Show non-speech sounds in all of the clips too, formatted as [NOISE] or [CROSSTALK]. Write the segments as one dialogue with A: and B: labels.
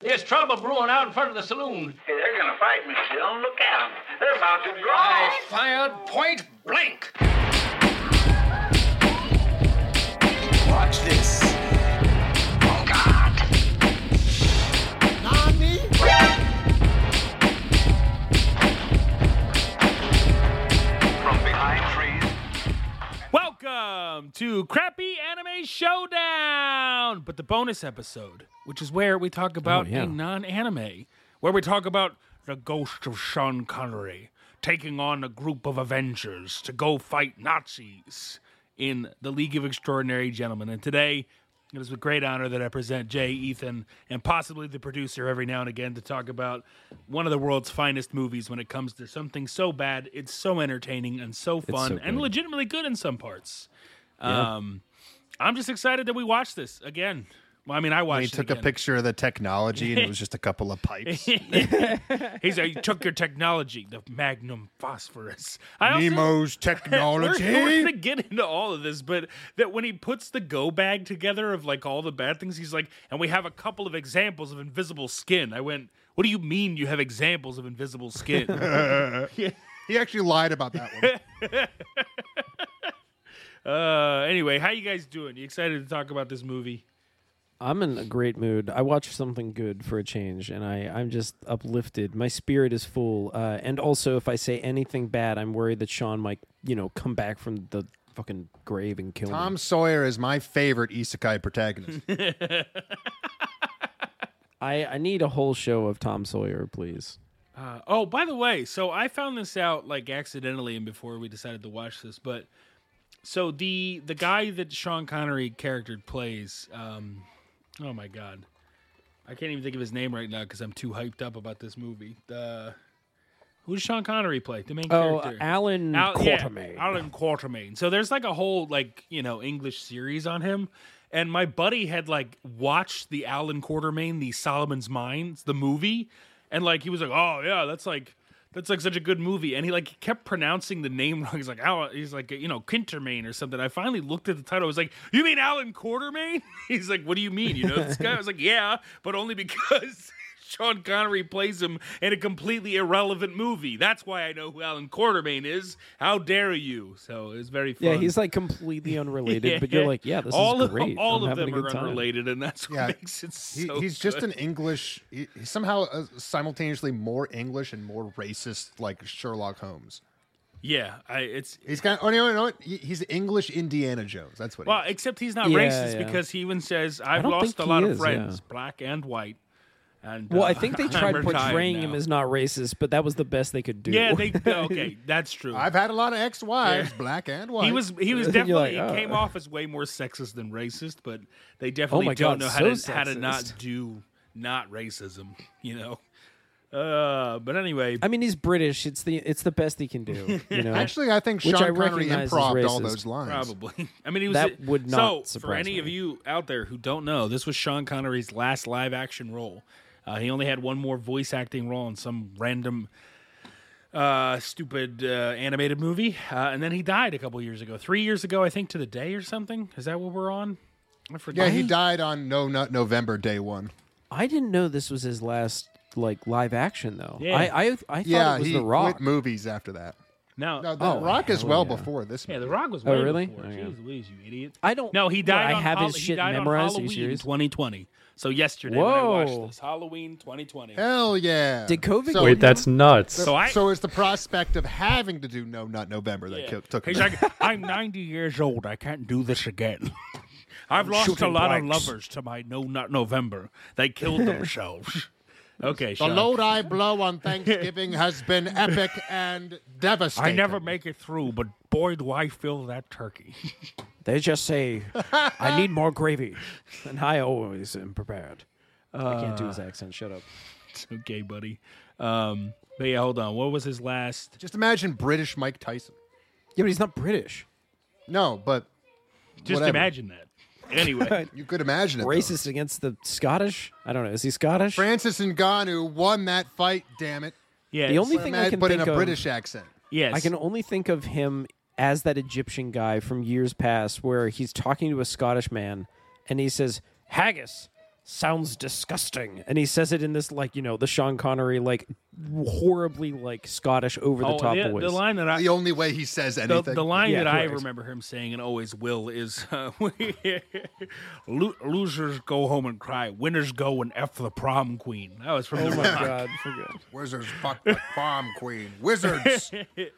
A: There's trouble brewing out in front of the saloon.
B: Hey, they're gonna fight me, Dillon. Look at them. They're about to draw.
A: I fired point blank.
C: Watch this.
B: Oh, God.
C: Nani?
B: From behind trees.
D: Welcome to Crappy Anime Showdown, but the bonus episode, which is where we talk about
E: Oh, yeah.
D: a non anime, where we talk about the ghost of Sean Connery taking on a group of Avengers to go fight Nazis in the League of Extraordinary Gentlemen. And today, it is with great honor that I present Jay, Ethan, and possibly the producer every now and again to talk about one of the world's finest movies when it comes to something so bad, it's so entertaining and so fun
E: so
D: and
E: good.
D: legitimately good in some parts. Um, I'm just excited that we watched this again. Well, I mean, I
F: He
D: watched.
F: took
D: it
F: a
D: again.
F: picture of the technology and it was just a couple of pipes.
D: He said, "You took your technology, the Magnum Phosphorus." [LAUGHS] [LAUGHS] I also-
F: Nemo's
D: We're, we're gonna
F: technology.
D: get into all of this, but that when he puts the go bag together of like all the bad things, he's like, and we have a couple of examples of invisible skin. I went, what do you mean you have examples of invisible skin?
F: [LAUGHS] [LAUGHS] He actually lied about that
D: [LAUGHS]
F: one.
D: uh, anyway, how you guys doing? You excited to talk about this movie?
E: I'm in a great mood. I watched something good for a change, and I, I'm just uplifted. My spirit is full. Uh, and also, if I say anything bad, I'm worried that Sean might, you know, come back from the fucking grave and kill
F: Tom
E: me.
F: Sawyer is my favorite isekai
D: [LAUGHS]
F: protagonist.
E: I, I need a whole show of Tom Sawyer, please.
D: Uh, oh, by the way, so I found this out like accidentally and before we decided to watch this, but so the the guy that Sean Connery character plays, um, oh my god, I can't even think of his name right now because I'm too hyped up about this movie. The who does Sean Connery play? The main
E: Oh,
D: character,
E: Alan
D: Al- yeah,
E: Quatermain.
D: Alan Quatermain. So there's like a whole like you know English series on him. And my buddy had like watched the Alan Quatermain, the Solomon's Mines, the movie, and like he was like, oh yeah, that's like that's like such a good movie. And he like kept pronouncing the name [LAUGHS] wrong. He's like Alan, he's like you know Quintermain or something. I finally looked at the title. I was like, you mean Alan Quatermain? [LAUGHS] He's like, what do you mean? You know this guy? I was like, yeah, but only because. Sean Connery plays him in a completely irrelevant movie. That's why I know who Alan Quartermain is. How dare you? So it's very fun.
E: Yeah, he's like completely
D: [LAUGHS]
E: unrelated,
D: Yeah.
E: but you're like, yeah, this
D: all
E: is great.
D: Of, all
E: I'm
D: of them
E: having a good
D: are
E: time.
D: unrelated, and that's what
F: Yeah.
D: makes it so.
F: He, he's just
D: good.
F: an English, he, he's somehow uh, simultaneously more English and more racist, like Sherlock Holmes.
D: yeah. I, it's
F: He's kind of, oh, no, no, no, he- he's English Indiana Jones. That's what
D: well,
F: he is.
D: except he's not
E: Yeah,
D: racist
E: yeah.
D: because he even says, "I've
E: don't
D: lost
E: think
D: a
E: he
D: lot of
E: is,
D: friends,
E: yeah.
D: black and white." And
E: Well,
D: uh, [LAUGHS]
E: I think they
D: I'm
E: tried
D: retired
E: portraying
D: now.
E: him as not racist, but that was the best they could do.
D: Yeah, they okay. That's true.
F: I've had a lot of ex wives, black and white.
D: He was he was
E: [LAUGHS] You're
D: definitely
E: like,
D: he came
E: "Oh."
D: off as way more sexist than racist, but they definitely
E: my
D: don't
E: God,
D: know how to
E: so
D: how to not
E: sexist.
D: do not racism, you know. Uh, but anyway,
E: [LAUGHS] I mean, he's British. It's the it's the best he
D: [LAUGHS]
E: can do. You know,
F: [LAUGHS] Actually, I think
E: Which
F: Sean
E: I
F: Connery
E: recognize as
F: improv all
E: racist.
F: those lines.
D: probably. [LAUGHS] I mean, he was
E: That would not
D: So, for
E: surprise
D: any
E: me.
D: of you out there who don't know, this was Sean Connery's last live action role. Uh, he only had one more voice acting role in some random uh, stupid uh, animated movie, uh, and then he died a couple years ago, three years ago, I think, to the day or something. Is that what we're on? I forget.
F: Yeah, he died on No Nut November day one.
E: I didn't know this was his last like live action though.
D: Yeah.
E: I I, I thought
F: Yeah,
E: it was
F: he
E: The Rock.
F: quit movies after that.
D: No,
F: No, The
E: Oh,
F: Rock is
E: hell
F: well
E: yeah.
F: before this.
D: Yeah,
F: movie.
D: The Rock was.
E: Oh,
D: way
E: really?
D: Before.
E: Okay.
D: Jeez Louise, you idiot.
E: I don't.
D: No, he died.
E: What, I
D: on
E: have
D: Hol-
E: his
D: he
E: shit
D: died
E: memorized.
D: On
E: Are you
D: Halloween
E: serious?
D: 2020. So yesterday when I watched
E: Whoa.
D: this, Halloween 2020.
F: Hell yeah.
E: Did COVID
F: So,
E: Wait,
G: Wait, that's nuts.
D: So I.
F: so it's the prospect of having to do No Nut November that
D: yeah.
F: ki- took him
D: He's
F: out.
D: like, I'm 90 years old. I can't do this again. [LAUGHS] I've lost a
F: shooting
D: lot
F: blanks.
D: of lovers to my no not November. They
F: [LAUGHS]
D: killed themselves. okay,
F: The
D: Sean.
F: load I blow
D: [LAUGHS]
F: on Thanksgiving has been epic and devastating.
D: I never make it through, but boy, do I feel that turkey. [LAUGHS]
E: They just
F: [LAUGHS]
E: say, "I need more gravy," and I always am prepared. Uh, I can't do his accent. Shut up.
D: It's okay, buddy. Um, but yeah, hold on. What was his last?
F: Just imagine British Mike Tyson.
E: Yeah, but he's not British.
F: No, but
D: Just
F: Whatever.
D: imagine that.
F: [LAUGHS]
D: Anyway.
F: you could imagine it. though.
E: Racist against the Scottish. I don't know. Is he Scottish?
F: Francis Ngannou won that fight. Damn it!
D: Yeah.
E: The only
D: so-
E: thing
F: Mad-
E: I can
F: but
E: think
F: in a
E: of,
F: British accent.
D: Yes.
E: I can only think of him as that Egyptian guy from years past, where he's talking to a Scottish man, and he says haggis, sounds disgusting. And he says it in this like, you know, the Sean Connery like horribly like Scottish over the
D: Oh,
E: top
D: the,
E: voice.
D: the line that I
F: The only way he says anything.
D: the, the line
E: Yeah,
D: that I
E: correct.
D: remember him saying and always will is [LAUGHS] uh, "Lo- "Losers go home and cry, winners go and f the prom queen." That was from
E: Oh
D: the
E: God, forget.
F: Wizards fuck the prom
D: [LAUGHS]
F: queen. Wizards.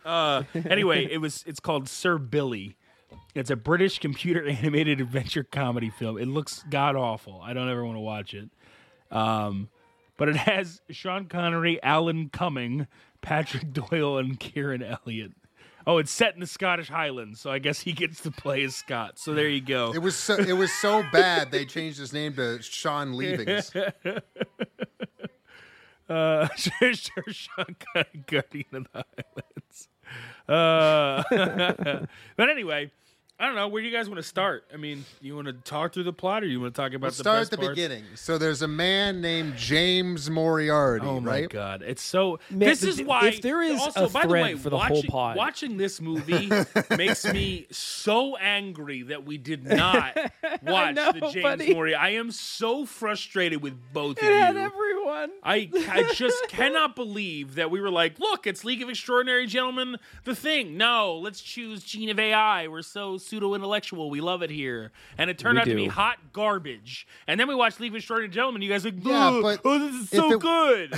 D: Uh, anyway, it was it's called Sir Billy. It's a British computer [LAUGHS] animated adventure comedy film. It looks god awful. I don't ever want to watch it. Um, but it has Sean Connery, Alan Cumming, Patrick Doyle, and Kieran Elliott. Oh, it's set in the Scottish Highlands, so I guess he gets to play as Scott. So there you go.
F: It was so it was so bad they changed his name
D: [LAUGHS]
F: to Sean Leavings.
D: Uh, [LAUGHS] sure, sure, Sean Connery, Guardian of the Highlands. Uh, [LAUGHS] but anyway, I don't know where do you guys want to start. I mean, you want to talk through the plot, or you want to talk about
F: Let's
D: the
F: start
D: best
F: at the
D: parts?
F: beginning. So there's a man named James Moriarty,
D: Oh my
F: right?
D: god, it's so.
E: Man,
D: this is
E: th-
D: why.
E: if there is
D: also,
E: a
D: by the way,
E: thread for the whole
D: watching,
E: pod.
D: watching this
F: [LAUGHS]
D: movie makes me so angry that we
E: [LAUGHS]
D: did not watch
E: know,
D: the James
E: buddy.
D: Mori. I am so frustrated with both of
E: It had
D: you.
E: everyone.
D: I, I just [LAUGHS] cannot believe that we were like, look, it's League of Extraordinary Gentlemen, the thing. No, let's choose Gene of AI. We're so pseudo intellectual. We love it here. And it turned
E: We
D: out to be
E: do.
D: hot garbage. And then we watched League of Extraordinary Gentlemen. You guys were like,
F: Yeah,
D: "Ugh,
F: but
D: oh, this is
F: if
D: so
F: it-
D: good.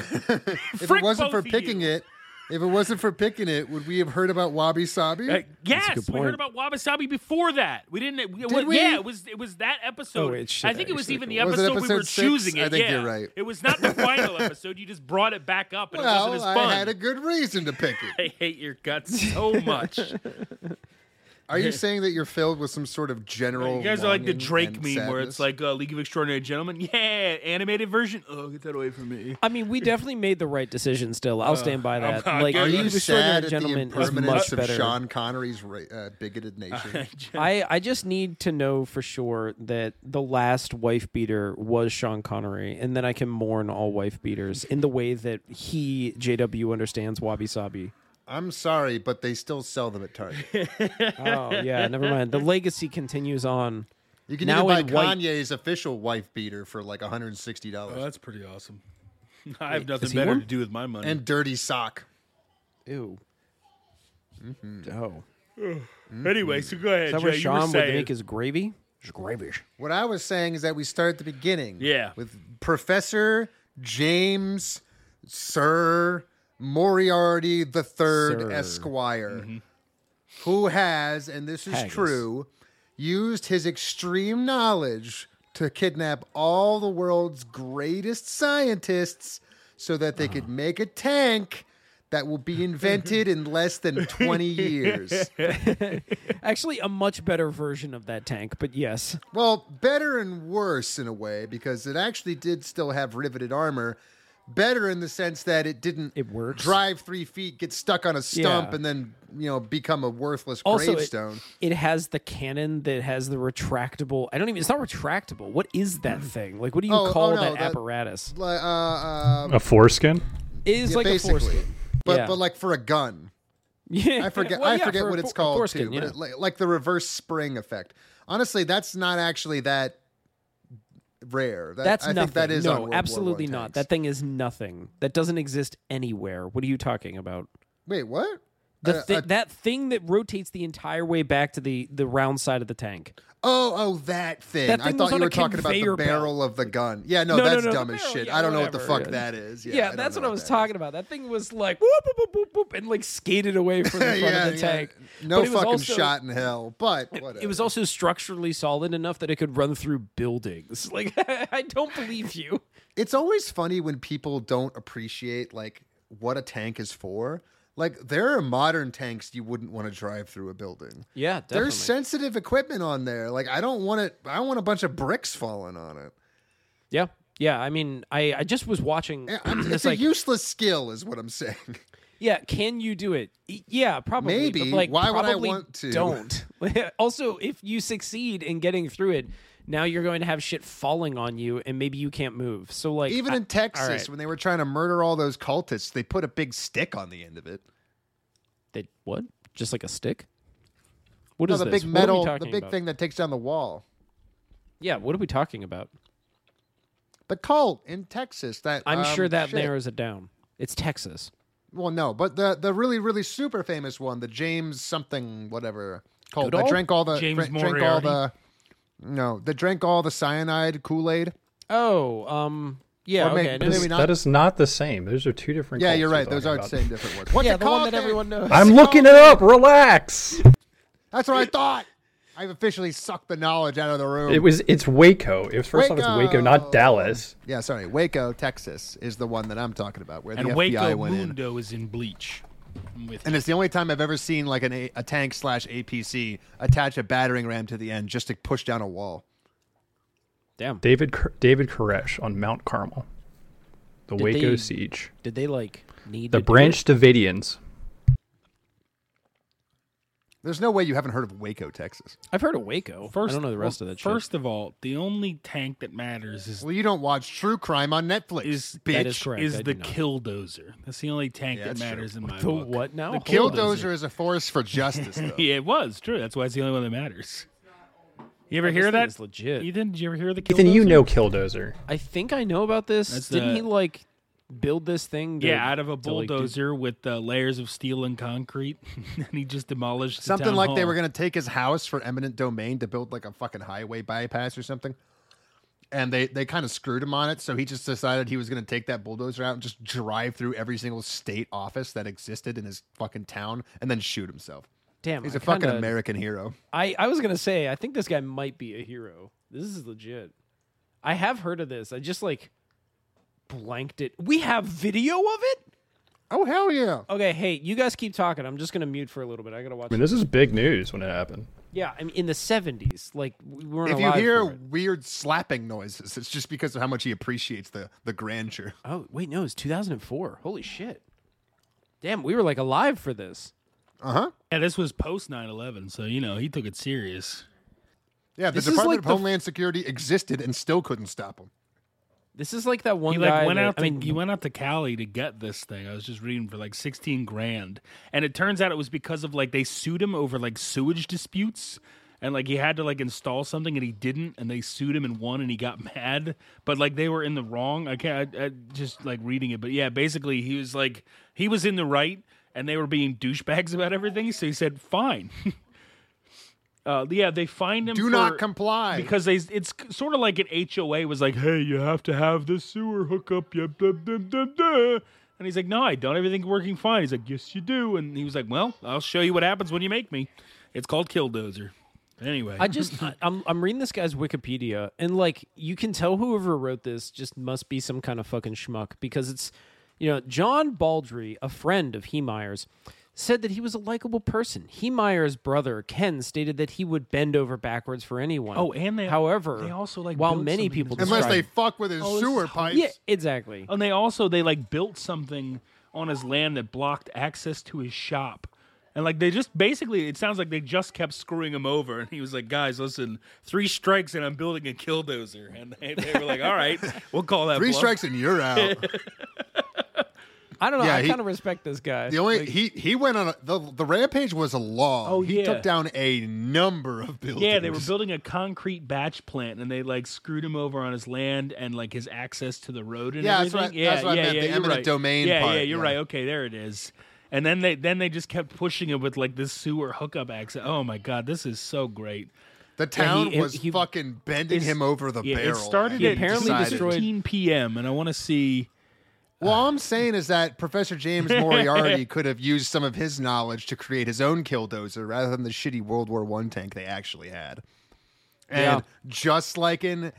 E: [LAUGHS]
F: If it wasn't for picking it, if it wasn't for picking it, would we have heard about Wabi Sabi?
D: yes,
E: good
D: we heard
E: point.
D: about Wabi Sabi before that. We didn't. We, well,
F: we?
D: Yeah, it was it was that episode.
E: Oh, wait, shit,
D: I think it was
E: actually,
D: even the
F: was it
D: episode, we
F: episode
D: were
F: six?
D: choosing it.
F: I think
D: yeah.
F: you're right.
D: It was
F: [LAUGHS]
D: not the final episode. You just brought it back up, and it wasn't
F: well,
D: as fun.
F: I had a good reason to pick it.
D: I hate your guts so
F: [LAUGHS]
D: much.
F: Are you saying that you're filled with some sort of general?
D: you guys are like the
F: longing
D: Drake
F: and
D: meme where it's
F: sadness?
D: like uh, League of Extraordinary Gentlemen. [LAUGHS] Yeah, animated version. Oh, get that away from me.
E: I mean, we definitely made the right decision. Still, I'll stand by that.
D: Uh, I'm not
E: like,
F: Are
D: getting-
E: League
F: you
E: of Extraordinary
F: sad at the
E: Gentlemen is
F: impermanence
E: much
F: of
E: better.
F: Sean Connery's ra- uh,
D: [LAUGHS]
F: bigoted nation?
E: I, I just need to know for sure that the last wife beater was Sean Connery, and then I can mourn all wife beaters in the way that he, JW, understands Wabi Sabi.
F: I'm sorry, but they still sell them at Target.
E: Oh, [LAUGHS] yeah, never mind. The legacy continues on.
F: You can
E: Now
F: even buy
E: in white.
F: Kanye's official wife beater for like 160 dollars
D: Oh, that's pretty awesome. [LAUGHS] I have
E: is he one?
D: do with my money.
F: and dirty sock.
E: Ew.
F: Mm-hmm.
E: Oh.
D: anyway, so go ahead.
E: Is that
D: Jay,
E: where
D: you were
E: Sean would
D: saying-
E: make his gravy?
F: What I was saying is that we start at the beginning.
D: Yeah.
F: With Professor James Sir Moriarty the Third
E: Sir. Mm-hmm.
F: Esquire, who has, and this is
E: Haggis.
F: true, used his extreme knowledge to kidnap all the world's greatest scientists so that they
E: Uh-huh.
F: could make a tank that will be invented in less
E: [LAUGHS]
F: than 20 years.
E: Actually, a much better version of that tank, but yes.
F: Well, better and worse in a way because it actually did still have riveted armor. Better in the sense that it didn't
E: It works.
F: drive three feet, get stuck on a stump,
E: Yeah.
F: and then you know become a worthless
E: Also, it-
F: gravestone.
E: It, has the cannon that has the retractable. I don't even. It's not retractable. What is that thing? Like, what do you
F: Oh, oh,
E: call
F: no,
E: that,
F: that-
E: apparatus?
F: Li- uh, uh,
H: A foreskin?
E: It is
F: yeah,
E: like a
F: basically,
E: foreskin.
F: but
E: Yeah.
F: but like for a gun,
E: [LAUGHS] Yeah.
F: I forget.
E: Well,
F: I
E: yeah,
F: forget
E: for a
F: what it's
E: fo-
F: called
E: foreskin,
F: too.
E: yeah.
F: But it, like, like the reverse spring effect. Honestly, that's not actually that rare. That,
E: That's
F: I
E: nothing.
F: think that is
E: no,
F: on World War I
E: absolutely not.
F: tanks.
E: That thing is nothing. That doesn't exist anywhere. What are you talking about?
F: wait, what?
E: The
F: Uh,
E: thi-
F: uh,
E: that thing that rotates the entire way back to the the round side of the tank.
F: Oh, oh, that thing.
E: That
F: I
E: thing
F: thought
E: was
F: you
E: on
F: were
E: a
F: talking about the
E: conveyor belt.
F: barrel of the gun. Yeah, no,
E: No, no,
F: that's
E: no, the
F: dumb as
E: barrel,
F: shit.
E: yeah,
F: I don't know what the fuck
E: whatever, yeah.
F: that is. Yeah,
E: Yeah,
F: I don't
E: that's
F: know
E: what I was
F: that
E: talking about. That thing was like whoop, whoop, whoop, whoop, whoop, and like skated away from
F: [LAUGHS]
E: the
F: is.
E: front
F: yeah,
E: of the
F: yeah.
E: tank.
F: No
E: But it was
F: fucking
E: also-
F: shot in hell. But uh, whatever.
E: It was also structurally solid enough that it could run through buildings. [LAUGHS] Like I don't believe you.
F: it's always funny when people don't appreciate like what a tank is for. Like there are modern tanks you wouldn't want to drive through a building.
E: Yeah,
F: There's sensitive equipment on there. Like I don't want it. I don't want a bunch of bricks falling
E: [CLEARS THROAT]
F: on it.
E: yeah, yeah. I mean, I I just was watching.
F: Yeah,
E: [CLEARS THROAT]
F: I'm-
E: this,
F: it's
E: like,
F: a useless skill, is what I'm saying.
E: Yeah, can you do it? Y- Yeah, probably. but,
F: Maybe.
E: like,
F: Why would I
E: probably
F: want to?
E: Don't. [LAUGHS] also, if you succeed in getting through it, now you're going to have shit falling on you, and maybe you can't move. So, like,
F: Even
E: I-
F: in Texas,
E: all right.
F: when they were trying to murder all those cultists, they put a big stick on the end of it.
E: they, what? Just like a stick? What
F: No,
E: is
F: the
E: this?
F: big
E: What are we
F: metal, the
E: talking
F: big
E: about?
F: thing that takes down the wall.
E: Yeah, what are we talking about?
F: the cult in Texas. That
E: I'm
F: um,
E: sure that
F: shit.
E: narrows it down. It's Texas.
F: Well, no, but the the really really super famous one, the James something whatever cult.
E: Good
F: that
E: old
F: drank all the
D: James
F: drank, drank all the
D: Moriarty.
F: no, that drank all the cyanide Kool Aid.
E: Oh, um, yeah,
F: Or may-
E: okay. I know-
F: maybe
H: Is-
F: not.
H: That is not the same. Those are two different.
F: Yeah,
H: cults
F: you're
H: we're
F: right. Those
H: talking
F: are the
H: about.
F: same different ones. What's
E: yeah,
F: it
E: the one
F: called
E: that
F: there?
E: everyone knows.
H: [LAUGHS] I'm looking it up. Relax.
F: That's what I thought. I've officially sucked the knowledge out of the room.
H: It was. It's Waco. It was first off. It's Waco,
F: Waco.
H: not Dallas.
F: yeah, sorry. Waco, Texas is the one that I'm talking about where
D: And
F: the
D: Waco
F: FBI went in.
D: Mundo is in Bleach. I'm with
F: And it's the only time I've ever seen like an a, a tank slash APC attach a battering ram to the end just to push down a wall.
E: Damn.
H: David K- David Koresh on Mount Carmel. The
E: Did
H: Waco
E: they-
H: siege.
E: Did they like need
H: The
E: to do
H: Branch Davidians.
F: There's no way you haven't heard of Waco, Texas.
E: it? I've heard of Waco. First, I don't know the rest
D: well,
E: of that. shit.
D: First of all, the only tank that matters is
F: Well, you don't watch true crime on Netflix,
D: is
F: bitch.
E: That is correct.
D: is
E: I
D: the
E: do not.
D: killdozer. That's the only tank
F: Yeah,
D: that
F: that's true.
D: matters in my
E: the
D: book.
E: what now?
D: The
E: Hold on.
F: Killdozer is a force
D: [LAUGHS]
F: for justice, though.
D: Yeah, it was true. That's why it's the only one that matters. You ever
E: This
D: hear
E: thing
D: that?
E: is legit.
D: Ethan, did you ever hear the killdozer?
H: Ethan, you know Killdozer.
E: I think I know about this.
D: That's
E: Didn't
D: the-
E: he like build this thing? to-
D: Yeah, out of a
E: to, like, do-
D: bulldozer with uh, layers of steel and concrete, [LAUGHS] and he just demolished the
F: Something
D: town
F: like they
D: hall.
F: were going to take his house for eminent domain to build like a fucking highway bypass or something. And they, they kind of screwed him on it. So he just decided he was going to take that bulldozer out and just drive through every single state office that existed in his fucking town and then shoot himself.
E: Damn,
F: He's
E: I
F: a fucking
E: kinda-
F: American hero.
E: I I was gonna say I think this guy might be a hero. This is legit. I have heard of this. I just like blanked it. We have video of it.
F: Oh, hell yeah.
E: Okay, hey, you guys keep talking. I'm just gonna mute for a little bit. I gotta watch.
H: I mean, this is big news when it happened.
E: yeah, I mean, in the '70s, like we weren't
F: If you
E: alive
F: hear
E: for it.
F: weird slapping noises, it's just because of how much he appreciates the, the grandeur.
E: Oh wait, no, it's 2004. Holy shit! Damn, we were like alive for this.
F: Uh huh.
D: Yeah, this was post 9-11, so you know he took it serious.
F: Yeah, the
E: This is
F: Department
E: like
F: of
E: the-
F: Homeland Security existed and still couldn't stop him.
E: This is like that one
D: He
E: guy.
D: like went
E: that-
D: out. To,
E: I mean,
D: he went out to Cali to get this thing. I was just reading for like sixteen grand, and it turns out it was because of like they sued him over like sewage disputes, and like he had to like install something and he didn't, and they sued him and won, and he got [LAUGHS] mad. But like they were in the wrong. I can't I, I, just like reading it, but yeah, basically he was like he was in the right, and they were being douchebags about everything. So he said, "Fine." [LAUGHS] Uh, yeah, they find him.
F: Do not
D: for-
F: comply.
D: because they it's sort of like an HOA was like, "Hey, you have to have the sewer hookup." Yeah, blah, blah, blah, blah." And he's like, "No, I don't. Everything's working fine." He's like, "Yes, you do." And he was like, "Well, I'll show you what happens when you make me." It's called killdozer. Anyway, [LAUGHS]
E: I just I- I'm I'm reading this guy's Wikipedia and like you can tell whoever wrote this just must be some kind of fucking schmuck because it's you know John Baldry, a friend of Hemeyer's, said that he was a likable person. Hemeyer's brother Ken stated that he would bend over backwards for anyone.
D: Oh, and they-
E: however
D: they also, like,
E: while
D: built
E: many
D: something
E: people
D: into- Oh.
F: Unless they
E: describe-
F: fuck with his
E: Oh,
F: sewer pipes.
E: yeah exactly
D: and they also they like built something on his land that blocked access to his shop. And like they just basically, it sounds like they just kept screwing him over. And he was like, "Guys, listen, three strikes and I'm building a killdozer." And they, they were like, "All right, we'll call that
F: Three
D: bluff."
F: strikes and
E: [LAUGHS]
F: you're out.
E: I don't know
F: Yeah,
E: I
F: he-
E: kind of respect this guy.
F: The only he he went on a, the the rampage was a law.
D: Oh,
F: he
D: yeah.
F: took down a number of buildings.
D: Yeah, they were building a concrete batch plant, and they like screwed him over on his land and like his access to the road and
F: Yeah, that's
D: everything.
F: what I- that's what I meant, the
D: you're
F: eminent
D: right.
F: domain
D: Yeah, yeah,
F: part,
D: you're
F: yeah.
D: right. Okay, there it is. And then they then they just kept pushing it with like this sewer hookup access. Oh my god, this is so great.
F: The town
E: he-
F: was
E: he-
F: fucking bending
D: it's-
F: him over the
D: Yeah,
F: barrel.
D: it started
F: man.
D: at
E: apparently
F: Decided.
E: destroyed-
D: 15 p.m. and I want to see.
F: Well, all I'm saying is that Professor
E: [LAUGHS]
F: James Moriarty could have used some of his knowledge to create his own killdozer rather than the shitty World War One tank they actually had. And
E: Yeah.
F: just like in uh,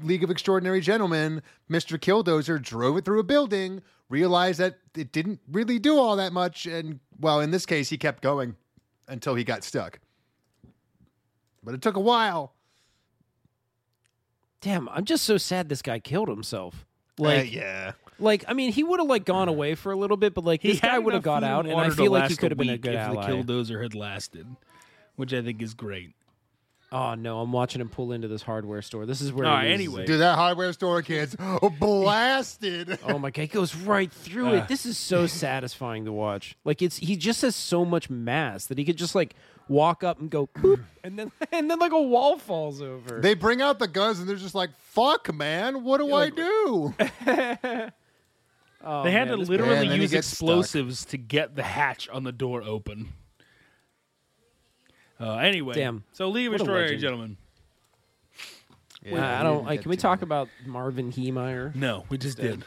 F: League of Extraordinary Gentlemen, Mr. Killdozer drove it through a building, realized that it didn't really do all that much, and well, in this case, he kept going until he got stuck. But it took a while.
E: Damn, I'm just so sad this guy killed himself.
F: Like,
E: Like
F: Uh, yeah.
E: Like, I mean, he would have like gone away for a little bit, but like
D: He
E: this guy
D: had
E: would have
D: enough
E: got
D: food
E: out, and I
D: water to
E: feel like he
D: last
E: could have been a
D: week
E: good
D: if
E: ally.
D: the killdozer had lasted, which I think is great.
I: Oh no, I'm watching him pull into this hardware store. This is where.
D: All
I: he
D: right,
I: loses
D: anyway.
I: it.
F: Dude, that hardware store kids [GASPS] blasted.
I: Oh my god, it goes right through it. This is so satisfying to watch. Like it's he just has so much mass that he could just like walk up and go boop, and then [LAUGHS] and then like a wall falls over.
F: [LAUGHS] They bring out the guns and they're just like, "Fuck, man, what do I do?" Oh,
D: they had
I: man,
D: to
I: this-
F: Yeah,
D: literally
F: and then he
D: use
F: gets stuck.
D: explosives to get the hatch on the door open. Uh, anyway,
I: Damn.
D: So leave
I: What a
D: extraordinary
I: legend.
D: gentlemen.
F: [LAUGHS]
I: Uh, I don't like. Can we talk about Marvin Heemeyer?
D: No, we just did.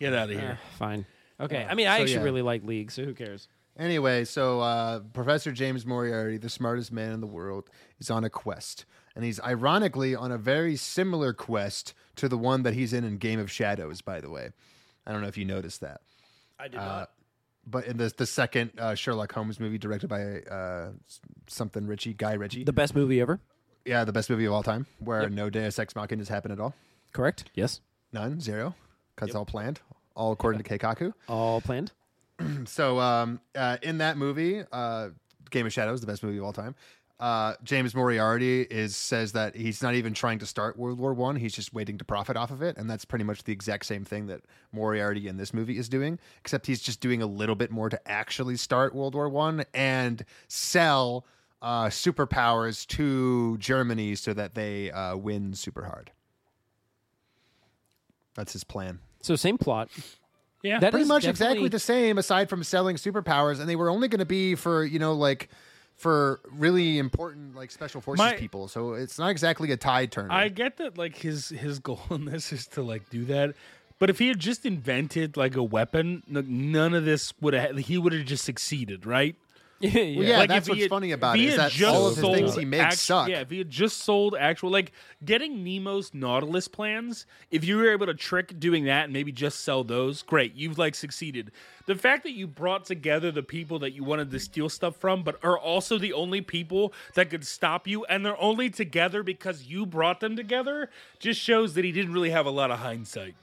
D: Get out of
I: Eh,
D: here.
I: fine. Okay. I mean, I
F: so,
I: actually
F: yeah.
I: really like League, so who cares?
F: Anyway, so uh, Professor James Moriarty, the smartest man in the world, is on a quest. And he's ironically on a very similar quest to the one that he's in in Game of Shadows, by the way. I don't know if you noticed that. Uh,
D: I did not.
F: But in the, the second uh, Sherlock Holmes movie directed by uh, s- something Ritchie, Guy Ritchie.
I: The best movie ever.
F: yeah, the best movie of all time, where no Deus Ex Machina has happened at all.
I: Correct. Yes.
F: None, zero, because all planned, all according to Keikaku.
I: All planned.
F: So um, uh, in that movie, uh, Game of Shadows, the best movie of all time, uh, James Moriarty is says that he's not even trying to start World War One. He's just waiting to profit off of it, and that's pretty much the exact same thing that Moriarty in this movie is doing, except he's just doing a little bit more to actually start World War One and sell uh, superpowers to Germany so that they uh, win super hard. That's his plan.
I: So same plot.
D: Yeah.
I: That
F: pretty
I: is
F: much exactly
I: definitely- [LAUGHS]
F: the same aside from selling superpowers and they were only going to be for you know like for really important like special forces
D: My-
F: people so it's not exactly a tide turner
D: I get that like his his goal in this is to like do that. But if he had just invented like a weapon, n- none of this would have he would have just succeeded, right?
I: yeah.
F: Well, yeah
D: like
F: that's
D: if he
F: what's
D: had-
F: funny
D: if
F: about
D: he
F: it is
D: had
F: that
D: just
F: all of the
D: sold
F: things he makes
D: act-
F: suck
D: Yeah, if he had just sold actual like getting Nemo's Nautilus plans, if you were able to trick doing that and maybe just sell those, great, you've like succeeded. The fact that you brought together the people that you wanted to steal stuff from, but are also the only people that could stop you, and they're only together because you brought them together, just shows that he didn't really have a lot of hindsight.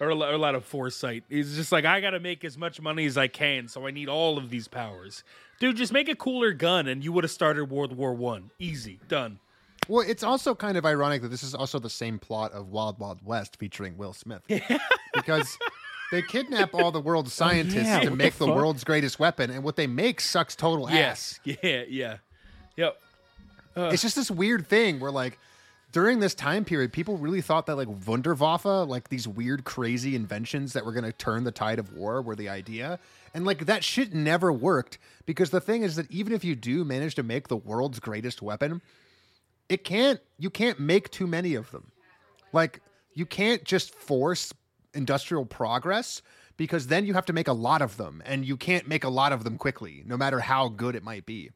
D: Or a, lo- or a lot of foresight. He's just like, I gotta make as much money as I can, so I need all of these powers. Dude, just make a cooler gun, and you would have started World War One. Easy, done.
F: well it's also kind of ironic that this is also the same plot of wild wild west featuring will smith because they kidnap all the
I: [LAUGHS]
F: world's scientists
I: Oh, yeah,
F: to
I: what
F: make the,
I: the fuck?
F: world's greatest weapon and what they make sucks total ass
D: Yes, [LAUGHS] yeah, yeah, yep.
F: it's just this weird thing where like during this time period people really thought that like wunderwaffe like these weird crazy inventions that were going to turn the tide of war were the idea and like that shit never worked because the thing is that even if you do manage to make the world's greatest weapon it can't you can't make too many of them like you can't just force industrial progress because then you have to make a lot of them and you can't make a lot of them quickly no matter how good it might be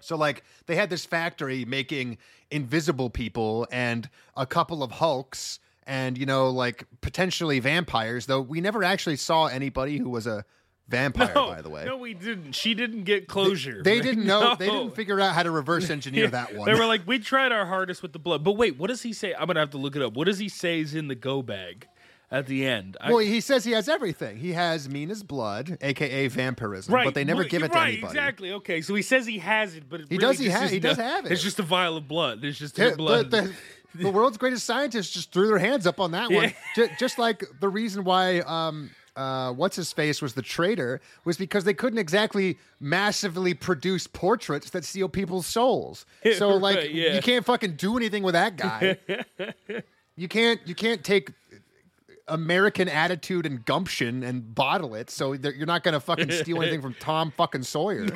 F: so like they had this factory making invisible people and a couple of hulks and you know like potentially vampires though we never actually saw anybody who was a vampire
D: [LAUGHS] No,
F: by the way
D: no, we didn't. She didn't get closure.
F: they didn't know they
D: [LAUGHS] No.
F: didn't figure out how to reverse engineer that one
D: They were like, we tried our hardest with the blood, but wait, what does he say? I'm gonna have to look it up. What does he say is in the go bag at the end? I-
F: Well, he says he has everything. He has Mina's blood, aka vampirism, but they never
D: well,
F: give
D: you're
F: it to
D: right,
F: anybody.
D: Exactly. Okay. So he says he has it, but it
F: He
D: really
F: does- he
D: just
F: ha-
D: is
F: he does
D: not-
F: have it.
D: It's just a vial of blood. It's just
F: The-
D: his blood.
F: [LAUGHS] The,
D: [LAUGHS]
F: the- the world's greatest scientists just threw their hands up on that one. Ju- just like the reason why um, uh, what's his face was the traitor was because they couldn't exactly massively produce portraits that seal people's souls. So
D: [LAUGHS]
F: like
D: Right, yeah.
F: you can't fucking do anything with
D: [LAUGHS]
F: that guy. you can't you can't take American attitude and gumption and bottle it. So that you're not going to fucking steal
D: [LAUGHS]
F: anything from Tom fucking Sawyer.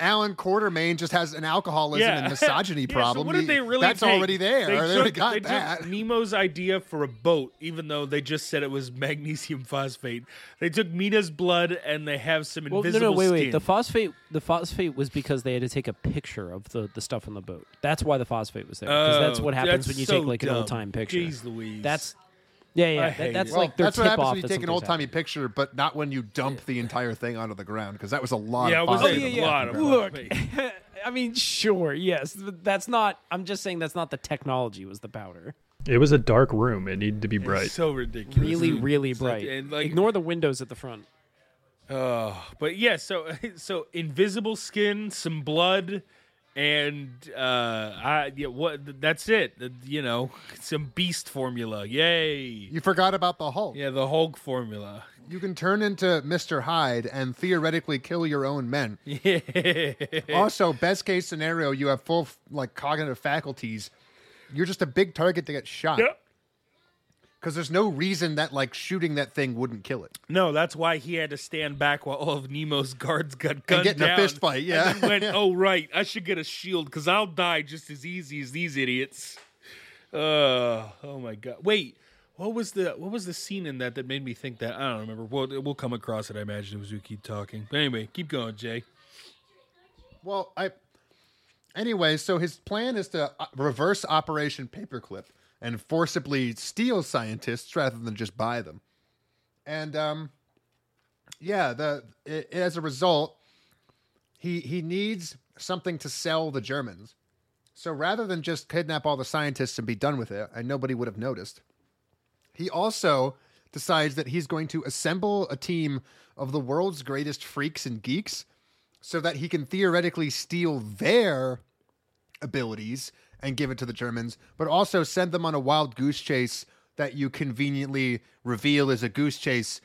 F: Alan Quartermain just has an alcoholism and misogyny
D: Yeah, [LAUGHS]
F: problem.
D: So what did they really
F: That's
D: take?
F: already there. They,
D: They,
F: already
D: took,
F: got
D: they
F: that.
D: took Nemo's idea for a boat, even though they just said it was magnesium phosphate. They took Mina's blood and they have some
I: Well, no,
D: invisible
I: no, wait,
D: skin.
I: wait. The phosphate, the phosphate was because they had to take a picture of the, the stuff on the boat. That's why the phosphate was there. Because that's
D: Oh,
I: what happens
D: that's
I: when you
D: so
I: take like an
D: dumb.
I: old time picture.
D: Jeez Louise.
I: That's yeah, yeah.
D: I
I: that-
D: hate
I: that's
D: it.
I: like their
F: That's what
I: tip
F: happens
I: off
F: when you
I: that
F: take an
I: something's
F: old timey
I: happening.
F: picture, but not when you dump the entire thing onto the ground because that was a lot.
D: yeah, it
F: of
D: was
F: bother
D: a
F: to the
D: lot of
F: ground.
D: phosphate.
I: I mean, sure, yes. But that's not. I'm just saying that's not the technology. Was the powder
H: It was a dark room. It needed to be bright.
D: It's so ridiculous.
I: really, really
D: Mm-hmm. It's
I: bright?
D: Like, and like,
I: Ignore the windows at the front.
D: [LAUGHS] But yeah, so so invisible skin, some blood, and uh, I yeah, what that's it. You know, [LAUGHS] some beast formula. Yay!
F: You forgot about the Hulk.
D: Yeah, the Hulk formula.
F: You can turn into Mr. Hyde and theoretically kill your own men. also, best case scenario, you have full like cognitive faculties. You're just a big target to get shot.
D: Yep.
F: Because there's no reason that like shooting that thing wouldn't kill it.
D: No, that's why he had to stand back while all of Nemo's guards got gunned
F: And get in
D: down.
F: a fist fight. [LAUGHS] Yeah.
D: And went, oh right, I should get a shield because I'll die just as easy as these idiots. Uh, oh my god! Wait, what was the what was the scene in that that made me think that? I don't remember. We'll we'll come across it. I imagine it was we keep talking. But anyway, keep going, Jay.
F: Well, I. Anyway, so his plan is to uh, reverse Operation Paperclip and forcibly steal scientists rather than just buy them. And um, yeah, the i as a result, he he needs something to sell the Germans. So rather than just kidnap all the scientists and be done with it, and nobody would have noticed, he also decides that he's going to assemble a team of the world's greatest freaks and geeks so that he can theoretically steal their abilities and give it to the Germans, but also send them on a wild goose chase that you conveniently reveal is a goose chase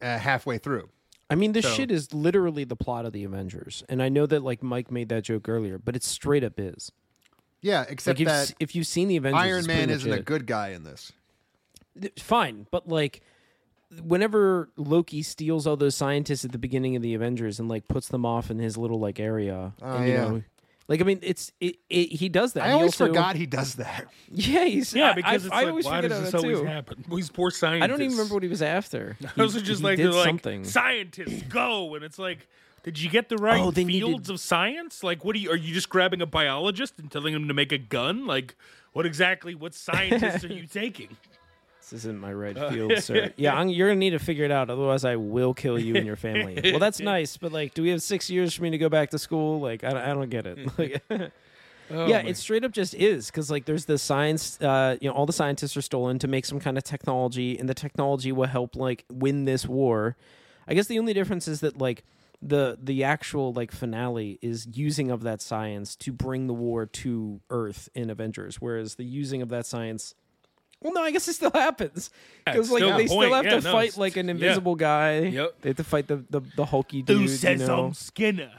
F: uh, halfway through.
E: I mean, this shit is literally the plot of the Avengers, and I know that like Mike made that joke earlier, but it straight up is.
F: Yeah,
E: Like
F: except
E: if,
F: that
E: if you've seen the Avengers,
F: Iron
E: it's pretty
F: Man
E: much
F: isn't a
E: it.
F: good guy in this.
E: Th- Fine, but like whenever Loki steals all those scientists at the beginning of the Avengers and like puts them off in his little like area,
F: Oh,
E: and, you
F: yeah.
E: know, like I mean, it's it, it he does that.
F: I
E: He
F: always
E: also-
F: forgot he does that.
E: [LAUGHS]
F: [LAUGHS]
E: Yeah, he's I-
D: Yeah, because
E: I,
D: it's
E: I
D: like,
E: always
D: why
E: forget
D: does
E: about
D: this
E: that
D: always
E: too.
D: happen? [LAUGHS] These poor scientists.
E: I don't even remember what he
D: [LAUGHS]
E: was after. He,
D: Those are just
E: he
D: like
E: did
D: they're like,
E: something.
D: scientists go, and it's like, did you get the right
E: Oh, they needed-
D: fields of science? Like, what do you? Are you just grabbing a biologist and telling him to make a gun? Like, what exactly? What scientists are
E: [LAUGHS]
D: you taking?
E: This isn't
D: [LAUGHS]
E: my right field, sir. Yeah, I'm, you're gonna need to figure it out, otherwise I will kill you and your family.
D: [LAUGHS]
E: Well, that's nice, but like, do we have six years for me to go back to school? Like, I, don't- I don't get it.
D: [LAUGHS]
E: Like,
D: Oh
E: yeah, it straight up just is because like, there's the science. Uh, you know, all the scientists are stolen to make some kind of technology, and the technology will help like win this war. I guess the only difference is that like the the actual like finale is using of that science to bring the war to Earth in Avengers, whereas the using of that science well, no, I guess it still happens because
D: it's
E: like
D: still a
E: they
D: point.
E: still have
D: Yeah,
E: to
D: no,
E: fight
D: it's-
E: like an
D: yeah.
E: invisible guy.
D: Yep.
E: They have to fight the the, the hulky dude.
D: Who says
E: you know?
D: I'm
E: [LAUGHS]
D: Skinner?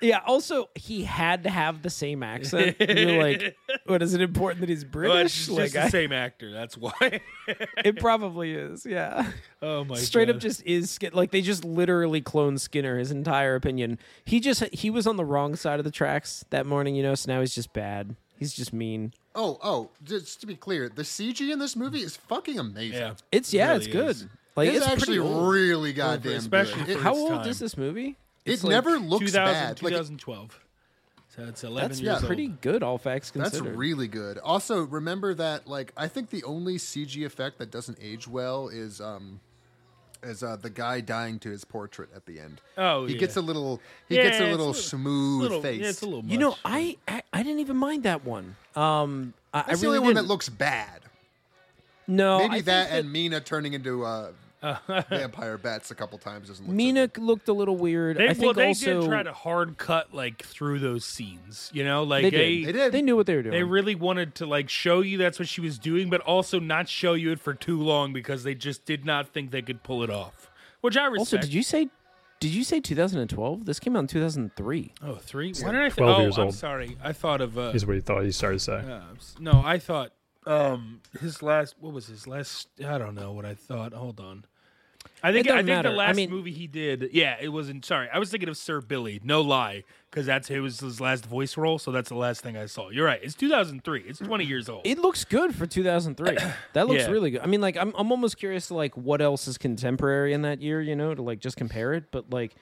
E: Yeah. Also, he had to have the same accent. You're
F: [LAUGHS]
E: like, what is it important that he's
D: Well, it's
E: British?
D: just
E: like,
D: the
E: I-
D: same actor. That's why. [LAUGHS]
E: it probably is. Yeah.
D: oh my!
E: Straight
D: God.
F: uh,
E: up, just is Skin- like they just literally cloned Skinner. His entire opinion. He just he was on the wrong side of the tracks that morning, you know. So now he's just bad. He's just mean.
F: Oh, oh, just to be clear, the CG in this movie is fucking amazing.
D: yeah.
E: It's yeah,
D: Really
E: it's good.
D: is.
E: Like
F: it's,
E: it's, pretty
F: actually
E: old.
F: really goddamn
D: especially
F: good. It,
D: for-
E: How
D: its
E: old
D: time.
E: is this movie?
F: it
E: It's like
F: never looks
D: 2000,
F: bad. Like,
D: 2012. So that's 11
E: That's
D: years old.
E: pretty good, all facts
F: That's
E: considered.
F: really good. Also, remember that like I think the only CG effect that doesn't age well is um is uh, the guy dying to his portrait at the end.
D: Oh,
F: he
D: yeah.
F: gets a little he
D: Yeah,
F: gets a
D: it's
F: little, smooth
D: little,
F: face.
D: Yeah, it's a little.
E: you know,
D: much.
E: I, I I didn't even mind that one. Um, I, I
F: That's
E: really
F: the only one that
E: didn't.
F: looks bad.
D: Oh,
E: no. I
F: Maybe
E: think
F: that and Mina turning
D: [LAUGHS]
F: into uh, vampire bats a couple times doesn't look so
E: Mina looked a little weird.
D: They,
E: I
D: well,
E: think
D: they
E: also
D: did try to hard cut like through those scenes. You know, like
E: they, did.
F: They did.
E: They knew what they were doing.
D: They really wanted to like show you that's what she was doing, but also not show you it for too long because they just did not think they could pull it off. Which I respect.
E: also, did you say? Did you say 2012? This came out in 2003.
D: Oh, three. Why did I? Th-
H: 12
D: oh,
H: years
D: I'm
H: old.
D: sorry. I thought of. Uh,
H: Is what he thought he started to say.
D: no, I thought um his last. What was his last? I don't know what I thought. Hold on. I think
E: It
D: I
E: doesn't
D: think
E: matter. I
D: the last
E: mean-
D: movie he did. Yeah, it wasn't. Sorry, I was thinking of Sir Billy. No lie, because that's it was his last voice role. So that's the last thing I saw. You're right. It's 2003. It's 20 years old.
E: It looks good for 2003.
F: [COUGHS]
E: that looks
D: Yeah.
E: really good. I mean, like I'm I'm almost curious to like what else is contemporary in that year, you know, to like just compare it. But like,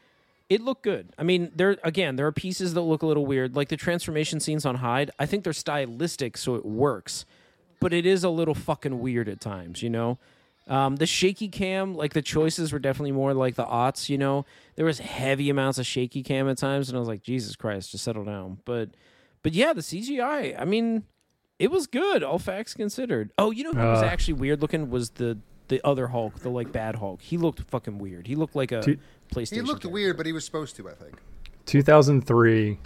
E: it looked good. I mean, there again, there are pieces that look a little weird, like the transformation scenes on Hyde. I think they're stylistic, so it works, but it is a little fucking weird at times, you know. Um, the shaky cam, like the choices were definitely more like the aughts, you know. There was heavy amounts of shaky cam at times, and I was like, Jesus Christ, just settle down. But, but yeah, the CGI. I mean, it was good, all facts considered. Oh, you know who was
H: Uh.
E: actually weird looking was the the other Hulk, the like bad Hulk. He looked fucking weird. He looked like a
H: Dude.
E: PlayStation.
F: He looked
E: character.
F: weird, but he was supposed to, I think.
H: 2003,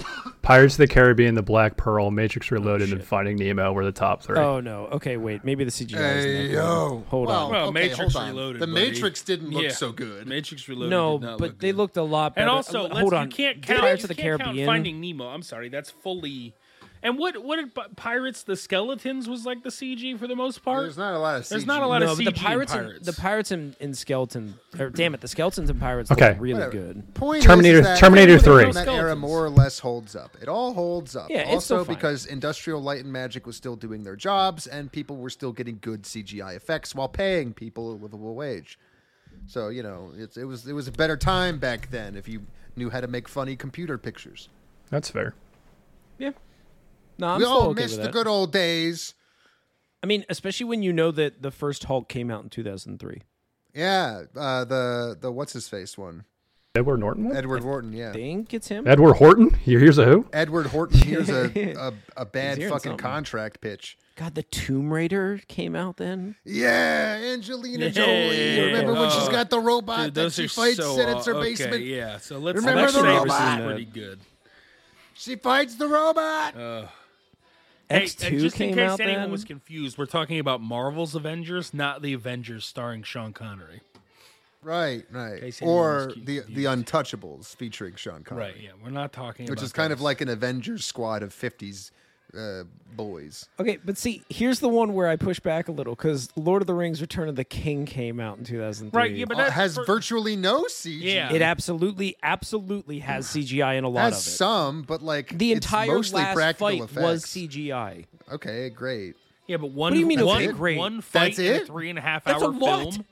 H: Pirates of the Caribbean, The Black Pearl, Matrix Reloaded, and Finding Nemo were the top three.
E: Oh no. Okay, wait. Maybe the CGI. is
F: Hey,
E: not good.
F: yo.
E: Hold
F: well,
E: on.
D: Well,
F: Oh, okay,
D: Matrix
F: hold on.
D: Reloaded,
F: The
D: buddy.
F: Matrix didn't look
D: Yeah.
F: so good.
D: Matrix Reloaded.
E: No,
D: did not
E: but
D: look
E: they
D: good.
E: looked a lot better.
D: And also,
E: Uh,
D: let's,
E: hold on.
D: you can't count
E: Pirates of the
D: you can't
E: Caribbean.
D: Count Finding Nemo. I'm sorry, that's fully. And what what did Pi- Pirates the Skeletons was like the CG for the most part?
F: There's not a lot of.
D: There's
F: CG.
D: not a lot
E: no,
D: of CG
E: but the
D: in
E: pirates, and-
D: Pirates.
E: the pirates and, and skeleton. Or, damn it, the skeletons and pirates
H: Okay.
E: look really
F: Whatever.
E: good.
F: Point
H: Terminator-
F: is, is that
H: Terminator
F: everything
H: three.
F: from That era
D: Skeletons.
F: more or less holds up. It all holds up.
E: Yeah, it's
F: also
E: still fine.
F: because Industrial Light and Magic was still doing their jobs, and people were still getting good CGI effects while paying people a livable wage. So you know, it's, it was it was a better time back then if you knew how to make funny computer pictures.
H: That's fair.
E: Yeah. No, I'm
F: we
E: still
F: all
E: okay
F: miss
E: with
F: the
E: that.
F: good old days.
E: I mean, especially when you know that the first Hulk came out in 2003.
F: Yeah, uh, the the what's his face one,
H: Edward Norton one?
F: Edward Horton. Yeah,
E: Think it's him?
H: Edward Horton? You- Here's a who?
F: Edward Horton.
E: [LAUGHS]
F: Here's a a, a bad
E: hearing
F: fucking
E: something.
F: contract pitch.
E: God, the Tomb Raider came out then.
F: Yeah, Angelina
D: Yeah.
F: Jolie. Remember when she's
D: Oh,
F: got the robot
D: Dude,
F: that
D: those
F: she
D: are
F: fights
D: so
F: and it's her
D: okay,
F: basement?
D: Yeah, so let's
F: Remember
D: let's
F: the
D: say
F: robot?
D: This is pretty good.
F: She fights the robot.
D: Oh. Hey,
E: X2
D: and just
E: came
D: in case
E: out
D: anyone
E: then.
D: was confused, we're talking about Marvel's Avengers, not the Avengers starring Sean Connery.
F: right, right.
D: Casey
F: Or
D: Nowinski.
F: the the Untouchables featuring Sean Connery,
D: Right. Yeah, we're not talking
F: which
D: about
F: is kind of
D: those.
F: like an Avengers squad of '50s uh, boys.
E: Okay, but see, here's the one where I push back a little because Lord of the Rings: Return of the King came out in 2003.
D: Right, yeah, but
F: Uh,
D: that's
F: has
D: for-
F: virtually no CG.
D: Yeah.
E: it absolutely, absolutely has
F: [SIGHS]
E: CGI in a lot
F: Has
E: of it.
F: some, but like
E: the
F: it's
E: entire
F: mostly
E: last
F: practical
E: fight
F: effects.
E: was CGI.
F: Okay, great.
D: Yeah, but one.
E: What do you mean,
D: One,
E: okay, great?
D: one
F: That's
D: fight in a
F: it?
D: three and a half
E: That's a
D: hour
E: lot.
D: film.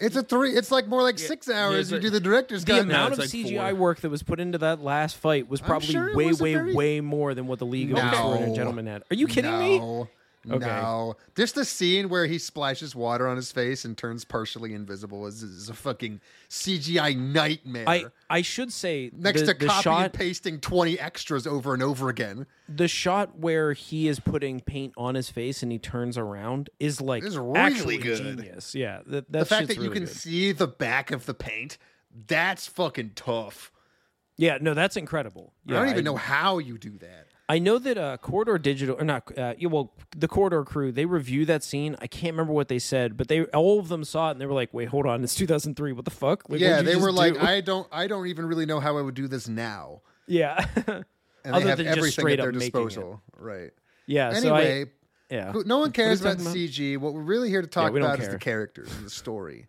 F: It's a three. It's like more like six hours.
D: it's
F: You
D: a-
F: do the director's
E: The
F: cut.
E: amount of
D: it's like
E: CGI
D: four.
E: work that was put into that last fight was probably
F: sure it
E: way,
F: wasn't
E: way,
F: very-
E: way more than what the League of
F: No.
E: Extraordinary Gentlemen had. Are you kidding me?
F: no, No. Just the scene where he splashes water on his face and turns partially invisible is, is a fucking CGI nightmare.
E: I, I should say
F: Next
E: the,
F: to
E: the
F: copy
E: shot
F: and pasting 20 extras over and over again.
E: the shot where he is putting paint on his face and he turns around is like
F: It's really
E: actually
F: good.
E: genius. Yeah, that,
F: The
E: that
F: fact
E: shit's
F: that you
E: really
F: can
E: good.
F: see the back of the paint, that's fucking tough.
E: yeah, no, that's incredible. Yeah,
F: I don't even know how you do that.
E: I know that uh, Corridor Digital or not? Uh, yeah, well, the Corridor crew they review that scene. I can't remember what they said, but they all of them saw it and they were like, "Wait, hold on, it's 2003. What the fuck?" Like,
F: yeah,
E: what'd you
F: they
E: just
F: were like,
E: do?"
F: I don't I don't even really know how I would do this now.
E: [LAUGHS] "Yeah, [LAUGHS]
F: And
E: Other
F: they have
E: than just
F: everything
E: straight
F: at their
E: up making it.
F: disposal. Right.
E: yeah."
F: Anyway,
E: so I, yeah,
F: Who- no one cares
E: [LAUGHS] What are
F: about
E: you talking
F: CG. What we're really here to talk
E: we don't
F: about is the
E: care.
F: characters and the story.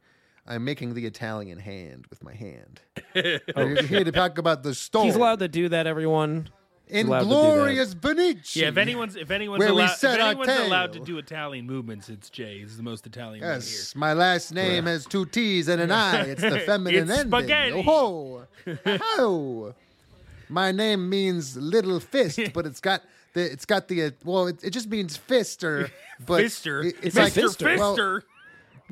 F: I'm making the Italian hand with
D: [LAUGHS]
F: my hand. We're here to talk about the story.
E: Oh, He's allowed to do that, everyone.
F: in
E: allowed to do that.
F: glorious Benici.
D: Yeah, if anyone's if anyone's
F: Where we
D: allowed if
F: set our
D: anyone's allowed to
F: tail.
D: do Italian movements, it's Jay. He's the most Italian man here.
F: Yes, my last name has two T's and an I. It's the
D: [LAUGHS]
F: feminine
D: It's
F: ending.
D: spaghetti. [LAUGHS]
F: Oh, ho. My name means
D: [LAUGHS]
F: little fist, but it's got the it's got the uh, well, it, it just means
D: [LAUGHS]
F: fister, but
D: Fister,
F: it- it's
D: Mr.
F: like
D: Fister.
F: well,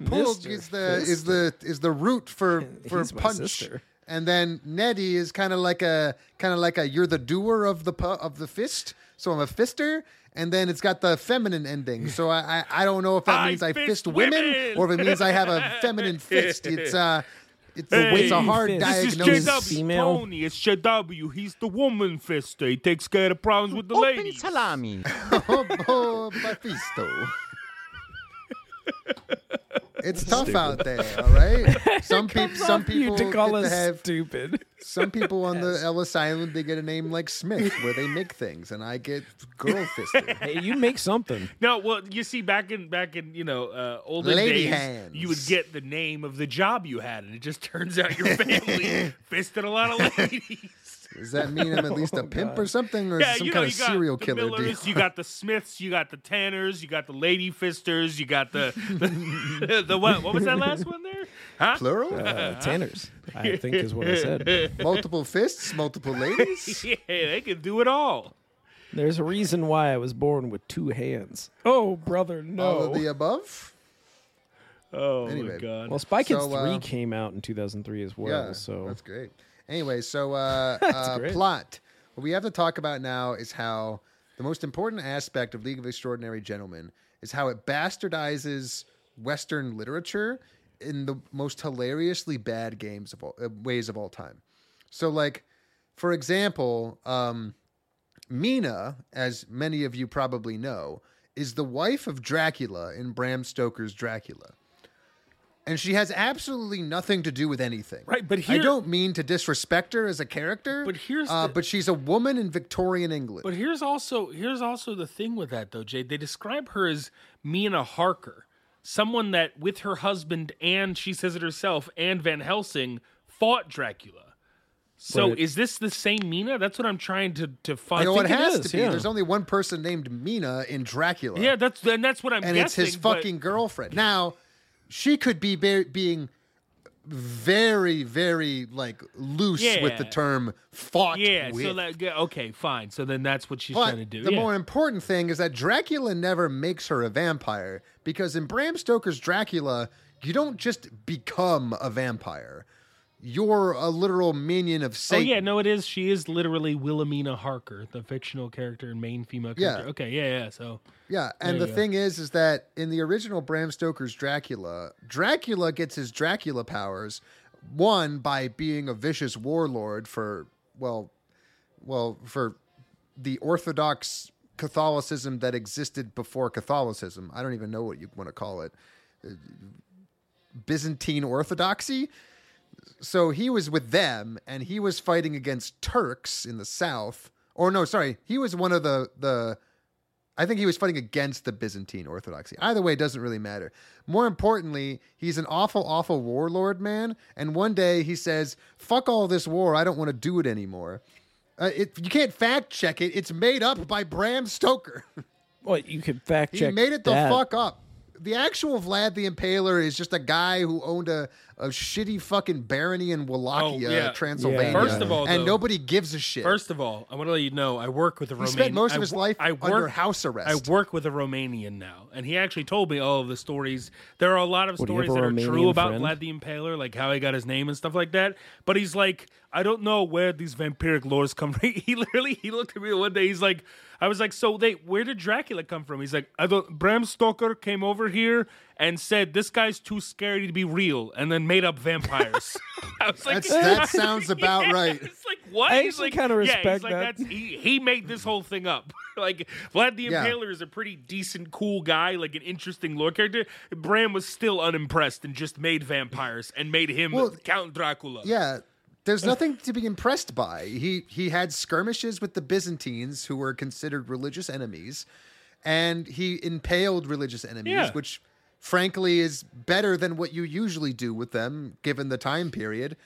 F: Pulg
E: Mister
F: is the is the is the root for
E: [LAUGHS]
F: for
E: He's my
F: punch.
E: sister.
F: And then Nettie is kind of like a kind of like a you're the doer of the pu- of the fist, so I'm a fister. And then it's got the feminine ending, so I I, I don't know if that
D: I
F: means I
D: fist
F: fist women,
D: women.
F: or if it means I
D: [LAUGHS]
F: have a feminine fist. It's uh, it's a
D: Hey,
F: it's a hard
E: fist. This is
F: diagnosis.
E: JW. female.
D: It's JW. He's the woman fister. He takes care of problems with the ladies.
J: salami.
F: Oh, [LAUGHS]
D: [LAUGHS]
F: oh, Mephisto. It's tough out there, all
E: [LAUGHS]
F: right. Some people, some people
E: you to call
F: get to
E: us
F: have
E: stupid.
F: Some people on the Ellis Island they get a name like Smith, where they make things, and I get
D: [LAUGHS]
F: girl
E: [LAUGHS]
F: fisted.
E: Hey, you make [LAUGHS] something.
D: No, well, you see, back in back in you know uh, olden
F: Lady
D: days,
F: hands.
D: you would get the name of the job you had, and it just [LAUGHS] turns out your
F: [LAUGHS]
D: family fisted a lot of ladies.
F: Does that mean I'm at least a pimp or something, or
D: Oh,
F: is
D: Yeah,
F: it some
D: you know,
F: kind of
D: you got
F: serial
D: the
F: killer
D: Millers,
F: deal?
D: you got the Smiths, you got the Tanners, you got the Lady Fisters, you got the
F: [LAUGHS]
D: the, the what? What was that last one there? Huh?
F: Plural,
E: Uh, Tanner's, I think, is what I [LAUGHS] said.
F: multiple fists, multiple
D: [LAUGHS]
F: ladies.
D: Yeah, they can do it all.
E: There's a reason why I was born with two hands. Oh, brother, no.
F: All of the above.
D: Oh
F: Anyway.
D: my god.
E: well, Spy Kids
F: So, uh,
E: 3 came out in 2003 as well,
F: yeah,
E: so
F: that's great. Anyway,
E: [LAUGHS]
F: so uh, uh,
E: great.
F: plot. What we have to talk about now is how the most important aspect of League of Extraordinary Gentlemen is how it bastardizes Western literature in the most hilariously bad games of all, uh, ways of all time. So like For example, um, Mina, as many of you probably know, is the wife of Dracula in Bram Stoker's Dracula. And she has absolutely nothing to do with anything.
D: Right, but
F: I
D: here-
F: don't mean to disrespect her as a character.
D: But here's
F: uh,
D: the-
F: but she's a woman in Victorian England.
D: But here's also here's also the thing with that though, Jade. They describe her as Mina Harker, someone that with her husband and she says it herself and Van Helsing fought Dracula. So
I: But-
D: is this the same Mina? That's what I'm trying to to find.
F: you know,
I: I
F: it
I: think it
F: has
I: is,
F: to be.
I: yeah.
F: There's only one person named Mina in Dracula.
D: yeah, that's and that's what I'm
F: and
D: guessing.
F: it's his
D: but-
F: fucking girlfriend. Now, she could be, be being very, very like loose with the
D: Yeah.
F: term "fought."
D: yeah.
F: with.
D: So that yeah, okay, fine. So then that's what she's
F: but
D: trying to do.
F: the
D: yeah.
F: more important thing is that Dracula never makes her a vampire because in Bram Stoker's Dracula, you don't just become a vampire. You're a literal minion of
D: Oh
F: Satan.
D: yeah, no, it is. She is literally Wilhelmina Harker, the fictional character and main female character.
F: Yeah.
D: Okay, yeah, yeah. So
F: Yeah, and the
D: you go.
F: thing is, is that in the original Bram Stoker's Dracula, Dracula gets his Dracula powers one by being a vicious warlord for well, well for the Orthodox Catholicism that existed before Catholicism. I don't even know what you want to call it, Byzantine Orthodoxy. So he was with them, and he was fighting against Turks in the south. Or no, sorry, he was one of the the I think he was fighting against the Byzantine Orthodoxy. Either way, it doesn't really matter. More importantly, he's an awful, awful warlord man. And one day he says, fuck all this war. I don't want to do it anymore. Uh, it, you can't fact check it. It's made up by Bram Stoker. [LAUGHS]
I: Well, you could fact
F: he
I: check.
F: made it the
I: that.
F: fuck up. The actual Vlad the Impaler is just a guy who owned a, a shitty fucking barony in Wallachia,
D: Oh, yeah.
F: Transylvania.
D: First of all,
F: and
D: though-
F: nobody gives a shit.
D: First of all, I want to let you know I work with a Romanian.
F: he spent most
D: I-
F: of his life
D: I work,
F: under house arrest.
D: I work with a Romanian now, and he actually told me all of the stories. There are a lot of
I: do you have
D: stories
I: a
D: that are
I: Romanian
D: true about
I: friend?
D: Vlad the Impaler, like how he got his name and stuff like that. But he's like, I don't know where these vampiric lores come from. [LAUGHS] He literally he looked at me one day. He's like, I was like, so they where did Dracula come from? He's like, I don't. Bram Stoker came over here and said this guy's too scary to be real, and then made up
F: [LAUGHS]
D: vampires. [LAUGHS] I was like, [LAUGHS]
F: That's- that sounds about right.
D: It's like what?
I: I
D: He's
I: actually
D: like,
I: kinda
D: yeah,
I: respect
D: he's like,
I: that.
D: That's, he, he made this whole thing up. [LAUGHS] like Vlad the
F: Yeah.
D: Impaler is a pretty decent, cool guy, like an interesting lore character. Bram was still unimpressed and just made vampires and made him
F: Well,
D: Count Dracula.
F: Yeah, there's nothing to be impressed by. He he had skirmishes with the Byzantines, who were considered religious enemies, and he impaled religious enemies,
D: Yeah.
F: which frankly is better than what you usually do with them given the time period.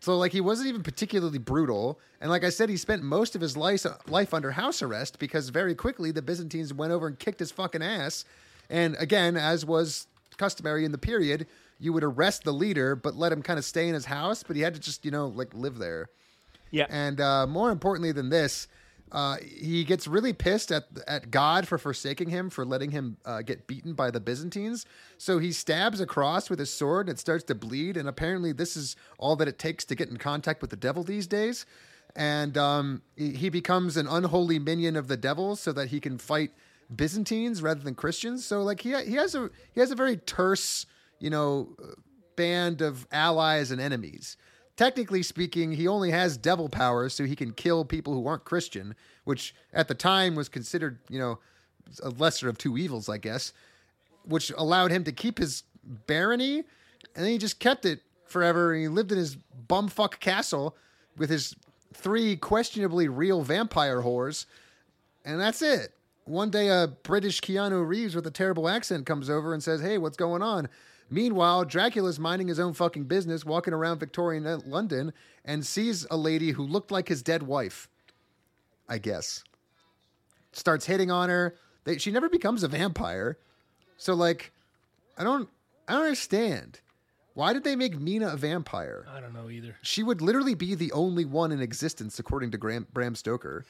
F: So like he wasn't even particularly brutal, and like I said, he spent most of his life life under house arrest because very quickly the Byzantines went over and kicked his fucking ass. And again, as was customary in the period, you would arrest the leader but let him kind of stay in his house, but he had to just you know like live there.
D: Yeah.
F: And uh, more importantly than this, uh, he gets really pissed at at God for forsaking him for letting him uh, get beaten by the Byzantines. So he stabs a cross with his sword and it starts to bleed. And apparently, this is all that it takes to get in contact with the devil these days. And um, he he becomes an unholy minion of the devil so that he can fight Byzantines rather than Christians. So like he he has a he has a very terse you know band of allies and enemies. Technically speaking, he only has devil powers, so he can kill people who aren't Christian, which at the time was considered, you know, a lesser of two evils, I guess, which allowed him to keep his barony, and then he just kept it forever. And he lived in his bumfuck castle with his three questionably real vampire whores, and that's it. One day, a British Keanu Reeves with a terrible accent comes over and says, Hey, what's going on? Meanwhile, Dracula's minding his own fucking business, walking around Victorian uh, London, and sees a lady who looked like his dead wife, I guess. Starts hitting on her. They, she never becomes a vampire. So, like, I don't, I don't understand. Why did they make Mina a vampire?
D: I don't know either.
F: she would literally be the only one in existence according to Graham, Bram Stoker.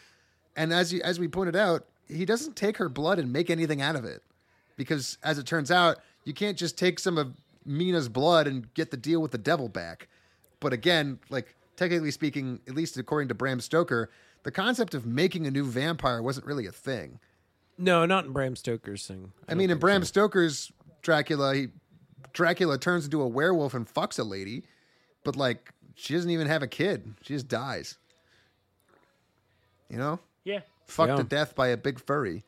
F: And as you, as we pointed out, he doesn't take her blood and make anything out of it because as it turns out, you can't just take some of Mina's blood and get the deal with the devil back. But again, like technically speaking, at least according to Bram Stoker, the concept of making a new vampire wasn't really a thing.
I: No, not in Bram Stoker's thing.
F: I mean, in Bram Stoker's Dracula, he, Dracula turns into a werewolf and fucks a lady, but like she doesn't even have a kid; she just dies. you know?
D: Yeah.
F: Fucked
I: Yeah.
F: to death by a big furry.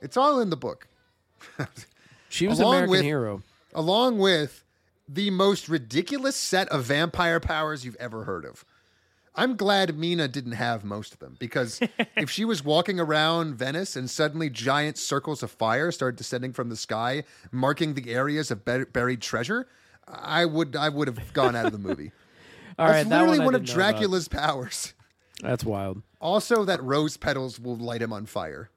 F: It's all in the book.
I: She was
F: Along
I: American
F: with-
I: hero.
F: along with the most ridiculous set of vampire powers you've ever heard of. I'm glad Mina didn't have most of them
I: [LAUGHS]
F: because if she was walking around Venice and suddenly giant circles of fire started descending from the sky, marking the areas of bur- buried treasure, I would I would have gone out of the movie.
I: [LAUGHS] All
F: That's
I: right, that
F: literally
I: one, I
F: one of
I: didn't know about.
F: Dracula's powers.
I: That's wild.
F: Also, that rose petals will light him on fire.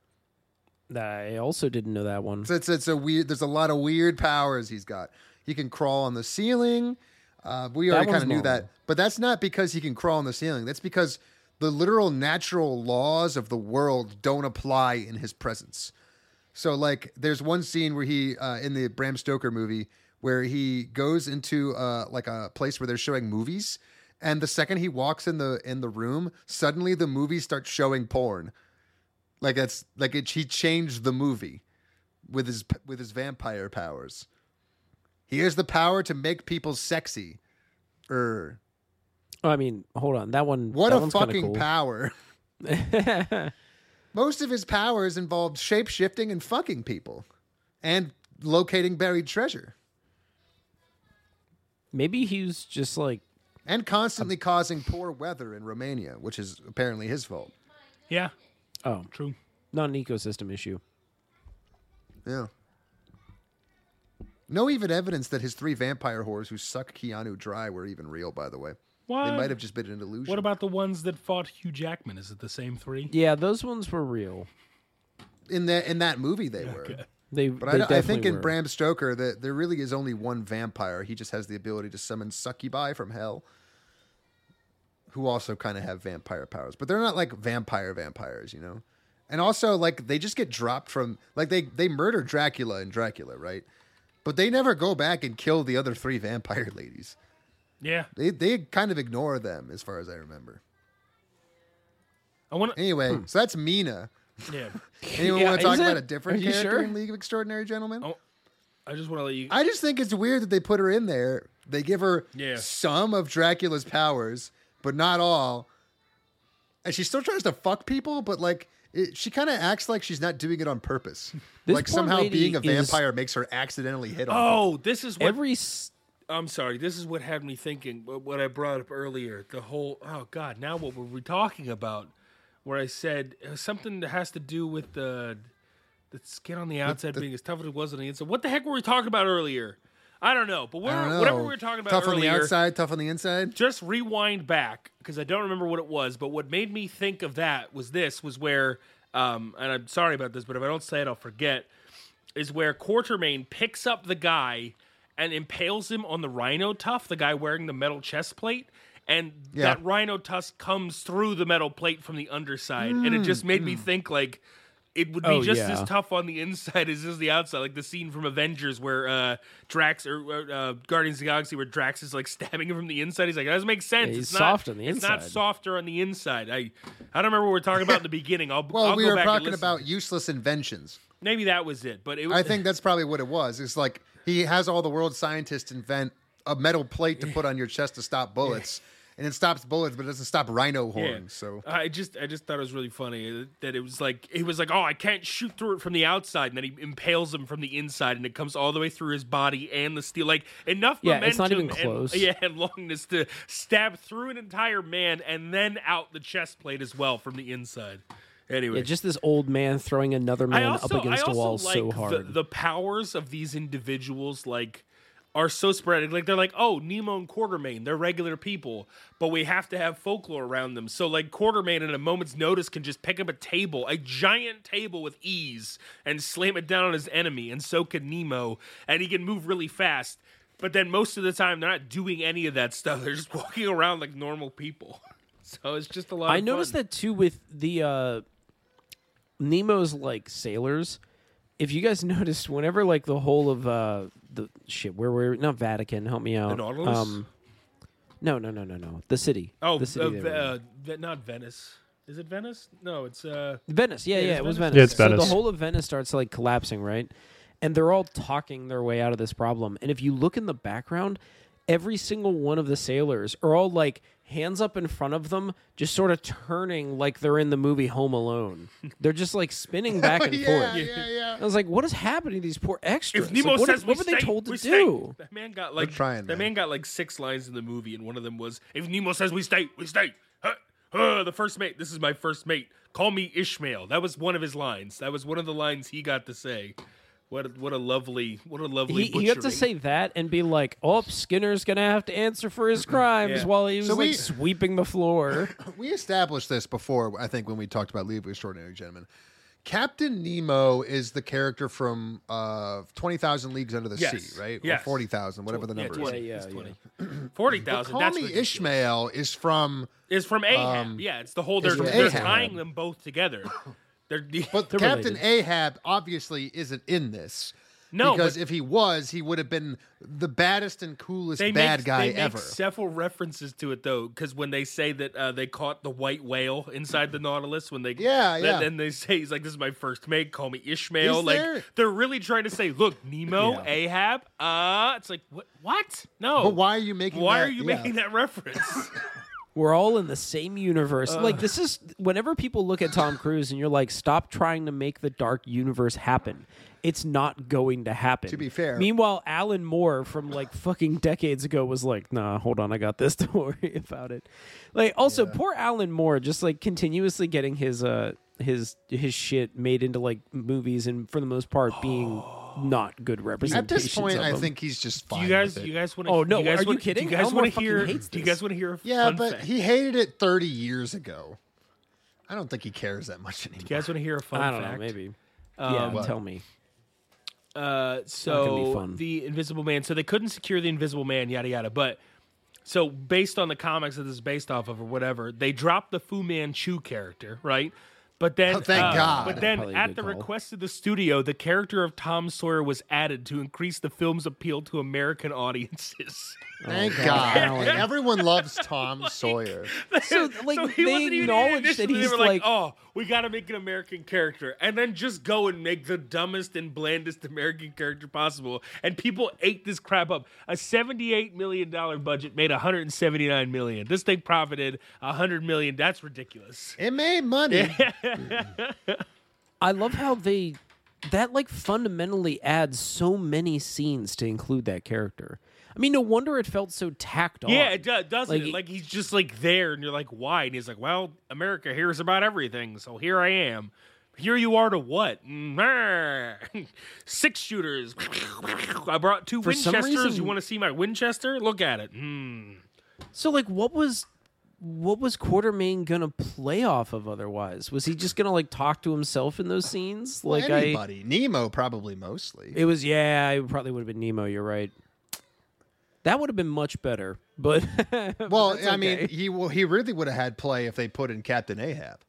I: I also didn't know that one.
F: So it's it's a weird. There's a lot of weird powers he's got. He can crawl on the ceiling. Uh, we already kind
I: one's
F: of knew that,
I: Marvel.
F: but that's not because he can crawl on the ceiling. That's because the literal natural laws of the world don't apply in his presence. So like, there's one scene where he uh, in the Bram Stoker movie where he goes into uh, like a place where they're showing movies, and the second he walks in the in the room, suddenly the movie starts showing porn. Like that's like it, he changed the movie with his with his vampire powers. He has the power to make people sexy. Er,
I: Oh, I mean, hold on. That one.
F: what
I: that
F: a
I: one's kinda
F: fucking
I: cool.
F: power! Most of his powers involved shape shifting and fucking people, and locating buried treasure,
I: [LAUGHS] Maybe he's just like
F: and constantly
I: Um,
F: causing poor weather in Romania, which is apparently his fault.
D: Yeah.
I: oh,
D: True.
I: not an ecosystem issue.
F: Yeah. No even evidence that his three vampire whores who suck Keanu dry were even real. By the way,
D: What?
F: they might have just been an illusion.
D: What about the ones that fought Hugh Jackman? Is it the same three?
I: Yeah, those ones were real.
F: in that in that movie? They were.
I: They, they
F: But I, I
I: definitely
F: think
I: were.
F: in Bram Stoker that there really is only one vampire. He just has the ability to summon succubi from hell, who also kind of have vampire powers, but they're not like vampire vampires, you know. And also, like they just get dropped from like they they murder Dracula and Dracula, right? But they never go back and kill the other three [LAUGHS] vampire ladies.
D: Yeah.
F: They they kind of ignore them, as far as I remember.
D: I want to.
F: Anyway, so that's Mina.
D: Yeah.
F: Anyone
I: Hmm. [LAUGHS] Yeah,
F: want to talk
I: is
F: about
I: it?
F: a different
I: Are you
F: character
I: sure?
F: in League of Extraordinary Gentlemen?
D: I just want to let you.
F: I just think it's weird that they put her in there. They give her
D: Yeah.
F: some of Dracula's powers, but not all. And she still tries to fuck people, but like it, she kind of acts like she's not doing it on purpose.
I: [LAUGHS] This
F: like
I: poor
F: somehow
I: lady
F: being a
I: is-
F: vampire makes her accidentally hit on. people.
D: Oh, this is what
I: Every s-
D: I'm sorry. This is what had me thinking. wh- What I brought up earlier, the whole oh god. Now what were we talking about? Where I said uh, something that has to do with the the skin on the outside being as tough as it was on the inside. What the heck were we talking about earlier? I don't know. But
F: I
D: whatever,
F: don't know.
D: whatever we were talking about
F: tough
D: earlier,
F: on the outside, tough on the inside.
D: just rewind back because I don't remember what it was, but what made me think of that was this was where, um, and I'm sorry about this, but if I don't say it, I'll forget. Is where Quartermain picks up the guy and impales him on the rhino tuff, the guy wearing the metal chest plate, and
F: Yeah.
D: that rhino tusk comes through the metal plate from the underside, and it just made me think like. It would be
I: Oh,
D: just
I: yeah.
D: as tough on the inside [LAUGHS] as is the outside, like the scene from Avengers where uh, Drax or uh, Guardians of the Galaxy where Drax is like [LAUGHS] stabbing him from the inside. He's like, that doesn't make sense.
I: he's
D: it's
I: soft
D: not,
I: on the
D: It's not
I: inside.
D: softer on the inside. I, I don't remember what we were talking about
I: [LAUGHS]
D: in the beginning. I'll
F: Well,
D: I'll
F: we
D: go
F: were
D: back and
F: talking
D: listen.
F: about useless inventions.
D: maybe that was it, but it
F: I think that's probably what it was. It's like he has all the world scientists invent a metal plate to put on your chest to stop bullets, and it stops bullets, but it doesn't stop rhino
D: Yeah.
F: horns. So
D: I just I just thought it was really funny uh, that it was like he was like oh I can't shoot through it from the outside and then he impales him from the inside and it comes all the way through his body and the steel like enough
I: Yeah,
D: momentum
I: it's not even
D: and-
I: close.
D: yeah [LAUGHS] and longness to stab through an entire man and then out the chest plate as well from the inside. Anyway,
I: yeah, just this old man throwing another man up against
D: I
I: a wall
D: like
I: so
D: the-
I: hard.
D: The, powers of these individuals, like, are so sporadic. Like, they're like, oh, Nemo and Quartermain, they're regular people, but we have to have folklore around them. So, like, Quartermain, at a moment's notice, can just pick up a table, a giant table with ease, and slam it down on his enemy. And so can Nemo, and he can move really fast. But then most of the time, they're not doing any of that stuff. [LAUGHS] They're just walking around like normal people. [LAUGHS] So it's just a lot.
I: I
D: of
I: noticed
D: fun.
I: that too with the uh, Nemo's like sailors. If you guys [LAUGHS] noticed, whenever like the whole of uh, the shit, where we're not Vatican, help me out. um,
D: The Nautilus?
I: no, no, no, no, no. The city.
D: Oh,
I: the
D: uh,
I: city. they were
D: Ve-
I: in.
D: uh, Ve- not Venice. Is it Venice? No, it's uh.
I: Venice. Yeah, yeah,
D: it's
I: it was Venice.
D: Venice.
H: Yeah, it's
I: So
H: Venice.
I: the whole of Venice starts like collapsing, right? And they're all talking their way out of this problem. And if you look in the background,
E: every single one of the sailors are all like hands up in front of them, just sort of turning like they're in the movie Home
D: [LAUGHS]
E: Alone. They're just
D: Oh,
E: like spinning back and
F: yeah,
E: forth.
F: yeah, yeah.
E: I was like, what is happening to these poor extras?
D: If Nemo
E: Like, what,
D: says
E: what
D: we
E: were they
D: stay,
E: told to
D: we
E: do?
D: stay. That man got like
F: trying,
D: that
F: man.
D: man got like six lines in the movie, and one of them was, "If Nemo says we stay, we stay." Huh, huh, the first mate. This is my first mate. Call me Ishmael. That was one of his lines. That was one of the lines he got to say. What a, what a lovely what a lovely.
E: he, he had to
D: butchering.
E: say that and be like, "Oh, Skinner's gonna have to answer
D: [CLEARS THROAT]
E: for his crimes
D: Yeah.
E: while he was
F: So
E: like
F: we-
E: sweeping
D: [LAUGHS]
E: the floor."
F: We established this before, I think, when we talked about League of Extraordinary Gentlemen. Captain Nemo is the character from uh, 20,000 Leagues Under the
D: Yes.
F: Sea, right? Or
D: Yes.
F: 40,000, whatever the number
D: yeah, 20,
F: is.
E: Yeah,
D: it's
E: yeah,
D: 20. [CLEARS THROAT]
F: But
D: 40,000.
F: Call
D: That's
F: Me
D: ridiculous.
F: Ishmael is from,
D: It's from Ahab.
E: Um,
D: yeah, it's the whole. They're,
F: from
D: they're
F: Ahab.
D: tying them both together. They're, [LAUGHS]
F: but
E: They're
F: Captain
E: related.
F: Ahab obviously isn't in this.
D: No,
F: because
D: but-
F: if he was, he would have been the baddest and coolest
D: they
F: bad
D: make,
F: guy
D: they make
F: ever.
D: several references to it though, because when they say that uh, they caught the white whale inside the Nautilus, when they
F: Yeah,
D: then,
F: yeah.
D: then they say he's like, "This is my first mate. Call me Ishmael."
F: Is
D: like
F: there-
D: they're really trying to say, "Look, Nemo, Ahab." Uh, it's like what? What? No.
F: But why are you making?
D: Why
F: that?
D: are you
F: yeah.
D: making that reference? [LAUGHS]
E: We're all in the same universe. like this is whenever people look at Tom Cruise and you're like, "Stop trying to make the dark universe happen." It's not going to happen. To
F: be fair-
E: Meanwhile, Alan Moore from like fucking decades ago was like, "Nah, hold on, I got this. [LAUGHS] Don't worry about it." Like, also poor Alan Moore, just like continuously getting his uh his his shit made into like movies, and for the most part
F: [GASPS]
E: being not good
F: At
E: representations.
F: this point,
E: of
F: I
E: them.
F: think he's just
D: Do
F: fine.
D: you guys,
F: with it.
D: you guys want to?
E: Oh, no,
D: you guys
E: are you
D: wanna-
E: kidding?
D: Do you guys
E: Elmore
D: want to
E: fucking
D: hear?
E: hates
D: Do you
E: this.
D: guys want to hear? A
F: yeah,
D: fun
F: but
D: fact?
F: he hated it 30 years ago. I don't think he cares that much anymore.
D: Do you guys want to hear a fun
E: I don't
D: fact?
E: know. Maybe. yeah,
F: What?
E: tell me.
D: Uh,
E: gonna be
D: so
E: fun.
D: the Invisible Man. So they couldn't secure the Invisible Man, yada yada. But so based on the comics that this is based off of or whatever, they dropped the Fu Manchu character, right? But then,
F: Oh, thank
D: uh,
F: God.
D: But then,
E: Probably a
D: at
E: good
D: the
E: call.
D: request of the studio, the character of Tom Sawyer was added to increase the film's appeal to American [LAUGHS] audiences.
F: Thank
D: [LAUGHS]
F: God.
E: Alan.
F: Everyone loves Tom Sawyer.
E: So like
D: so he wasn't
E: they
D: even in
E: acknowledge that
D: initially.
E: he's
D: they were
E: like,
D: "Oh, we got to make an American character, and then just go and make the dumbest and blandest American character possible." And people ate this crap up. A seventy-eight million dollar budget made one hundred and seventy-nine million. This thing profited hundred million. That's ridiculous.
F: It made money.
E: I love how they that like fundamentally adds so many scenes to include that character. I mean, no wonder it felt so tacked on.
D: Yeah, it does, doesn't
E: Like,
D: it?
E: it-
D: Like he's just like there, and you're like, "Why?" And he's like, "Well, America hears about everything, so here I am." Here you are to what? [LAUGHS] Mm, Six shooters. [LAUGHS] I brought two
E: For some
D: Winchesters. you
E: reason-
D: want to see my Winchester? Look at it. Mm.
E: So like, what was what was Quartermain gonna play off of otherwise? Was he just gonna like talk to himself in those scenes? Like I,
F: Anybody. Nemo, probably mostly.
E: it was yeah, it probably would have been Nemo. You're right. That would have been much better, but [LAUGHS] but
F: well,
E: that's
F: I mean,
E: okay.
F: he will, he really would have had play if they put in Captain Ahab.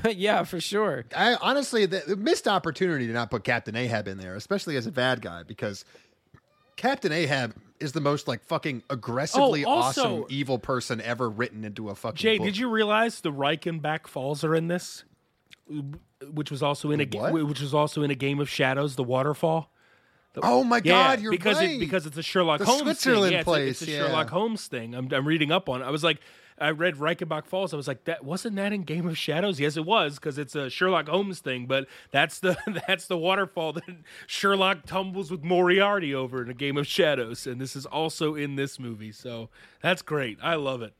E: [LAUGHS] yeah, for sure.
F: I honestly, the, the missed opportunity to not put Captain Ahab in there, especially as a bad guy, because Captain Ahab is the most like fucking aggressively
D: Oh, also-
F: awesome evil person ever written into a fucking
D: Jay,
F: book.
D: did you realize the Reichenbach Falls are in this? Which was also in a ga-
F: What?
D: which was also in a Game of Shadows, the waterfall.
F: Oh my
D: Yeah,
F: God, you're
D: because
F: right.
D: it, because it's a Sherlock
F: The
D: Holmes
F: Switzerland
D: thing. Yeah, it's a- it's a,
F: place, yeah.
D: Sherlock Holmes thing. I'm, I'm reading up on. it. I was like, I read Reichenbach Falls. I was like, that wasn't that in Game of Shadows? Yes, it was because it's a Sherlock Holmes thing. But that's the [LAUGHS] that's the waterfall that Sherlock tumbles with Moriarty over in a Game of Shadows, and this is also in this movie. So that's great. I love it.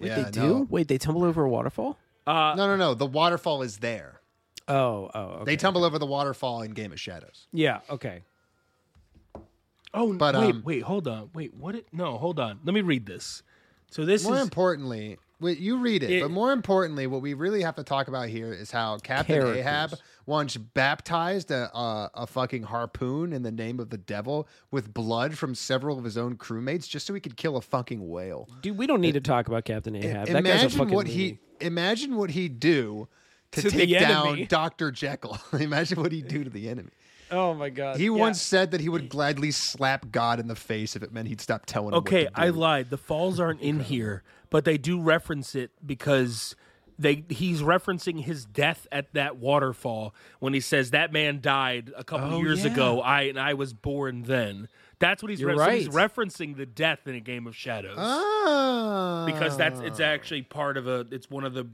F: Wait,
E: they do? Wait, they tumble over a waterfall?
D: Uh,
F: No, no, no, no. The waterfall is there.
E: Oh, oh, okay.
F: They tumble over the waterfall in Game of Shadows.
E: yeah, okay.
D: Oh,
F: But,
D: wait,
F: um,
D: wait, hold on, wait, what? It, no, hold on. Let me read this. So this
F: More
D: is
F: importantly, wait, you read it,
D: It-
F: but more importantly, what we really have to talk about here is how Captain
E: Characters.
F: Ahab once baptized a, a a fucking harpoon in the name of the devil with blood from several of his own crewmates just so he could kill a fucking whale.
E: Dude, we don't need to talk about Captain Ahab. that guy's a
F: imagine
E: fucking
F: what
E: loony.
F: he imagine what he'd do to,
E: To the
F: take down
E: enemy.
F: Dr. Jekyll. [LAUGHS] imagine what he'd do to the enemy.
E: Oh my god.
F: He
E: Yeah.
F: once said that he would gladly slap God in the face if it meant he'd stop telling him.
D: Okay,
F: what to
D: I
F: do.
D: lied. The falls aren't in here, but they do reference it because they he's referencing his death at that
F: Oh,
D: waterfall when he says that man died a couple years ago. I and I was born then. That's what he's,
E: You're
D: re- so he's
E: right.
D: referencing the death in a Game of Shadows
F: Ah.
D: because that's it's actually part of a it's one of the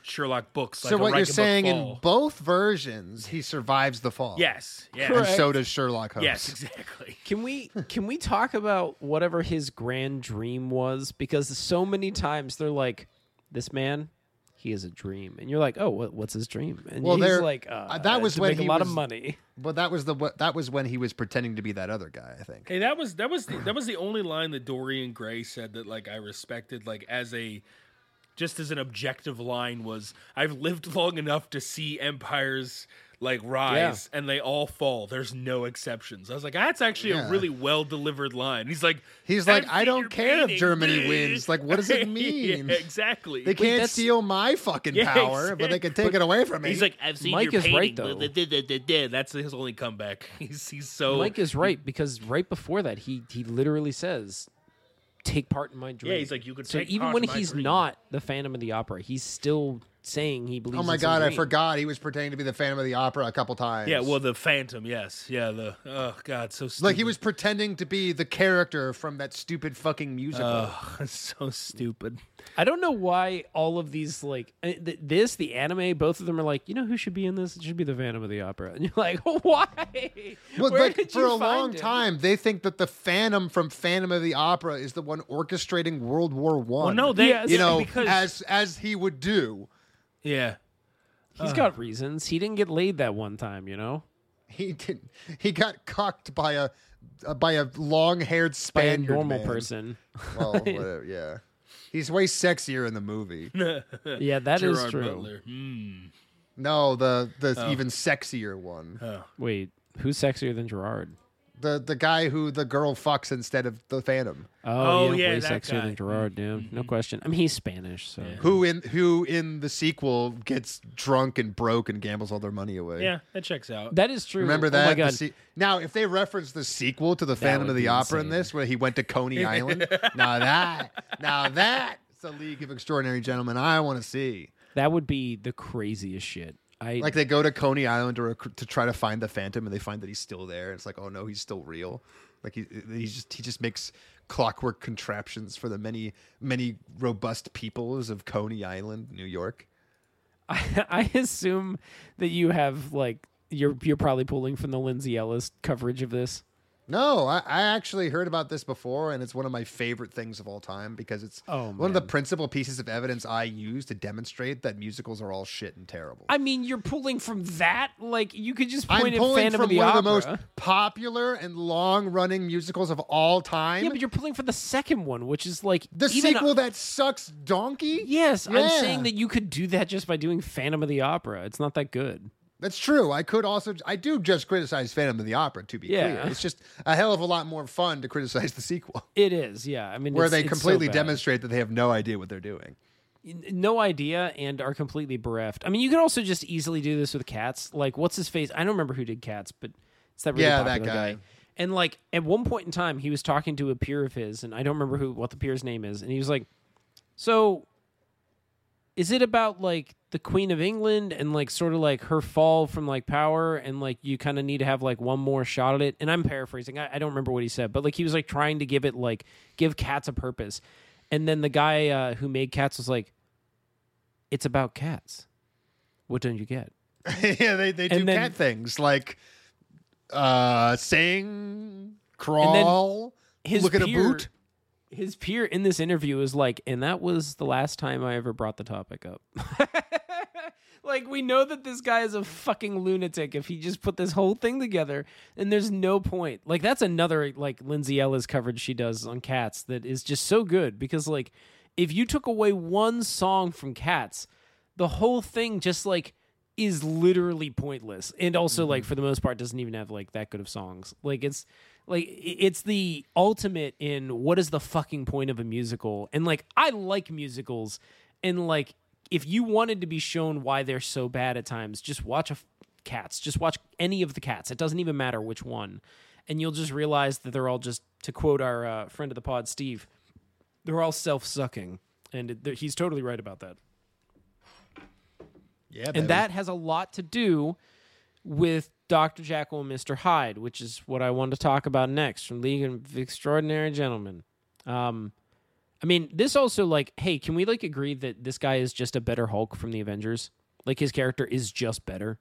D: Sherlock books. Like
F: so
D: a
F: what you're
D: Reichenbach
F: saying in
D: fall.
F: both versions, he survives the fall.
D: yes, yes,
F: And so does Sherlock Holmes.
D: yes, [LAUGHS] exactly.
E: Can we can we talk about whatever his grand dream was? Because so many times they're like, "This man, he is a dream," and you're like, "Oh, what, what's his dream?" And
F: Well,
E: he's
F: there-
E: like, uh,
F: uh, that was
E: to
F: when
E: make
F: he
E: a lot of
F: was-
E: money."
F: Well, that was the that was when he was pretending to be that other guy. I think.
D: Hey, that was that was the, that was the only line that Dorian Gray said that like I respected like as a just as an objective line was I've lived long enough to see empires like rise and they all fall. There's no exceptions. I was like, that's actually
F: Yeah.
D: a really well delivered line. He's like,
F: He's like,
D: "Empty
F: I
D: your
F: don't care if
D: meaning,
F: Germany
D: bleh."
F: wins. Like, what does
D: [LAUGHS] Yeah,
F: it mean?
D: exactly.
F: They can't
E: that's-
F: steal my
D: [LAUGHS]
F: fucking
D: Yeah,
F: power, but they can take it away from me.
D: He's like, I've seen
E: Mike
D: your
E: is right,
D: painting, blah, blah, blah, blah, blah." [LAUGHS] That's his only comeback. [LAUGHS] He's he's so
F: Oh.
E: Mike is right because right before that, he he literally says, "Take part in my dream."
D: he's like, "You could
E: So
D: take
E: even
D: part
E: when
D: in my
E: he's
D: dream."
E: not the Phantom of the Opera, he's still saying he believes.
F: oh my
E: in some
F: god, I
E: dream.
F: forgot he was pretending to be the Phantom of the Opera a couple times.
D: yeah, well, the Phantom, yes, yeah, the oh god, so stupid.
F: like he was pretending to be the character from that stupid fucking musical.
D: [LAUGHS] Ugh, so stupid.
E: I don't know why all of these like uh, th- this the anime both of them are like you know who should be in this it should be the Phantom of the Opera and you're like [LAUGHS] why
F: Well,
E: Where
F: like,
E: did
F: for
E: you
F: a
E: find
F: long
E: him?
F: time, they think that the Phantom from Phantom of the Opera is the one orchestrating World War One.
D: Well, no, they
E: Yes.
F: you know,
D: because
F: as as he would do.
D: yeah,
E: he's got reasons he didn't get laid that one time you know
F: [LAUGHS] He didn't. He got cocked by a uh, by a long haired
E: by a
F: Spaniard
E: normal
D: [LAUGHS]
F: man.
E: person
F: [LAUGHS]
E: [LAUGHS]
F: Well, whatever, yeah. He's way sexier in the movie.
E: yeah that is
D: Gerard
E: true
D: Butler. Hmm.
F: No, the the
E: Oh.
F: even sexier
E: Uh.
F: one.
E: wait who's sexier than Gerard
F: The the guy who the girl fucks instead of the Phantom.
E: oh,
D: Oh,
E: yeah,
D: yeah,
E: way
D: that
E: sexier
D: guy. Mm-hmm.
E: than Gerard yeah no question I mean he's Spanish so
F: Who in who in the sequel gets drunk and broke and gambles all their money away.
D: Yeah, that checks out.
E: that is true
F: Remember
E: Oh
F: that?
E: my
F: The
E: God.
F: se- now, if they reference the sequel to the Phantom
E: would
F: of the
E: be
F: Opera in
E: insane.
F: this, where he went to
E: [LAUGHS]
F: Coney Island, now that, now that's a League of Extraordinary Gentlemen I want to see.
E: that would be the craziest shit I
F: Like they go to Coney Island to, rec- to try to find the Phantom, and they find that he's still there. It's like, oh no, he's still real. Like he he's just he just makes clockwork contraptions for the many many robust peoples of Coney Island, New York.
E: [LAUGHS] I assume that you have like you're you're probably pulling from the Lindsay Ellis coverage of this.
F: No, I, I actually heard about this before, and it's one of my favorite things of all time because it's
E: Oh,
F: one of the principal pieces of evidence I use to demonstrate that musicals are all shit and terrible.
E: I mean, you're pulling from that. Like you could just
F: I'm
E: point at
F: pulling
E: Phantom
F: from
E: of the
F: one
E: Opera.
F: of the most popular and long-running musicals of all time.
E: yeah, but you're pulling from the second one, which is like
F: the
E: even-
F: sequel that sucks donkey.
E: Yes, I'm
F: Yeah.
E: saying that you could do that just by doing Phantom of the Opera. It's not that good.
F: That's true. I could also I do just criticize Phantom of the Opera to be
E: Yeah.
F: clear. It's just a hell of a lot more fun to criticize the sequel
E: It is, yeah. I mean,
F: where
E: it's-
F: they
E: it's so
F: completely
E: bad.
F: demonstrate that they have no idea what they're doing. [LAUGHS]
E: N- no idea and are completely bereft. I mean, you could also just easily do this with cats. Like, what's his face? I don't remember who did cats, but it's that really
F: Yeah, that
E: popular guy.
F: guy.
E: And like at one point in time, he was talking to a peer of his, and I don't remember who what the peer's name is, and he was like, "So, is it about like the Queen of England and like sort of like her fall from like power, and like you kind of need to have like one more shot at it?" And I'm paraphrasing. I, I don't remember what he said, but like he was like trying to give it like give cats a purpose, and then the guy uh, who made cats was like, "It's about cats. What don't you get?"
F: yeah, they, they do
E: And then-
F: cat things like uh sing, crawl,
E: his
F: look at a
E: peer-
F: boot.
E: his peer in this interview is like, and that was the last time I ever brought the topic up. [LAUGHS] like, we know that this guy is a fucking lunatic if he just put this whole thing together, and there's no point. Like, that's another, like, Lindsay Ellis coverage she does on Cats that is just so good because, like, if you took away one song from Cats, the whole thing just, like, is literally pointless and also like for the most part doesn't even have like that good of songs like it's like i- it's the ultimate in what is the fucking point of a musical and like i like musicals and like if you wanted to be shown why they're so bad at times just watch a f- cats just watch any of the cats it doesn't even matter which one and you'll just realize that they're all just to quote our uh, friend of the pod steve they're all self-sucking and it- he's totally right about that
F: Yeah,
E: and that has a lot to do with Dr. Jackal and Mr. Hyde, which is what I wanted to talk about next from League of Extraordinary Gentlemen. Um, I mean, this also like, hey, can we like agree that this guy is just a better Hulk from the Avengers? Like his character is just better.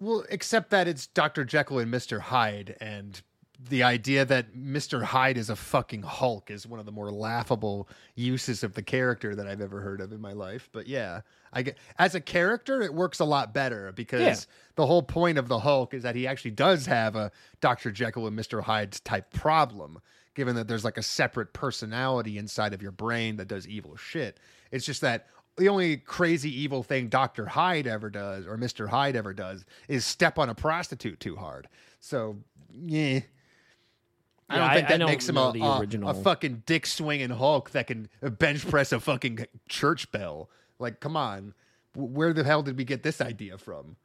F: Well, except that it's Dr. Jekyll and Mr. Hyde, and the idea that Mr. Hyde is a fucking Hulk is one of the more laughable uses of the character that I've ever heard of in my life. But yeah, I get, as a character, it works a lot better because
E: Yeah.
F: the whole point of the Hulk is that he actually does have a Dr. Jekyll and Mr. Hyde type problem, given that there's like a separate personality inside of your brain that does evil shit. It's just that the only crazy evil thing Dr. Hyde ever does or Mr. Hyde ever does is step on a prostitute too hard. So, yeah. I
E: Yeah,
F: don't
E: I-
F: think
E: I
F: that
E: don't
F: makes him
E: know
F: a,
E: the
F: a-
E: original.
F: a fucking dick swinging Hulk that can bench press a fucking church bell. Like, come on. W- Where the hell did we get this idea from?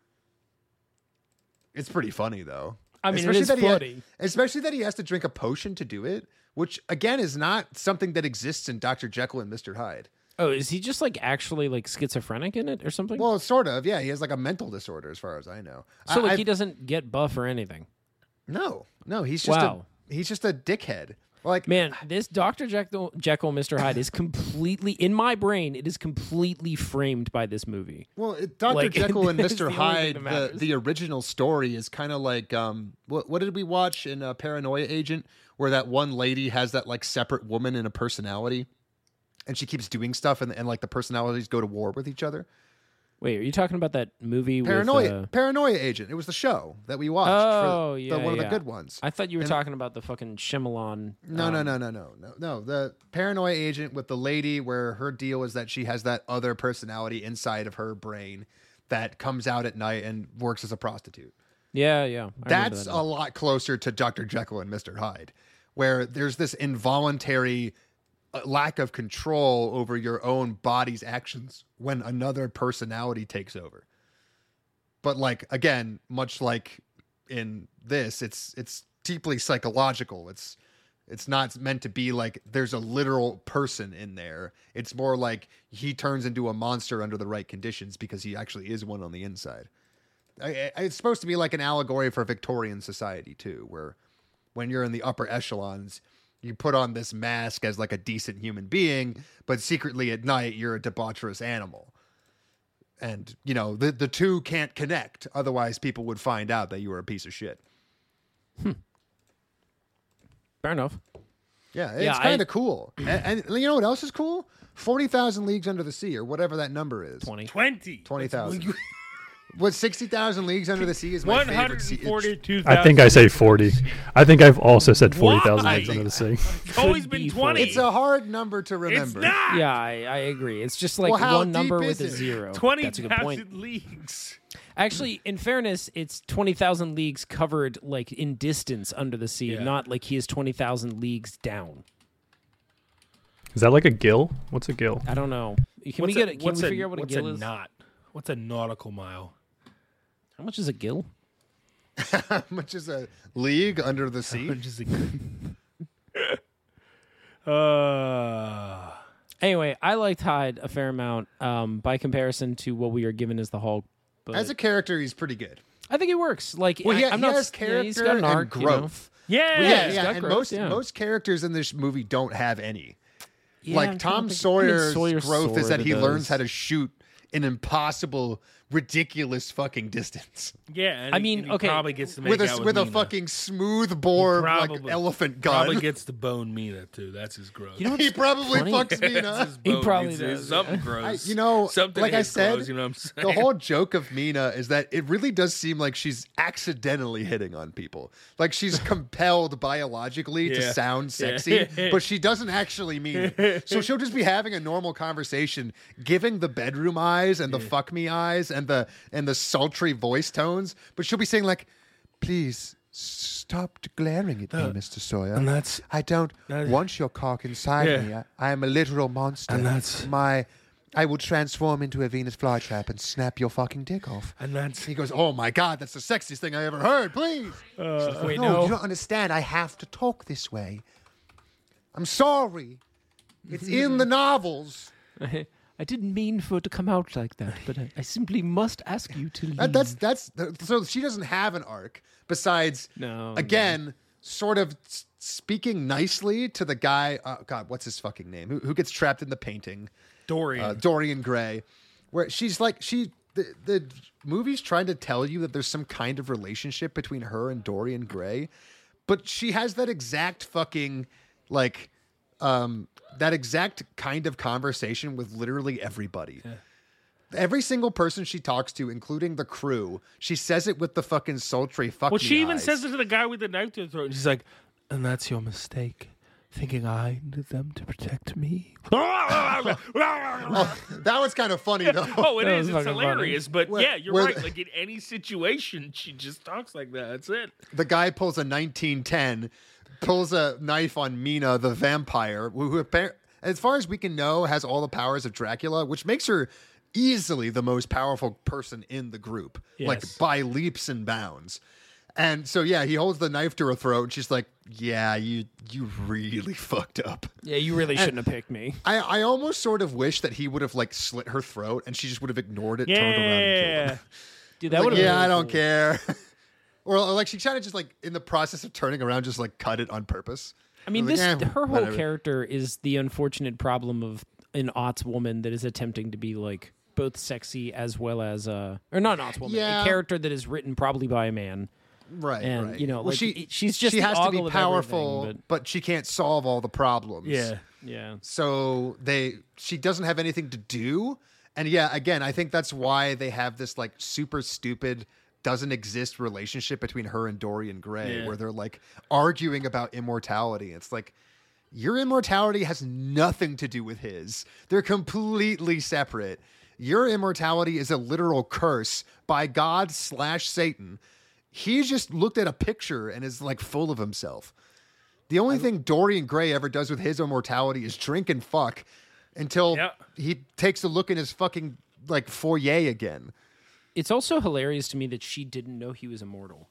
F: It's pretty funny, though.
E: I mean, it is
F: he ha-
E: funny.
F: especially that he has to drink a potion to do it, which, again, is not something that exists in Dr. Jekyll and Mr. Hyde.
E: Oh, is he just like actually like schizophrenic in it or something?
F: Well, sort of. Yeah, he has like a mental disorder, as far as I know.
E: so
F: I,
E: like
F: I-
E: he doesn't get buff or anything.
F: no, no, he's just
E: Wow.
F: a, he's just a dickhead. Like,
E: Man, this Dr. Jekyll, Jekyll Mr. Hyde is completely in my brain. It is completely framed by this movie.
F: Well, it, Dr.
E: Like, [LAUGHS]
F: Jekyll and
E: that's
F: Mr.
E: the only thing
F: Hyde,
E: that
F: the,
E: matters.
F: the original story is kind of like um, what, what did we watch in uh, Paranoia Agent, where that one lady has that like separate woman and a personality, and she keeps doing stuff, and, and like the personalities go to war with each other.
E: Wait, are you talking about that movie?
F: Paranoia,
E: With, uh,
F: Paranoia Agent. It was the show that we watched.
E: Oh,
F: for the,
E: yeah,
F: one of
E: yeah.
F: the good ones.
E: I thought you were
F: And-
E: talking about the fucking Shyamalan.
F: No,
E: um,
F: no, no, no, no, no, no. The paranoia agent with the lady, where her deal is that she has that other personality inside of her brain that comes out at night and works as a prostitute.
E: Yeah, yeah. I remember
F: That's
E: that
F: a lot closer to Dr. Jekyll and Mr. Hyde, where there's this involuntary uh, lack of control over your own body's actions when another personality takes over. But like again, much like in this, it's it's deeply psychological. It's it's not meant to be like there's a literal person in there. It's more like he turns into a monster under the right conditions because he actually is one on the inside. I, I, it's supposed to be like an allegory for Victorian society too, where when you're in the upper echelons, you put on this mask as like a decent human being, but secretly at night you're a debaucherous animal. And you know the the two can't connect, otherwise people would find out that you were a piece of shit.
E: Fair enough.
F: Yeah, it's
E: Yeah, I-
F: kind of cool. A- And, and you know what else is cool? Forty thousand leagues under the sea, or whatever that number is.
E: 20.
D: Twenty.
F: Twenty thousand. what sixty thousand leagues under the sea is my
D: One
F: favorite.
D: hundred
F: sea-
D: and
F: it's-
D: forty-two.
H: I think I said 40. I think I've also said 40,000
D: Why?
H: leagues under the sea.
D: It's always
E: Could
D: been
E: be
D: twenty.
F: It's a hard number to remember.
D: It's not
E: Yeah, I, I agree. It's just like
F: Well, how
E: one number
F: deep
E: with a
F: is it? [LAUGHS]
E: zero.
D: twenty
E: That's a good point.
D: thousand leagues.
E: Actually, in fairness, it's 20,000 leagues covered like in distance under the sea,
D: Yeah.
E: not like he is 20,000 leagues down.
H: Is that like a gill? What's a gill?
E: I don't know. Can we
D: What's
E: get
D: a-
E: a, can
D: what's
E: we
D: a-
E: figure out what a
D: what's
E: gill is?
D: Knot. What's a nautical mile?
E: How much is a gill?
F: [LAUGHS] much as a league under the
D: Oh,
F: sea.
D: [LAUGHS] Uh,
E: Anyway, I liked Hyde a fair amount um, by comparison to what we are given as the Hulk. But
F: As a character, he's pretty good.
E: I think it works. Like
F: Well,
E: I,
F: he,
E: am
F: he
E: not
F: has
E: you know,
F: character
E: he's got an arc,
F: and growth.
D: yeah,
E: Yeah,
F: Yeah,
E: he's
F: yeah,
E: got
F: and
E: growth,
F: most
E: yeah.
F: most characters in this movie don't have any.
E: You know? Yeah,
F: like
E: I'm trying to
F: Tom
E: think. I mean,
F: Sawyer's
E: Sawyer's
F: growth is
E: sword
F: that he
E: does.
F: learns how to shoot an impossible, ridiculous fucking distance
D: yeah. And
E: I
D: he-
E: mean,
D: and he
E: okay.
D: probably gets to make
F: with a
D: out
F: with a
D: Mina.
F: fucking smooth bore like
D: Probably-
F: elephant
D: Probably
F: gun.
D: gets to bone Mina too. That's his gross.
E: You know
F: [LAUGHS] he
E: what's
F: probably
E: funny? [LAUGHS]
F: fucks me
D: That's his
F: up.
E: He
D: bone.
E: probably
D: It's- it's
E: does,
D: Something
F: I,
D: gross.
F: you know,
D: something
F: like I
D: is
F: said,
D: gross, you know what I'm saying? [LAUGHS]
F: the whole joke of Mina is that it really does seem like she's accidentally hitting on people.
D: [LAUGHS]
F: Like she's compelled biologically to
D: Yeah.
F: sound
D: Yeah.
F: sexy, but she doesn't actually mean it. So she'll just be having a normal conversation, giving the bedroom eyes and the fuck me eyes and the and the sultry voice tones, but she'll be saying like, "Please." Stop glaring at me, Mr. Sawyer.
D: and that's-
F: I don't
D: that-
F: want your cock inside
D: Yeah.
F: me. I, I am a literal monster.
D: And that's-
F: my. I will transform into a Venus flytrap and snap your fucking dick off.
D: and that's
F: He goes, "Oh my god, that's the sexiest thing I ever heard." Please,
E: Wait,
F: no, you don't understand. I have to talk this way. I'm sorry. It's in the novels.
E: I didn't mean for it to come out like that, but I, I simply must ask you to leave.
F: That, that's that's so she doesn't have an arc besides
E: No, no.
F: again sort of s- speaking nicely to the guy uh, god what's his fucking name who, who gets trapped in the painting
D: Dorian.
F: uh, Dorian Gray where she's like she the, the movie's trying to tell you that there's some kind of relationship between her and Dorian Gray but she has that exact fucking like um that exact kind of conversation with literally everybody Every single person she talks to, including the crew, she says it with the fucking sultry fuck.
D: well, she
F: me
D: even
F: eyes.
D: says it to the guy with the knife to his throat. She's like, and that's your mistake. Thinking I needed them to protect me. [LAUGHS] oh,
F: [LAUGHS] Oh, that was kind
D: [LAUGHS]
F: of funny though.
D: it
E: That
D: is.
E: was
D: It's
E: fucking funny.
D: hilarious. But
F: Where-
D: yeah, you're
F: where
D: right.
F: the-
D: Like in any situation, she just talks like that. That's it.
F: the guy pulls a 1910, pulls a knife on Mina the vampire, who, who appar- as far as we can know has all the powers of Dracula, which makes her easily the most powerful person in the group,
E: Yes.
F: like by leaps and bounds. And so yeah, he holds the knife to her throat, and she's like, "Yeah, you you really [LAUGHS] fucked up."
E: yeah, you really shouldn't have picked me.
F: I, I almost sort of wish that he would have like slit her throat, and she just would have ignored it, turned around, and killed him.
E: Dude, that would
F: Like,
E: have
F: yeah, I don't care. [LAUGHS] or like she kind of just like in the process of turning around, just like cut it on purpose.
E: I mean,
F: Like,
E: this
F: eh,
E: her whole
F: whatever.
E: character is the unfortunate problem of an aughts woman that is attempting to be like both sexy as well as uh or not an aughts woman, a
F: Yeah.
E: character that is written probably by a man.
F: right?
E: and,
F: right.
E: you know,
F: Well,
E: like,
F: she
E: it- she's just
F: she
E: the
F: has to be
E: ogle of
F: powerful,
E: everything,
F: but she can't solve all the problems.
E: Yeah.
F: so they she doesn't have anything to do and yeah again i think that's why they have this like super stupid doesn't exist relationship between her and dorian gray
D: Yeah.
F: where they're like arguing about immortality it's like your immortality has nothing to do with his they're completely separate your immortality is a literal curse by god slash satan he just looked at a picture and is like full of himself the only thing Dorian Gray ever does with his immortality is drink and fuck until
D: Yeah.
F: he takes a look in his fucking like foyer again.
E: It's also hilarious to me that she didn't know he was immortal.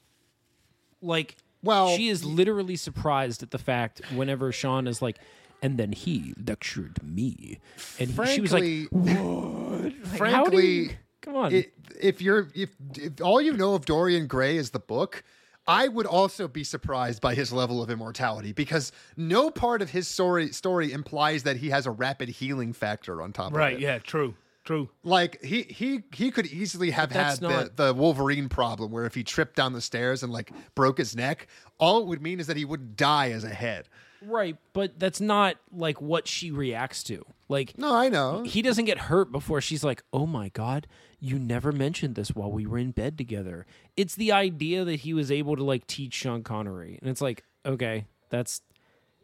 E: Like
F: Well-
E: she is literally surprised at the fact whenever Sean is like and then he lectured me. And he- she was like,
F: Frankly,
E: like,
F: frankly,
E: how do you- come on.
F: i- if you're if, if all you know of Dorian Gray is the book, I would also be surprised by his level of immortality because no part of his story story implies that he has a rapid healing factor on top of it.
D: Right. Yeah. True. True.
F: like he he he could easily have had
E: that's
F: the,
E: not-
F: the Wolverine problem where if he tripped down the stairs and like broke his neck, all it would mean is that he would die as a head.
E: Right, but that's not like what she reacts to. Like
F: No, I know.
E: he doesn't get hurt before she's like, "Oh my god, you never mentioned this while we were in bed together." It's the idea that he was able to like teach Sean Connery, and it's like, okay, that's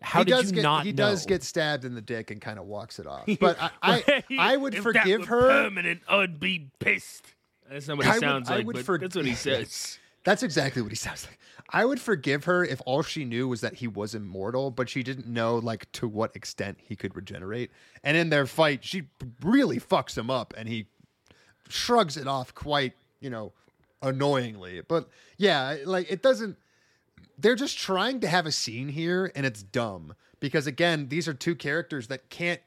E: how
F: he
E: did
F: does
E: you
F: get
E: not?
F: he does
E: know?
F: get stabbed in the dick and kind of walks it off.
E: [LAUGHS]
F: But I I, [LAUGHS] I would
D: If that
F: forgive
D: were
F: her.
D: Permanent. I'd be pissed. That's not what he
F: I would-
D: sounds
F: I
D: like.
F: would
D: but
F: for-
D: that's what he says.
F: [LAUGHS] That's exactly what he sounds like. I would forgive her if all she knew was that he was immortal, but she didn't know like to what extent he could regenerate. And in their fight, she really fucks him up and he shrugs it off quite, you know, annoyingly. But yeah, like it doesn't they're just trying to have a scene here and it's dumb because again, these are two characters that can't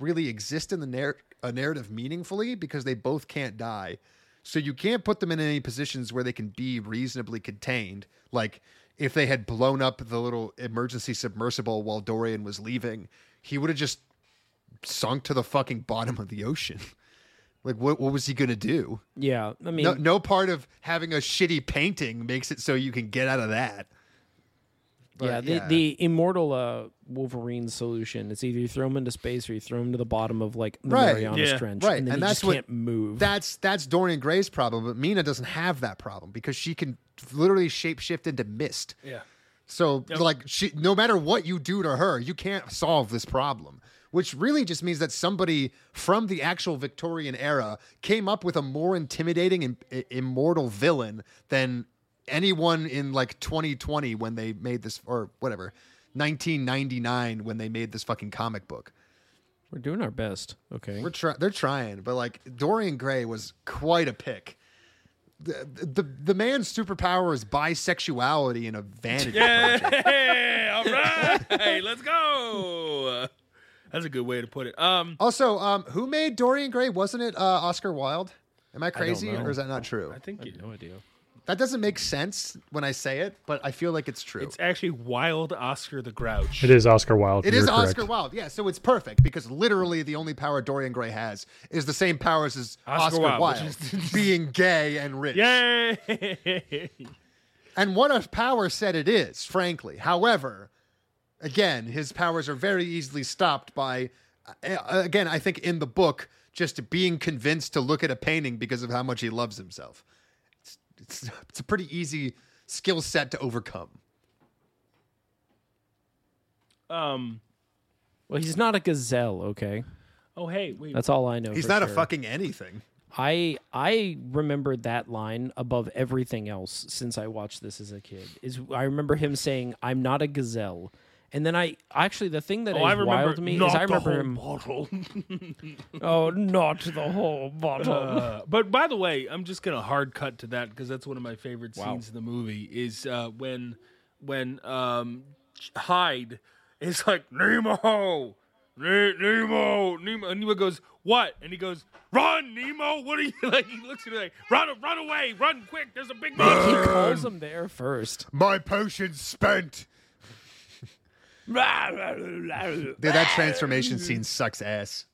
F: really exist in the narr- a narrative meaningfully because they both can't die. So you can't put them in any positions where they can be reasonably contained. Like if they had blown up the little emergency submersible while Dorian was leaving, he would have just sunk to the fucking bottom of the ocean. [LAUGHS] Like what what was he going to do?
E: yeah. I mean,
F: No no part of having a shitty painting makes it so you can get out of that. But,
E: yeah, the, the immortal uh, Wolverine solution. It's either you throw him into space or you throw him to the bottom of like the
F: Right.
E: Marianas
D: Yeah.
E: Trench,
F: Right,
E: and then
F: and
E: he
F: that's
E: just
F: what-
E: can't move.
F: That's that's Dorian Gray's problem, but Mina doesn't have that problem because she can literally shapeshift into mist.
D: Yeah.
F: So like she no matter what you do to her, you can't solve this problem. Which really just means that somebody from the actual Victorian era came up with a more intimidating and i- immortal villain than anyone in like 2020 when they made this or whatever 1999 when they made this fucking comic book.
E: We're doing our best. Okay.
F: We're try- they're trying, but like Dorian Gray was quite a pick. The, the the man's superpower is
D: [LAUGHS]
F: bisexuality and a vanity.
D: Hey, all right, let's go. That's a good way to put it. Um,
F: Also, um, who made Dorian Gray? Wasn't it uh, Oscar Wilde? Am I crazy
I: know.
F: or is that not true?
D: I think it-
I: No idea.
F: That doesn't make sense when I say it, but I feel like it's true.
D: it's actually Wild Oscar the Grouch.
H: It is Oscar Wilde.
F: It is
H: You're correct.
F: Oscar Wilde. Yeah, so it's perfect because literally the only power Dorian Gray has is the same powers as Oscar,
D: Oscar
F: Wilde,
D: Wilde, which [LAUGHS]
F: being gay and rich.
D: Yay! [LAUGHS]
F: And what a power set it is, frankly. However, again, his powers are very easily stopped by, uh, again, I think in the book, just being convinced to look at a painting because of how much he loves himself. It's, it's, it's a pretty easy skill set to overcome.
D: um.
E: Well, he's not a gazelle, okay?
D: Oh hey, wait.
E: That's all I know.
F: He's
E: for
F: not a
E: sure.
F: fucking anything.
E: I I remember that line above everything else since I watched this as a kid. Is I remember him saying, "I'm not a gazelle," and then I actually the thing that
D: oh,
E: is
D: I remember.
E: wild to me
D: not
E: is I
D: the
E: remember
D: whole
E: him.
D: bottle.
E: Oh, not the whole bottle.
D: [LAUGHS] Uh, but by the way, I'm just gonna hard cut to that because that's one of my favorite scenes in the movie. Is uh, when when um, Hyde is like Nemo, Ne- Nemo, Nemo, and Nemo goes what? And he goes run, Nemo. What are you [LAUGHS] like? He looks at me like run, run away, run quick. There's a big.
E: he [LAUGHS] calls him there first.
F: My potion's spent. Dude, that transformation scene sucks ass.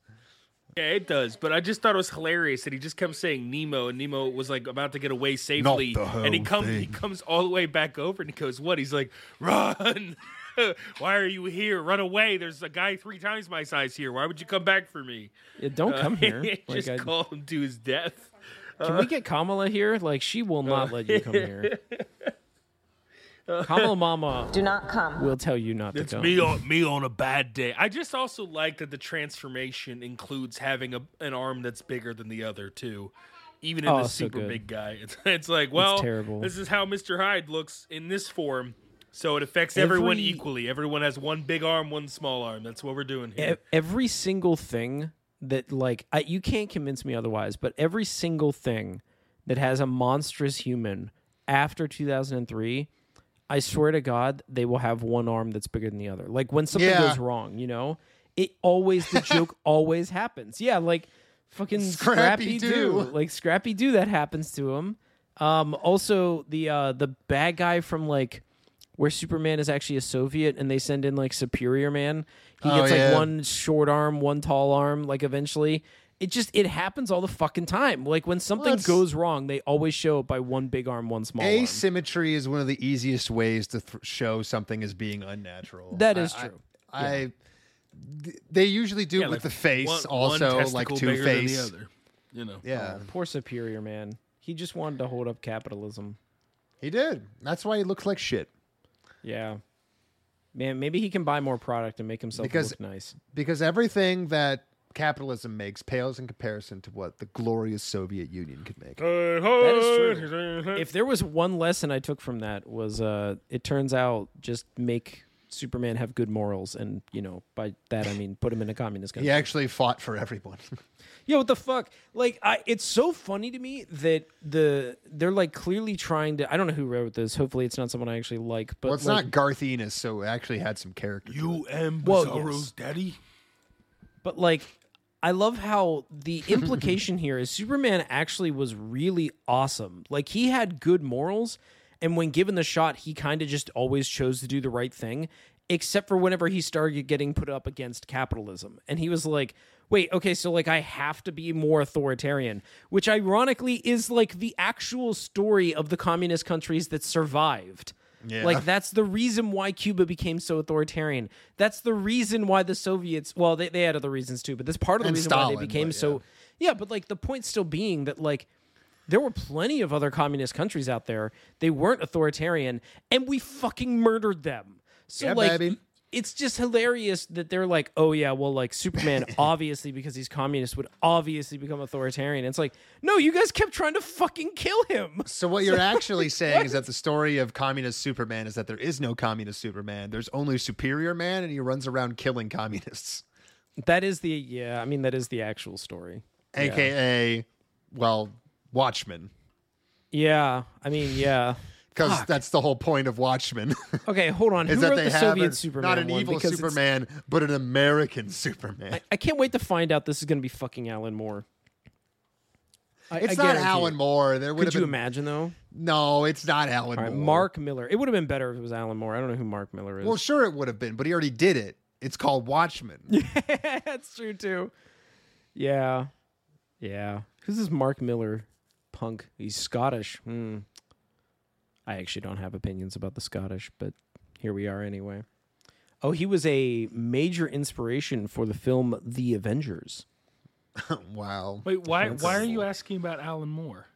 D: Yeah, it does. But I just thought it was hilarious that he just kept saying Nemo, and Nemo was like about to get away safely,
F: the whole
D: and he comes he
F: thing.
D: comes all the way back over, and he goes, "What?" He's like, "Run! [LAUGHS] Why are you here? Run away! There's a guy three times my size here. Why would you come back for me?"
E: Yeah, don't
D: [LAUGHS]
E: come here. Like,
D: just
E: I-
D: call him to his death.
E: Can we get Kamala here? Like she will
D: Uh,
E: not let you come here.
D: [LAUGHS]
E: Kamala Mama
K: Do not come.
E: will tell you not to
D: It's
E: come.
D: me on me on a bad day. I just also like that the transformation includes having a, an arm that's bigger than the other too. Even in
E: Oh,
D: the
E: so
D: super
E: good.
D: big guy, [LAUGHS] it's, it's like, well,
E: terrible.
D: this is how Mr. Hyde looks in this form. So it affects everyone
E: Every-
D: equally. Everyone has one big arm, one small arm. That's what we're doing
E: E-
D: here.
E: every single thing that like I, you can't convince me otherwise but every single thing that has a monstrous human after 2003 i swear to god they will have one arm that's bigger than the other like when something
F: Yeah.
E: goes wrong you know it always the
F: [LAUGHS]
E: joke always happens yeah like fucking scrappy,
F: Scrappy
E: doo
F: Doo.
E: like scrappy doo that happens to him um also the uh the bad guy from like where Superman is actually a Soviet and they send in like Superior Man. He
F: Oh,
E: gets
F: yeah.
E: like one short arm, one tall arm, like eventually. It just it happens all the fucking time. Like when something
F: it's-
E: goes wrong, they always show up by one big arm, one small arm.
F: Asymmetry is one of the easiest ways to th- show something as being unnatural.
E: That is
F: I- I-
E: true.
F: I, th- they usually do
D: Yeah,
F: it
D: like
F: with the face,
D: one-
F: also
D: one
F: like
D: testicle
F: two
D: bigger than the
F: face.
D: other, You know,
F: Yeah,
E: Poor Superior Man. He just wanted to hold up capitalism.
F: he did. That's why he looks like shit
E: Yeah. Man, maybe he can buy more product and make himself
F: Because-
E: look nice.
F: because everything that capitalism makes pales in comparison to what the glorious Soviet Union could make.
D: Uh. that
E: is if there was one lesson I took from that was uh it turns out just make Superman have good morals and you know by that I mean put him in a communist country.
F: He actually fought for everyone. [LAUGHS]
E: Yo, what the fuck? Like, I it's so funny to me that the they're like clearly trying to. I don't know who wrote this. Hopefully, it's not someone I actually like. But
F: well, it's
E: like,
F: not Garth Ennis, so it actually had some character.
D: You am
E: Well,
D: Bizarro's
E: yes.
D: daddy.
E: But like, I love how the implication here is Superman actually was really awesome. Like he had good morals, and when given the shot, he kind of just always chose to do the right thing, except for whenever he started getting put up against capitalism, and he was like. Wait, okay, so like I have to be more authoritarian, which ironically is like the actual story of the communist countries that survived. Like that's the reason why Cuba became so authoritarian. That's the reason why the Soviets. Well, they, they had other reasons too, but that's part of the
F: And
E: reason why
F: Stalin,
E: they became
F: but
E: so. Yeah, but like the point still being that like there were plenty of other communist countries out there. They weren't authoritarian, and we fucking murdered them. So
F: Yeah,
E: like.
F: baby.
E: It's just hilarious that they're like, oh yeah, well, like
F: [LAUGHS]
E: Superman, obviously because he's communist, would obviously become authoritarian. It's like, no, you guys kept trying to fucking kill him.
F: So what
E: [LAUGHS]
F: you're actually saying is that the story of communist Superman is that there is no communist Superman. There's only Superior Man, and he runs around killing communists,
E: That is the yeah. I mean, that is the actual story.
F: aka well, Watchmen.
E: Yeah, I mean, yeah.
F: because that's the whole point of Watchmen. [LAUGHS]
E: Okay, hold on.
F: is
E: Who
F: that
E: wrote
F: they
E: the
F: have
E: Soviet
F: an-
E: Superman?
F: not an
E: one?
F: evil
E: Because it's-
F: Superman, but an American Superman.
E: I, I can't wait to find out this is going to be fucking Alan Moore. I,
F: it's
E: I
F: not
E: guarantee
F: Alan
E: it.
F: Moore. There would
E: Could
F: have
E: you
F: been
E: imagine though?
F: no. It's not Alan
E: All right,
F: Moore.
E: Mark Miller. It would have been better if it was Alan Moore. I don't know who Mark Miller is.
F: Well, sure, it would have been, but he already did it. It's called Watchmen.
E: [LAUGHS] That's true too. Yeah, yeah. Who's this Mark Miller punk? He's Scottish. Hmm. I actually don't have opinions about the Scottish, but here we are anyway. Oh, he was a major inspiration for the film The Avengers.
F: [LAUGHS] wow.
D: Wait, why why are you asking about Alan Moore?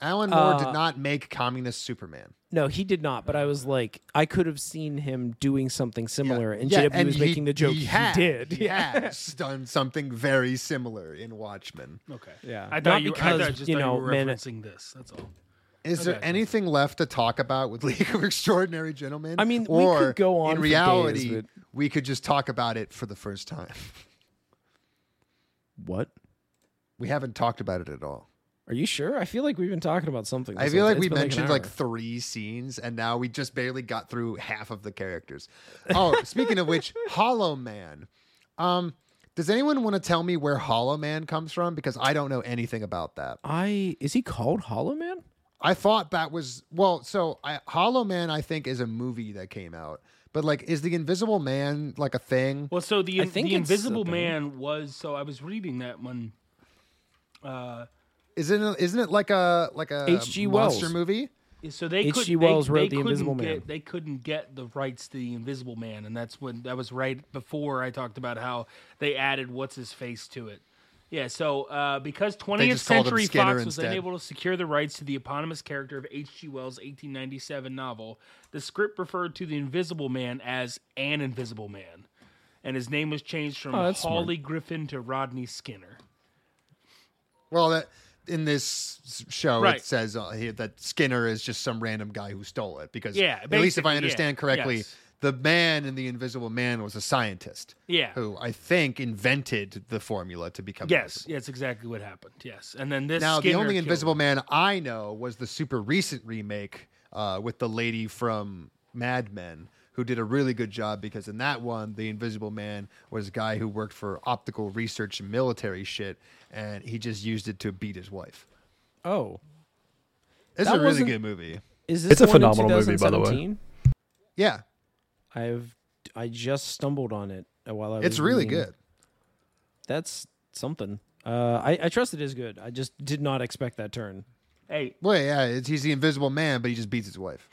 F: Alan Moore
E: Uh,
F: did not make communist Superman.
E: No, he did not. But I was like, I could have seen him doing something similar, and JW was making the joke. He,
F: had-
E: did. [LAUGHS]
F: He
E: yeah.
F: has done something very similar in Watchmen.
D: Okay.
E: Yeah.
D: I
E: Not
D: thought you
E: because,
D: I thought, just
E: you
D: thought
E: know,
D: you were
E: man-
D: referencing this. That's all.
F: Is there
D: Okay.
F: anything left to talk about with [LAUGHS] League of Extraordinary Gentlemen?
E: I mean, we could
F: or
E: go on
F: In
E: for
F: reality,
E: days, but-
F: we could just talk about it for the first time. [LAUGHS]
E: What?
F: We haven't talked about it at all.
E: Are you sure? I feel like we've been talking about something.
F: I
E: this
F: feel
E: whole-
F: like
E: it's
F: we
E: been an
F: mentioned like,
E: hour.
F: three scenes, and now we just barely got through half of the characters.
E: [LAUGHS]
F: Oh, speaking of which, Hollow Man. Um, does anyone want to tell me where Hollow Man comes from? Because I don't know anything about that.
E: I is he called Hollow Man?
F: I thought that was well. So I, Hollow Man, I think, is a movie that came out. But like, is the Invisible Man like a thing?
D: Well, so the
E: I think
D: the
E: it's
D: Invisible
E: the-
D: Man was so I was reading that one.
F: Isn't it, isn't it like a like a
E: H.G.
F: monster
E: Wells.
F: movie?
D: So they
E: H.G.
D: could they-
E: Wells wrote
D: they
E: The
D: couldn't
E: Invisible Man.
D: get- They couldn't get the rights to the Invisible Man, and that's when that was right before I talked about how they added what's his face to it. Yeah, so uh, because 20th
F: just called him
D: Century
F: Skinner
D: Fox was
F: instead.
D: unable to secure the rights to the eponymous character of H.G. Wells' 1897 novel, the script referred to the Invisible Man as an Invisible Man, and his name was changed from
E: Oh, that's smart.
D: Hawley Griffin to Rodney Skinner.
F: Well, that in this s- show
D: Right.
F: it says uh, here that Skinner is just some random guy who stole it because
D: Yeah,
F: at least if
D: basically,
F: I
D: yeah.
F: understand correctly,
D: Yes.
F: the man in the Invisible Man was a scientist.
D: Yeah.
F: who I think invented the formula to become
D: Yes,
F: invisible.
D: that's exactly what happened. Yes, and then this
F: Now
D: Skinner
F: the only
D: killed
F: Invisible Man I know was the super recent remake uh, with the lady from Mad Men. Who did a really good job because in that one, the Invisible Man was a guy who worked for optical research and military shit, and he just used it to beat his wife.
E: Oh,
F: It's
E: That
F: a really
E: wasn't-
F: good movie.
E: is this
H: It's a
E: one in
H: phenomenal movie, by the way.
E: 2017?
F: Yeah,
E: I've I just stumbled on it while I was.
F: it's really
E: reading.
F: good.
E: That's something. Uh, I, I trust it is good. I just did not expect that turn.
D: Hey,
F: Well, yeah, it's, he's the Invisible Man, but he just beats his wife.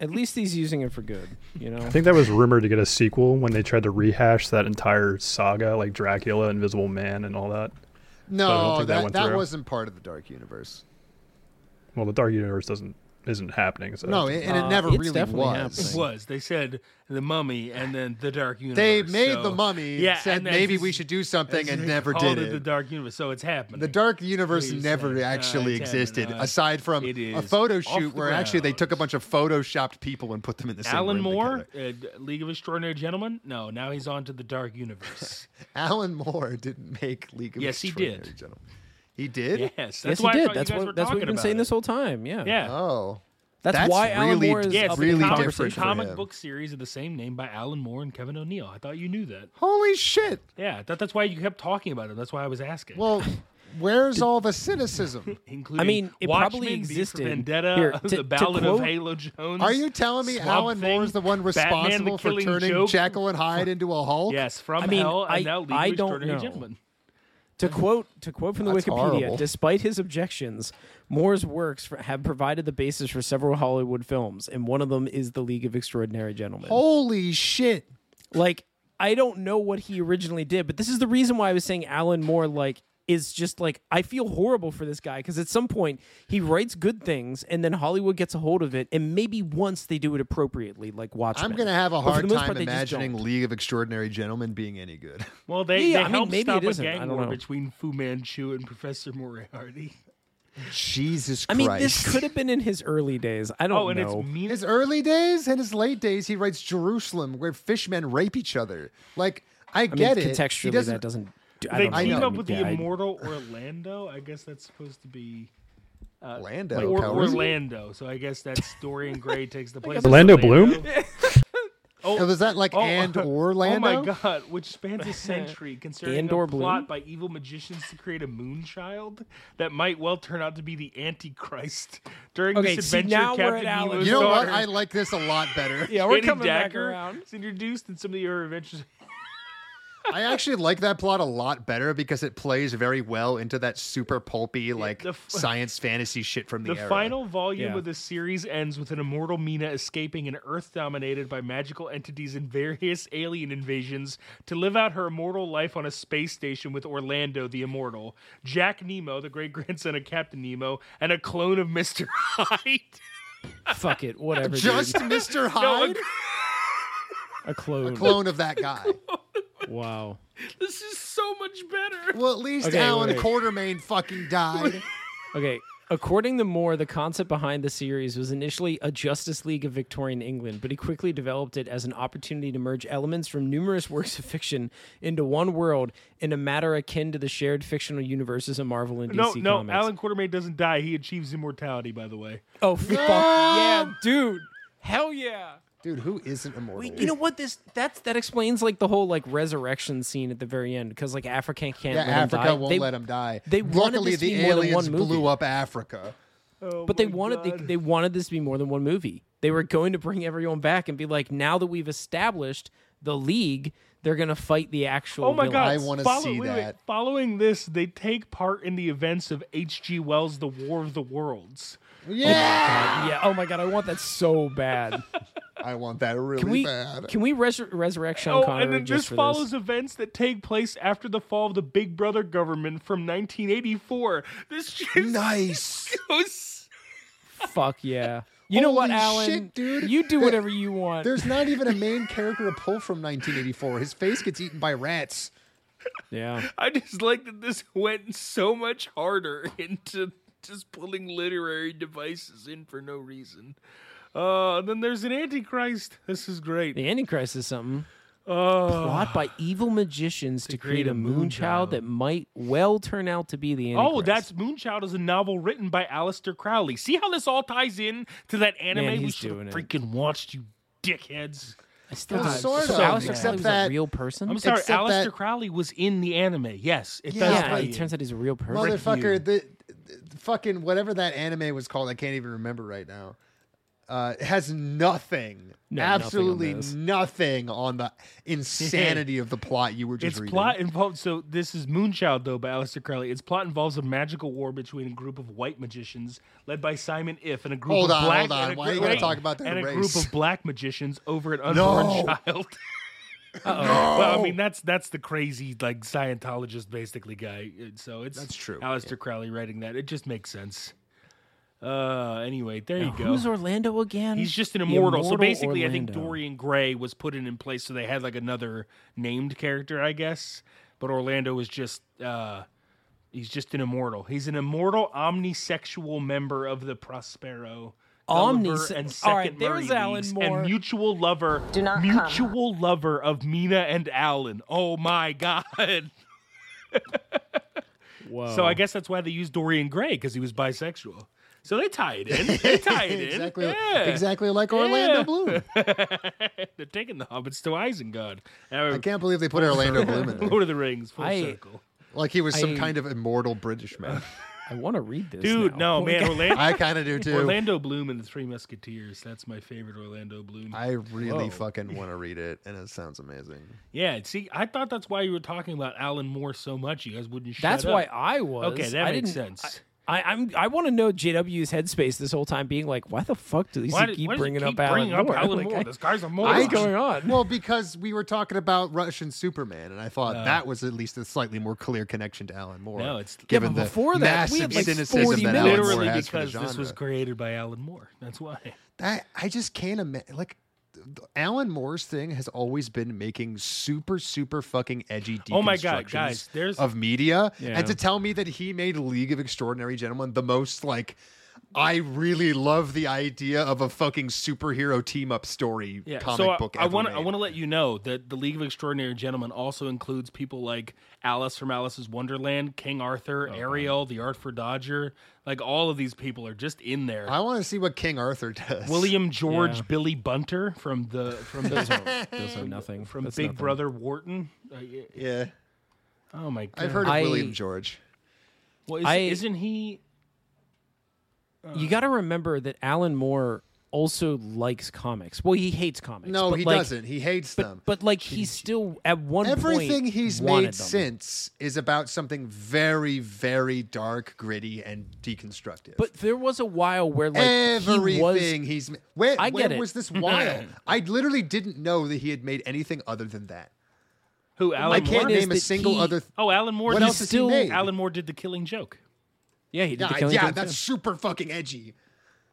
E: At least he's using it for good. You know.
H: I think that was rumored to get a sequel when they tried to rehash that entire saga, like Dracula, Invisible Man, and all that. But I don't
F: No,
H: think that
F: that
H: went
F: that,
H: through.
F: wasn't part of the Dark Universe.
H: Well, the Dark Universe doesn't isn't happening. So
F: No, and it
E: Uh,
F: never
E: it's
F: really
E: definitely
F: was.
E: happening.
D: was. They said the mummy and then the dark universe.
F: They made
D: so-
F: the mummy,
D: Yeah,
F: said
D: and then
F: maybe
D: just-
F: we should do something, and
D: they
F: never
D: called
F: did
D: The
F: it.
D: dark universe. So it's happening.
F: The Dark Universe
D: Please
F: never
D: say, uh,
F: actually
D: it's
F: existed,
D: happening, uh,
F: aside from
D: it
F: a
D: is
F: photo
D: off
F: shoot
D: the
F: where actually they
D: ground.
F: took a bunch of photoshopped people and put them in the same
D: Alan
F: room
D: Moore,
F: together.
D: uh, League of Extraordinary Gentlemen. No, now he's on to the dark
F: [LAUGHS]
D: universe.
F: Alan Moore didn't make League of
D: Yes, he did.
F: Extraordinary Gentlemen. He did.
D: yes, that's
E: yes,
D: why
E: he
D: I
E: did.
D: thought
E: That's
D: you guys were
E: what that's what
D: talking
E: we've been
D: about
E: saying
D: it.
E: this whole time. Yeah.
D: Yeah.
F: Oh,
E: That's,
F: That's
E: why Alan
F: really-
E: Moore is
D: yeah, it's
E: up
D: the
F: really
E: in the
D: comic,
F: different
E: conversation.
F: for
D: comic
F: him.
D: book series of the same name by Alan Moore and Kevin O'Neill. I thought you knew that.
F: holy shit!
D: Yeah, I thought that's why you kept talking about it. That's why I was asking.
F: Well, where's all
D: [LAUGHS]
F: the cynicism?
D: including
E: I mean, it probably
D: Watchmen, V for
E: existed.
D: Vendetta, [LAUGHS]
E: Here, to-
D: the
E: to
D: Ballad
E: quote-
D: of Halo Jones.
F: Are you telling me
D: Swamp
F: Alan Moore is
D: Thing,
F: the
D: Batman,
F: one
D: The
F: responsible for
D: Killing
F: turning
D: Joke?
F: Jekyll and Hyde into a Hulk?
D: Yes, from
E: I mean,
D: hell
E: I-
D: and now League
E: I
D: of
E: don't
D: Extraordinary
E: know.
D: Gentlemen.
E: To quote to quote from the
F: That's
E: Wikipedia,
F: horrible.
E: despite his objections, Moore's works for, have provided the basis for several Hollywood films, and one of them is The League of Extraordinary Gentlemen.
F: Holy shit.
E: Like, I don't know what he originally did, but this is the reason why I was saying Alan Moore like is just like I feel horrible for this guy because at some point he writes good things, and then Hollywood gets a hold of it, and maybe once they do it appropriately, like Watchmen.
F: I'm going to have a
E: But for
F: hard
E: the most
F: time
E: part, they just
F: imagining
E: don't.
F: League of Extraordinary Gentlemen being any good. [LAUGHS]
D: Well, they, they
E: Yeah, I mean,
D: helped
E: maybe
D: stop
E: it
D: a
E: isn't. I
D: gang
E: don't
D: war
E: know.
D: between Fu Manchu and Professor Moriarty.
F: Jesus
E: I
F: Christ.
E: mean, this could have been in his early days. I don't
D: Oh, and
E: know.
D: it's mean.
F: His early days and his late days, he writes Jerusalem, where fishmen rape each other. Like, I,
E: I mean,
F: get it. He
E: contextually,
F: doesn't.
E: that doesn't. do- I
D: they
E: don't know.
F: I
D: teamed
F: know.
D: up with
E: Yeah,
D: the
E: I-
D: immortal Orlando. I guess that's supposed to be
F: Lando
D: Uh, Or, or
F: Calrissian.
D: Lando. So I guess that's Dorian Gray takes the place. of [LAUGHS]
H: Orlando Bloom?
F: Oh, was that like and or Lando?
D: Oh my god, which spans a century concerning
E: And
D: a
E: or Bloom?
D: plot by evil magicians to create a moonchild that might well turn out to be the Antichrist. During
E: Okay,
D: this
E: see,
D: adventure,
E: now we're
D: Captain
E: at Alan's.
D: Nemo's
F: You know what?
D: daughter,
F: I like this a lot
D: [LAUGHS]
F: better.
E: Yeah,
D: Katie Dacker, is introduced in some of your adventures.
F: I actually like that plot a lot better because it plays very well into that super pulpy like
D: the f- [LAUGHS]
F: science fantasy shit from the,
D: The
F: era.
D: final volume
I: Yeah.
D: of the series ends with an immortal Mina escaping an Earth dominated by magical entities and various alien invasions to live out her immortal life on a space station with Orlando the Immortal, Jack Nemo, the great [LAUGHS] grandson of Captain Nemo, and a clone of Mr. Hyde. [LAUGHS]
E: [LAUGHS] Fuck it, whatever.
F: Just
E: dude.
F: Mr.
D: No,
F: Hyde,
D: [LAUGHS]
E: a clone.
F: clone of that guy.
E: Wow.
D: this is so much better.
F: Well, at least
E: Okay,
F: Alan
E: wait.
F: Quartermain fucking
D: [LAUGHS]
F: died.
E: Okay. According to Moore, the concept behind the series was initially a Justice League of Victorian England, but he quickly developed it as an opportunity to merge elements from numerous [LAUGHS] works of fiction into one world in a matter akin to the shared fictional universes of Marvel and DC
D: No, no,
E: Comics.
D: Alan Quartermain doesn't die. He achieves immortality, by the way.
E: Oh, fuck yeah, dude. Hell yeah.
F: Dude, who isn't immortal?
E: Wait, you know what? This that's that explains like the whole like resurrection scene at the very end because like Africa can't
F: yeah,
E: let him
F: Africa
E: die.
F: won't
E: They-
F: let him die.
E: they wanted
F: Luckily,
E: this to
F: the
E: be more than
F: aliens
E: one movie.
F: blew up Africa.
E: But they wanted they, they wanted this to be more than one movie. They were going to bring everyone back and be like, now that we've established the league, they're gonna fight the actual.
D: Oh my
E: villain.
D: god!
F: I wanna
D: follow-
F: see
D: wait, wait,
F: that.
D: Following this, they take part in the events of H.G. Wells' The War of the Worlds.
F: Yeah,
E: Yeah. Oh my god! I want that so bad.
F: Oh, I want that
E: [LAUGHS]
F: really
E: Can we
F: bad.
E: can we resur- resurrect Sean
D: Oh,
E: Connery
D: and then
E: just
D: this
E: for
D: follows
E: this?
D: events that take place after the fall of the Big Brother government from 1984. This
E: [LAUGHS]
D: just
F: nice.
D: goes.
E: Fuck yeah!
F: [LAUGHS]
E: You know what,
F: Holy
E: Alan?
F: shit, dude.
E: You do
F: There-
E: whatever you want.
F: There's not even a main character to pull from 1984. His face gets eaten by rats.
E: Yeah.
D: I just like that this went so much harder [LAUGHS] into just pulling literary devices in for no reason. Uh, then there's an Antichrist. This is great.
E: The Antichrist is something.
D: Uh,
E: Plot by evil magicians to create
D: create
E: a
D: a
E: moon child
D: moonchild.
E: that might well turn out to be the Antichrist.
D: Oh, that's Moonchild is a novel written by Aleister Crowley. See how this all ties in to that anime
E: Man,
D: we
E: he's
D: should
E: doing
D: have
E: it.
D: freaking watched, you dickheads.
E: I still
F: Well,
E: don't-
F: sort
E: so
F: of,
E: Aleister
F: except
E: Crowley was a
F: that-
E: real person.
D: I'm sorry,
F: Except
D: Aleister
F: that-
D: Crowley was in the anime. Yes, it
F: Yeah,
D: does.
E: yeah,
D: tie
E: it
D: in.
E: turns out he's a real person.
F: Motherfucker, the, the- fucking whatever that anime was called, I can't even remember right now. Uh, it has nothing,
E: No, nothing on
F: absolutely
E: this.
F: nothing on, the insanity of the plot you were just
D: Its
F: reading.
D: plot involves so this is Moonchild though by Aleister Crowley. Its plot involves a magical war between a group of white magicians led by Simon If and a group
F: Hold
D: of
F: on,
D: black
F: hold on.
D: and a
F: Why
D: gr-
F: you gotta
D: wait,
F: talk about their
D: and a
F: race?
D: group of black magicians over an
F: No.
D: unborn child. [LAUGHS] Well, I mean that's that's the crazy like Scientologist basically guy. And So it's
F: That's true.
D: Aleister Crowley writing that. It just makes sense. Uh, anyway, there you go.
E: Who's Orlando again?
D: He's just an
E: The
D: immortal. so basically, I think
E: Orlando.
D: Dorian Gray was put in in place, so they had like another named character, I guess. But Orlando is just uh, he's just an immortal. He's an immortal omnisexual member of the Prospero. Gulliver,
E: Omnise-
D: and
E: All
D: second
E: right, there's
D: Murray
E: Alan
D: Leagues,
E: Moore.
D: and mutual lover,
K: Do not come.
D: mutual lover of Mina and Alan. Oh my god! [LAUGHS]
E: Whoa.
D: So I guess that's why they used Dorian Gray because he was bisexual. So they tie it
E: [LAUGHS]
D: in. They tie it in.
F: exactly,
D: Yeah.
F: exactly like Orlando
D: Yeah.
F: Bloom.
D: They're taking the hobbits to Isengard. Uh,
F: I can't believe they
E: [LAUGHS]
F: put Orlando Bloom in there.
D: Lord of the Rings, full
E: I-
D: circle.
F: Like he was some
E: I-
F: kind of immortal British
E: [LAUGHS]
F: man.
E: I want to read this,
D: Dude,
E: now.
D: no,
E: Oh my
D: man,
E: God.
D: Orlando,
F: I kind of do too.
D: Orlando Bloom and the Three Musketeers. That's my favorite Orlando Bloom.
F: I really
E: Whoa.
F: fucking want to read it, and it sounds amazing.
D: yeah, see, I thought that's why you were talking about Alan Moore so much. You guys wouldn't shut
E: [LAUGHS] That's
D: up.
E: why I was.
D: Okay, that
E: I
D: makes
E: didn't-
D: sense.
E: I, I'm. I want to know JW's headspace this whole time, being like, "Why the fuck does he
D: Why did-
E: keep
D: why does he
E: bringing
D: keep
E: up Alan
D: bringing up
E: Moore?
D: Alan
E: [LAUGHS] Like,
D: Moore?
E: I-
D: This guy's a moron.
E: What's going on?
F: Well, because we were talking about Russian Superman, and I thought
E: Uh.
F: that was at least a slightly more clear connection to Alan Moore.
D: No, it's- Yeah,
F: given
E: but
F: the
E: before that, we
F: massive
E: had, like,
F: cynicism
E: 40
F: that
E: minutes.
F: Alan
D: Literally
F: Moore has for the
D: because this was
F: genre.
D: created by Alan Moore. That's why.
F: That I just can't imagine. Like th- th- Alan Moore's thing has always been making super, super fucking edgy.
D: Oh my God, guys,
F: deconstructions
D: there's-
F: of media,
E: Yeah.
F: and to tell me that he made League of Extraordinary Gentlemen the most like I really love the idea of a fucking superhero team up story
D: Yeah,
F: comic
D: so I-
F: book.
D: I
F: ever
D: want to
F: made.
D: I want to let you know that the League of Extraordinary Gentlemen also includes people like Alice from Alice's Wonderland, King Arthur, Ariel, the Artful Dodger. Like all of these people are just in there.
F: I want to see what King Arthur does.
D: William George Billy Bunter from the from the, [LAUGHS]
E: Those are, those are nothing.
D: from
E: That's
D: Big
E: nothing.
D: Brother Wharton. Uh, y-
F: Yeah,
D: oh my god!
F: I've heard of
E: I-
F: William George.
D: Well, is,
E: I-
D: isn't he?
E: You got to remember that Alan Moore also likes comics. Well, he hates comics.
F: No,
E: but
F: he
E: like-
F: doesn't. He hates them.
E: But, but like, he's still at one point.
F: Everything he's
E: wanted
F: made
E: them.
F: since is about something very, very dark, gritty, and deconstructive.
E: But there was a while where like he was
F: everything he's ma- when,
E: I
F: when
E: get it. [CLEARS THROAT]
F: was this wild? I literally didn't know that he had made anything other than that.
D: Who? Alan
F: I can't
D: Moore?
E: is
F: name a
E: that
F: single
E: he-
F: other. Th-
D: Oh, Alan Moore.
F: What
D: did-
F: else has he
E: still-
F: made?
D: Alan Moore did the Killing Joke.
E: Yeah, he did the
F: yeah,
E: Killing
F: yeah
E: Joke,
F: that's
E: too.
F: super fucking edgy.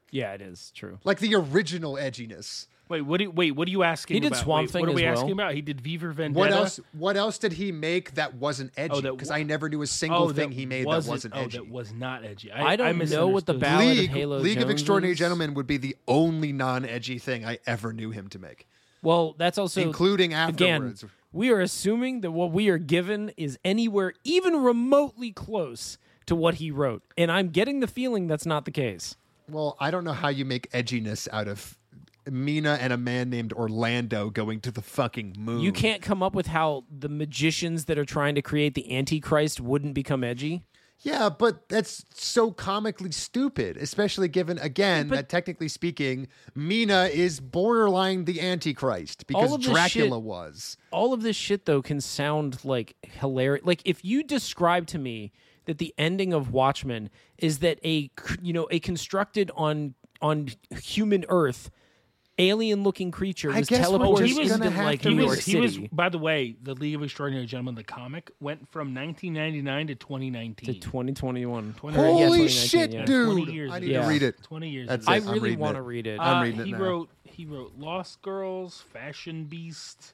E: yeah, it is true.
F: Like the original edginess.
D: Wait, what? Do you, wait, what are you asking?
E: He did
D: about?
E: Swamp
D: Wait,
E: Thing
D: What are
E: as
D: we
E: well.
D: asking about? He did V for Vendetta.
F: What else? What else did he make that wasn't
E: Oh,
F: edgy?
D: that
F: Because
D: wa-
F: I never knew a single
D: Oh, that
F: thing he made that wasn't
D: oh,
F: edgy.
D: that was not edgy. I,
E: I don't know what the
D: misunderstood.
E: Ballad of
F: League,
E: Halo
F: League of
E: Jones
F: Extraordinary
E: is?
F: Gentlemen would be the only non-edgy thing I ever knew him to make,
E: Well, that's also
F: including
E: again.
F: afterwards.
E: We are assuming that what we are given is anywhere even remotely close to what he wrote, and I'm getting the feeling that's not the case.
F: Well, I don't know how you make edginess out of Mina and a man named Orlando going to the fucking moon.
E: You can't come up with how the magicians that are trying to create the Antichrist wouldn't become edgy.
F: Yeah, but that's so comically stupid, especially given again that technically speaking, Mina is borderline the Antichrist because
E: All of this
F: Dracula
E: shit-
F: was.
E: all of this shit though can sound like hilarious. Like if you describe to me that the ending of Watchmen is that a c- you know a constructed on on human Earth alien looking creature
F: I
E: was
F: guess we're
E: teleported
D: just
E: into
D: gonna
F: have
E: like
F: to
E: New
D: he
E: York
D: was, he
E: City.
D: was, by the way, the League of Extraordinary Gentlemen, the comic, went from 1999 to 2019.
E: to 2021.
F: Holy
E: Yeah, 2019,
F: shit,
E: yeah.
F: dude!
D: 20 years
F: I
D: ago.
F: need
E: Yeah.
F: to read it.
D: 20 years
F: That's
D: ago.
E: I
F: it. I'm
E: really
F: reading
E: want
F: it.
E: to read it.
F: I'm
D: Uh,
F: reading it
D: he
F: now.
D: wrote he wrote Lost Girls, Fashion Beast,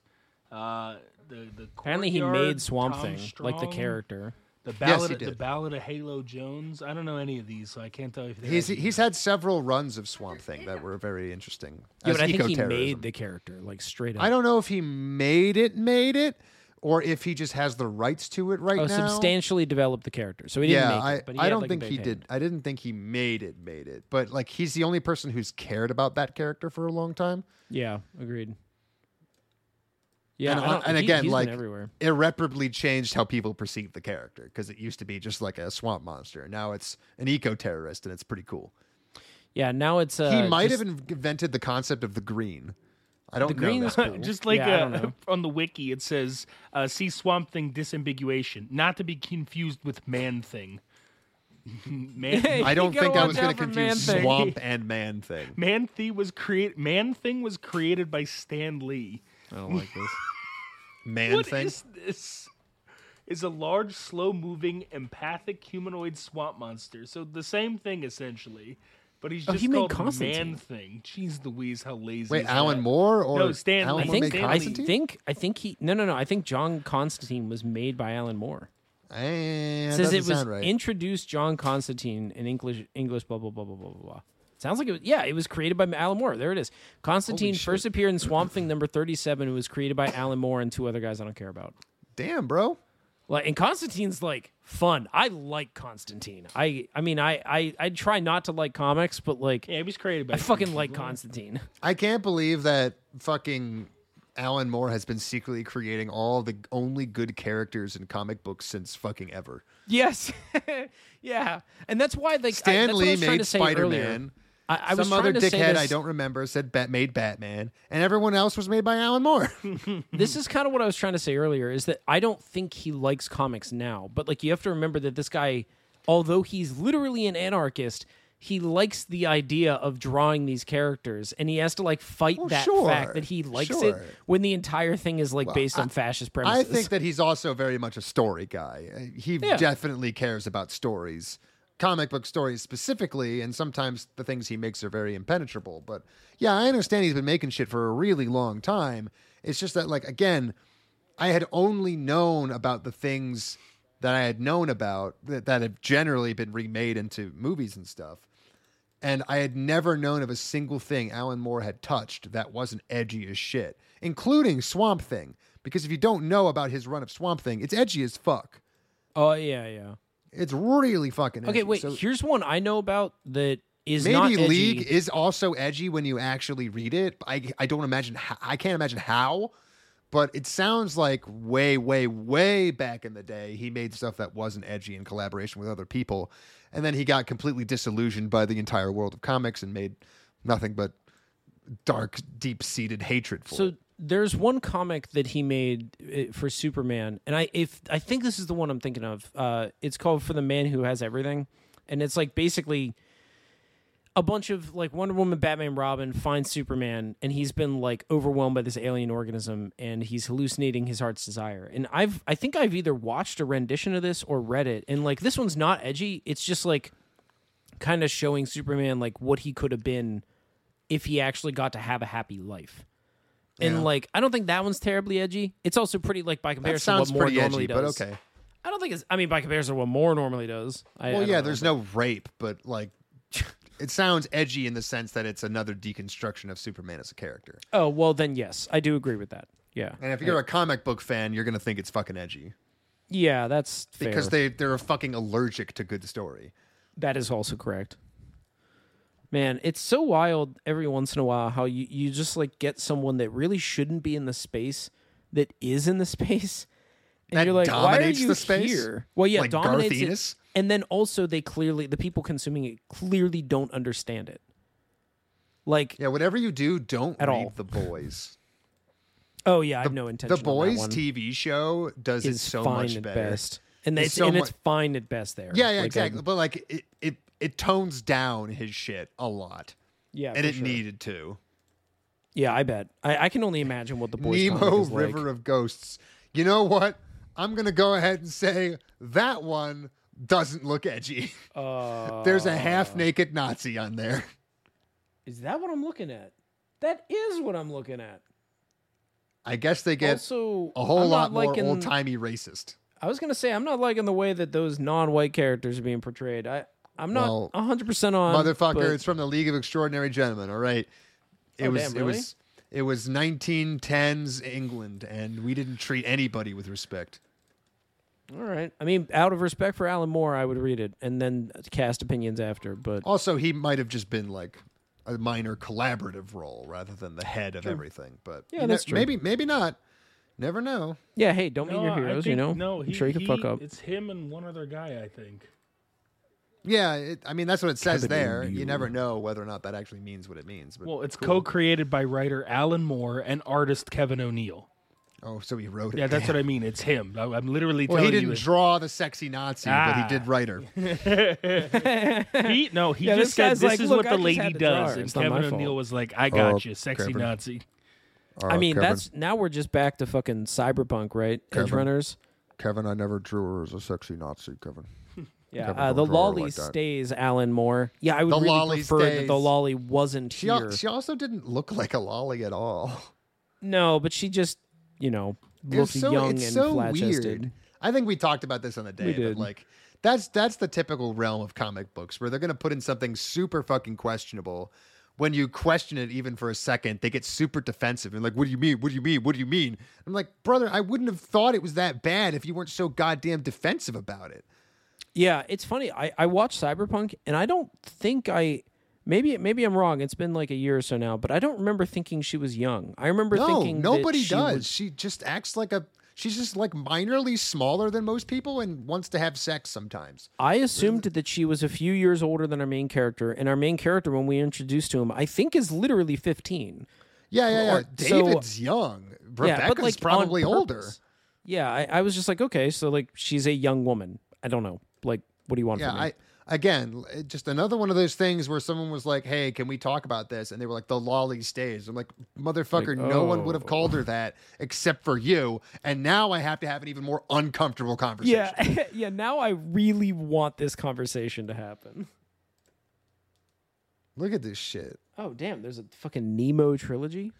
D: uh, the the
E: Apparently, he
D: Courtyard,
E: made Swamp
D: Tom
E: Thing like the
D: Strong,
E: character.
D: The
F: Yes,
D: ballad
F: he
D: the
F: did.
D: ballad of Halo Jones. I don't know any of these, so I can't tell you if they're
F: He's
D: edgy.
F: he's had several runs of Swamp Thing that were very interesting.
E: Yeah,
F: as
E: but I think he
F: ecoterrorism.
E: made the character like straight up.
F: I don't know if he made it, made it, or if he just has the rights to it right
E: Oh,
F: now.
E: substantially developed the character, so he didn't
F: yeah,
E: make
F: I,
E: it. But he
F: I
E: had,
F: don't
E: like, a
F: think he
E: big
F: did.
E: hand.
F: I didn't think he made it, made it. But like, he's the only person who's cared about that character for a long time.
E: Yeah, agreed. Yeah,
F: and,
E: I
F: on-
E: don't-
F: and
E: he-
F: again,
E: he's been
F: like
E: everywhere.
F: irreparably changed how people perceive the character because it used to be just like a swamp monster. and Now it's an eco terrorist, and it's pretty cool.
E: Yeah, now it's uh,
F: he might
E: just-
F: have invented the concept of the green. I don't
E: The
F: know.
E: green [LAUGHS]
F: that.
E: is cool.
D: Just like
E: Yeah, I don't
D: uh,
E: know.
D: [LAUGHS] on the wiki, it says, uh, "See Swamp Thing disambiguation, not to be confused with Man Thing." [LAUGHS] man,
F: I don't
E: You gotta
F: think I
E: watch
F: was going
E: out
F: to
E: for Man
F: confuse
E: Thing. [LAUGHS]
F: swamp and man thing.
D: man Thing was create. Man Thing was created by Stan Lee.
E: I don't like this.
F: Man
D: What is
F: thing.
D: this? Is a large, slow-moving, empathic humanoid swamp monster. So the same thing essentially, but he's
E: Oh,
D: just
E: he made
D: called
E: Constantine.
D: Man Thing. Jeez Louise, how lazy!
F: Wait,
D: is
F: Alan
D: that?
F: Moore or
D: No, Stan Lee.
F: Alan
E: I
F: Moore
E: think
F: made
E: I
F: Constantine?
E: think I think he no no no I think John Constantine was made by Alan Moore.
F: Eh,
E: It says
F: doesn't
E: it was
F: sound right.
E: introduced John Constantine in English English blah blah blah blah blah blah. blah. Sounds like it was yeah it was created by Alan Moore. There it is. Constantine first appeared in Swamp Thing number thirty seven. It was created by Alan Moore and two other guys I don't care about.
F: Damn, bro.
E: Like and Constantine's like fun. I like Constantine. I I mean I I I try not to like comics, but like
D: Yeah, he was created by.
E: I fucking like Constantine.
F: I can't believe that fucking Alan Moore has been secretly creating all the only good characters in comic books since fucking ever.
E: [LAUGHS] Yes. [LAUGHS] yeah. And that's why like I,
F: Stan
E: that's what I
F: Lee
E: was trying to
F: made
E: say
F: Spider
E: earlier.
F: Man.
E: I, I was
F: Some
E: trying
F: other
E: to say
F: dickhead
E: this,
F: I don't remember said bat made Batman, and everyone else was made by Alan Moore.
E: This is kind of what I was trying to say earlier is that I don't think he likes comics now, but like you have to remember that this guy, although he's literally an anarchist, he likes the idea of drawing these characters, and he has to like fight
F: Well,
E: that
F: sure.
E: fact that he likes it
F: Sure.
E: when the entire thing is like based on fascist
F: I
E: premises.
F: think that he's also very much a story guy. Uh, He
E: Yeah.
F: definitely cares about stories, comic book stories specifically, and sometimes the things he makes are very impenetrable. But yeah, I understand he's been making shit for a really long time. It's just that, like, again, I had only known about the things that I had known about that, that have generally been remade into movies and stuff. And I had never known of a single thing Alan Moore had touched that wasn't edgy as shit, including Swamp Thing. Because if you don't know about his run of Swamp Thing, it's edgy as fuck.
E: Oh yeah, yeah.
F: It's really fucking edgy.
E: Okay, wait.
F: So
E: here's one I know about that is
F: maybe
E: not edgy.
F: League is also edgy when you actually read it. I I don't imagine ho- I can't imagine how, but it sounds like way way way back in the day he made stuff that wasn't edgy in collaboration with other people, and then he got completely disillusioned by the entire world of comics and made nothing but dark deep seated hatred for.
E: So
F: it.
E: there's one comic that he made uh, for Superman, and I if I think this is the one I'm thinking of. Uh, it's called For the Man Who Has Everything, and it's like basically a bunch of like Wonder Woman, Batman, Robin find Superman, and he's been like overwhelmed by this alien organism, and he's hallucinating his heart's desire. And I've I think I've either watched a rendition of this or read it, and like this one's not edgy. It's just like kind of showing Superman like what he could have been if he actually got to have a happy life. And like, I don't think that one's terribly edgy. It's also pretty like by
F: That
E: comparison,
F: sounds
E: what more
F: pretty
E: normally
F: edgy, but
E: does.
F: okay.
E: I don't think it's. I mean, by comparison, what more normally does. I, I
F: Well,
E: don't
F: yeah,
E: know.
F: there's no rape, but like. [LAUGHS] It sounds edgy in the sense that it's another deconstruction of Superman as a character.
E: Oh well, then yes, I do agree with that. Yeah,
F: And if you're a comic book fan, you're going to think it's fucking edgy.
E: yeah, that's fair.
F: because they they're fucking allergic to good story.
E: That is also correct. Man, it's so wild every once in a while how you, you just like get someone that really shouldn't be in the space that is in the [LAUGHS] space. And
F: That
E: you're like, why are
F: dominates
E: you
F: the space?
E: here? Well, yeah,
F: Like Garth
E: dominates it.
F: Ennis?
E: And then also they clearly the people consuming it clearly don't understand it. Like,
F: Yeah, whatever you do, don't
E: At
F: read
E: all. [LAUGHS]
F: the boys.
E: oh yeah, I have no intention.
F: the
E: on that
F: boys
E: one.
F: TV show does it
E: is
F: so
E: fine
F: much
E: at
F: better.
E: best, and it's,
F: It's so
E: and it's
F: much-
E: fine at best there.
F: Yeah, yeah,
E: Like, I-
F: exactly. but like it, it it tones down his shit a lot,
E: yeah,
F: and
E: for
F: it
E: sure.
F: needed to.
E: Yeah, I bet. I, I can only imagine what the boys comic
F: Nemo
E: is like.
F: River of Ghosts. You know what? I'm gonna go ahead and say that one doesn't look edgy. [LAUGHS]
E: Uh,
F: There's a half naked Nazi on there.
E: Is that what I'm looking at? That is what I'm looking at.
F: I guess they get
E: also,
F: a whole
E: I'm
F: lot
E: not
F: more
E: liking-
F: old timey racist.
E: I was gonna say I'm not liking the way that those non-white characters are being portrayed. I I'm
F: Well,
E: not 100 percent on
F: motherfucker.
E: Um, but-
F: It's from the League of Extraordinary Gentlemen. All right. It
E: Oh,
F: was.
E: damn,
F: It
E: really?
F: was. It was 1910s England, and we didn't treat anybody with respect.
E: all right. I mean, out of respect for Alan Moore, I would read it and then cast opinions after. But
F: Also, he might have just been like a minor collaborative role rather than the head of everything. But
E: Yeah,
F: you
E: that's
F: ne-
E: true.
F: Maybe, maybe not. Never know.
E: yeah, hey, don't mean your
D: I
E: heroes, you
D: think-
E: know.
D: No,
E: I'm
D: he,
E: sure you can
D: he-
E: fuck up.
D: It's him and one other guy, I think.
F: Yeah, it, I mean that's what it says there. You never know whether or not that actually means what it means. But
D: Well, it's
F: cool.
D: co-created by writer Alan Moore and artist Kevin O'Neill.
F: Oh, so he wrote it.
D: Yeah, that's
F: Damn.
D: what I mean. It's him. I, am literally
F: Well, he
D: telling
F: didn't
D: you.
F: draw the sexy Nazi,
D: Ah.
F: but he did write her.
D: He no, he
F: [LAUGHS]
E: Yeah,
D: just
E: this
D: said
E: guy's
D: this
E: like,
D: is
E: "Look,
D: what
E: I
D: the
E: just had
D: lady
E: to draw
D: does,
E: her.
D: and
E: It's not my
D: Kevin
E: fault."
D: O'Neill was like, "I
F: Oh,
D: got you, sexy
F: Kevin.
D: Nazi."
E: I mean,
F: Kevin.
E: that's now we're just back to fucking cyberpunk, right? Edge
F: Kevin.
E: runners.
F: Kevin, I never drew her as a sexy Nazi, Kevin.
E: Yeah,
F: Kevin
E: uh, the
F: don't draw her
E: lolly
F: like that.
E: stays Alan Moore. Yeah, I would
F: The
E: really
F: lolly
E: prefer that
F: stays.
E: the lolly wasn't
F: She,
E: here.
F: al- she also didn't look [LAUGHS] like a lolly
E: [LAUGHS]
F: at all.
E: No, but she just, you know,
F: It's
E: looked
F: so,
E: young
F: it's
E: and
F: so
E: flat
F: weird.
E: chested.
F: I think we talked about this on the day,
E: We
F: but
E: did.
F: like that's that's the typical realm of comic books where they're going to put in something super fucking questionable. When you question it even for a second, they get super defensive and like, "What do you mean? What do you mean? What do you mean?" I'm like, "Brother, I wouldn't have thought it was that bad if you weren't so goddamn defensive about it."
E: Yeah, it's funny. I, I watched Cyberpunk and I don't think I maybe maybe I'm wrong. It's been like a year or so now, but I don't remember thinking she was young. I remember
F: No,
E: thinking that
F: nobody
E: she
F: does.
E: was-
F: She just acts like a. She's just like minorly smaller than most people and wants to have sex sometimes.
E: I assumed that she was a few years older than our main character, and our main character when we introduced to him, I think is literally 15.
F: Yeah, yeah, yeah.
E: Lord, so-
F: David's young. Rebecca's
E: yeah, but like on
F: probably older.
E: purpose. Yeah, I, I was just like, okay, so like she's a young woman. I don't know. Like, what do you want
F: Yeah,
E: from me?
F: I again, it- just another one of those things where someone was like, "Hey, can we talk about this?" And they were like, "The lolly stays." I'm like, "Motherfucker,
E: Like,
F: no one would
E: oh.
F: have called her that except for you." And now I have to have an even more uncomfortable conversation.
E: Yeah, [LAUGHS] yeah. Now I really want this conversation to happen.
F: Look at this shit.
E: Oh damn! There's a fucking Nemo trilogy.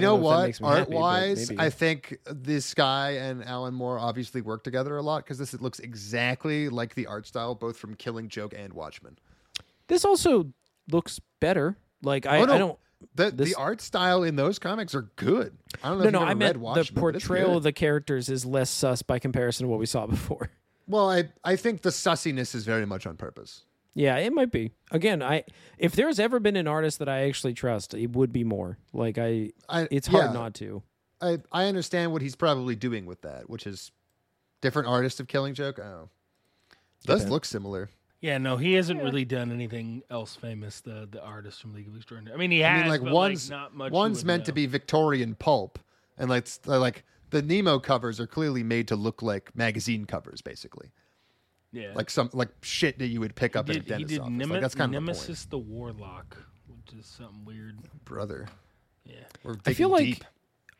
E: I
F: know,
E: don't know if that
F: what?
E: makes me happy,
F: Art
E: but
F: wise,
E: maybe.
F: I think this guy and Alan Moore obviously work together a lot because this looks exactly like the art style, both from Killing Joke and Watchmen.
E: This also looks better. Like I,
F: Oh, no.
E: I don't.
F: The,
E: This-
F: the art style in those comics are good. I don't know
E: No,
F: if
E: no,
F: you've ever
E: I meant
F: read
E: the
F: Watchmen, but it's
E: portrayal
F: good.
E: of the characters is less sus by comparison to what we saw [LAUGHS] before.
F: Well, I, I think the sussiness is very much on purpose.
E: Yeah, it might be. Again, I if there's ever been an artist that I actually trust, it would be more. Like I,
F: I-
E: it's hard
F: yeah.
E: not to.
F: I, I understand what he's probably doing with that, which is different artists of Killing Joke. Oh, does look similar.
D: Yeah, no, he hasn't really done anything else famous. The the artist from League of Extraordinary. I mean, he has.
F: I mean, like
D: but,
F: one's
D: not much. you
F: one's
D: would
F: meant to
D: know.
F: be Victorian pulp, and like s- uh, like the Nemo covers are clearly made to look like magazine covers, basically,
D: Yeah,
F: like some like shit that you would pick up
D: he
F: in
D: did,
F: a
D: he
F: dentist's
D: did
F: office.
D: Neme-
F: like, that's kind of the
D: Nemesis the Warlock, which is something weird.
F: point. brother.
D: Yeah.
F: We're
E: I feel
F: digging
E: like
F: deep.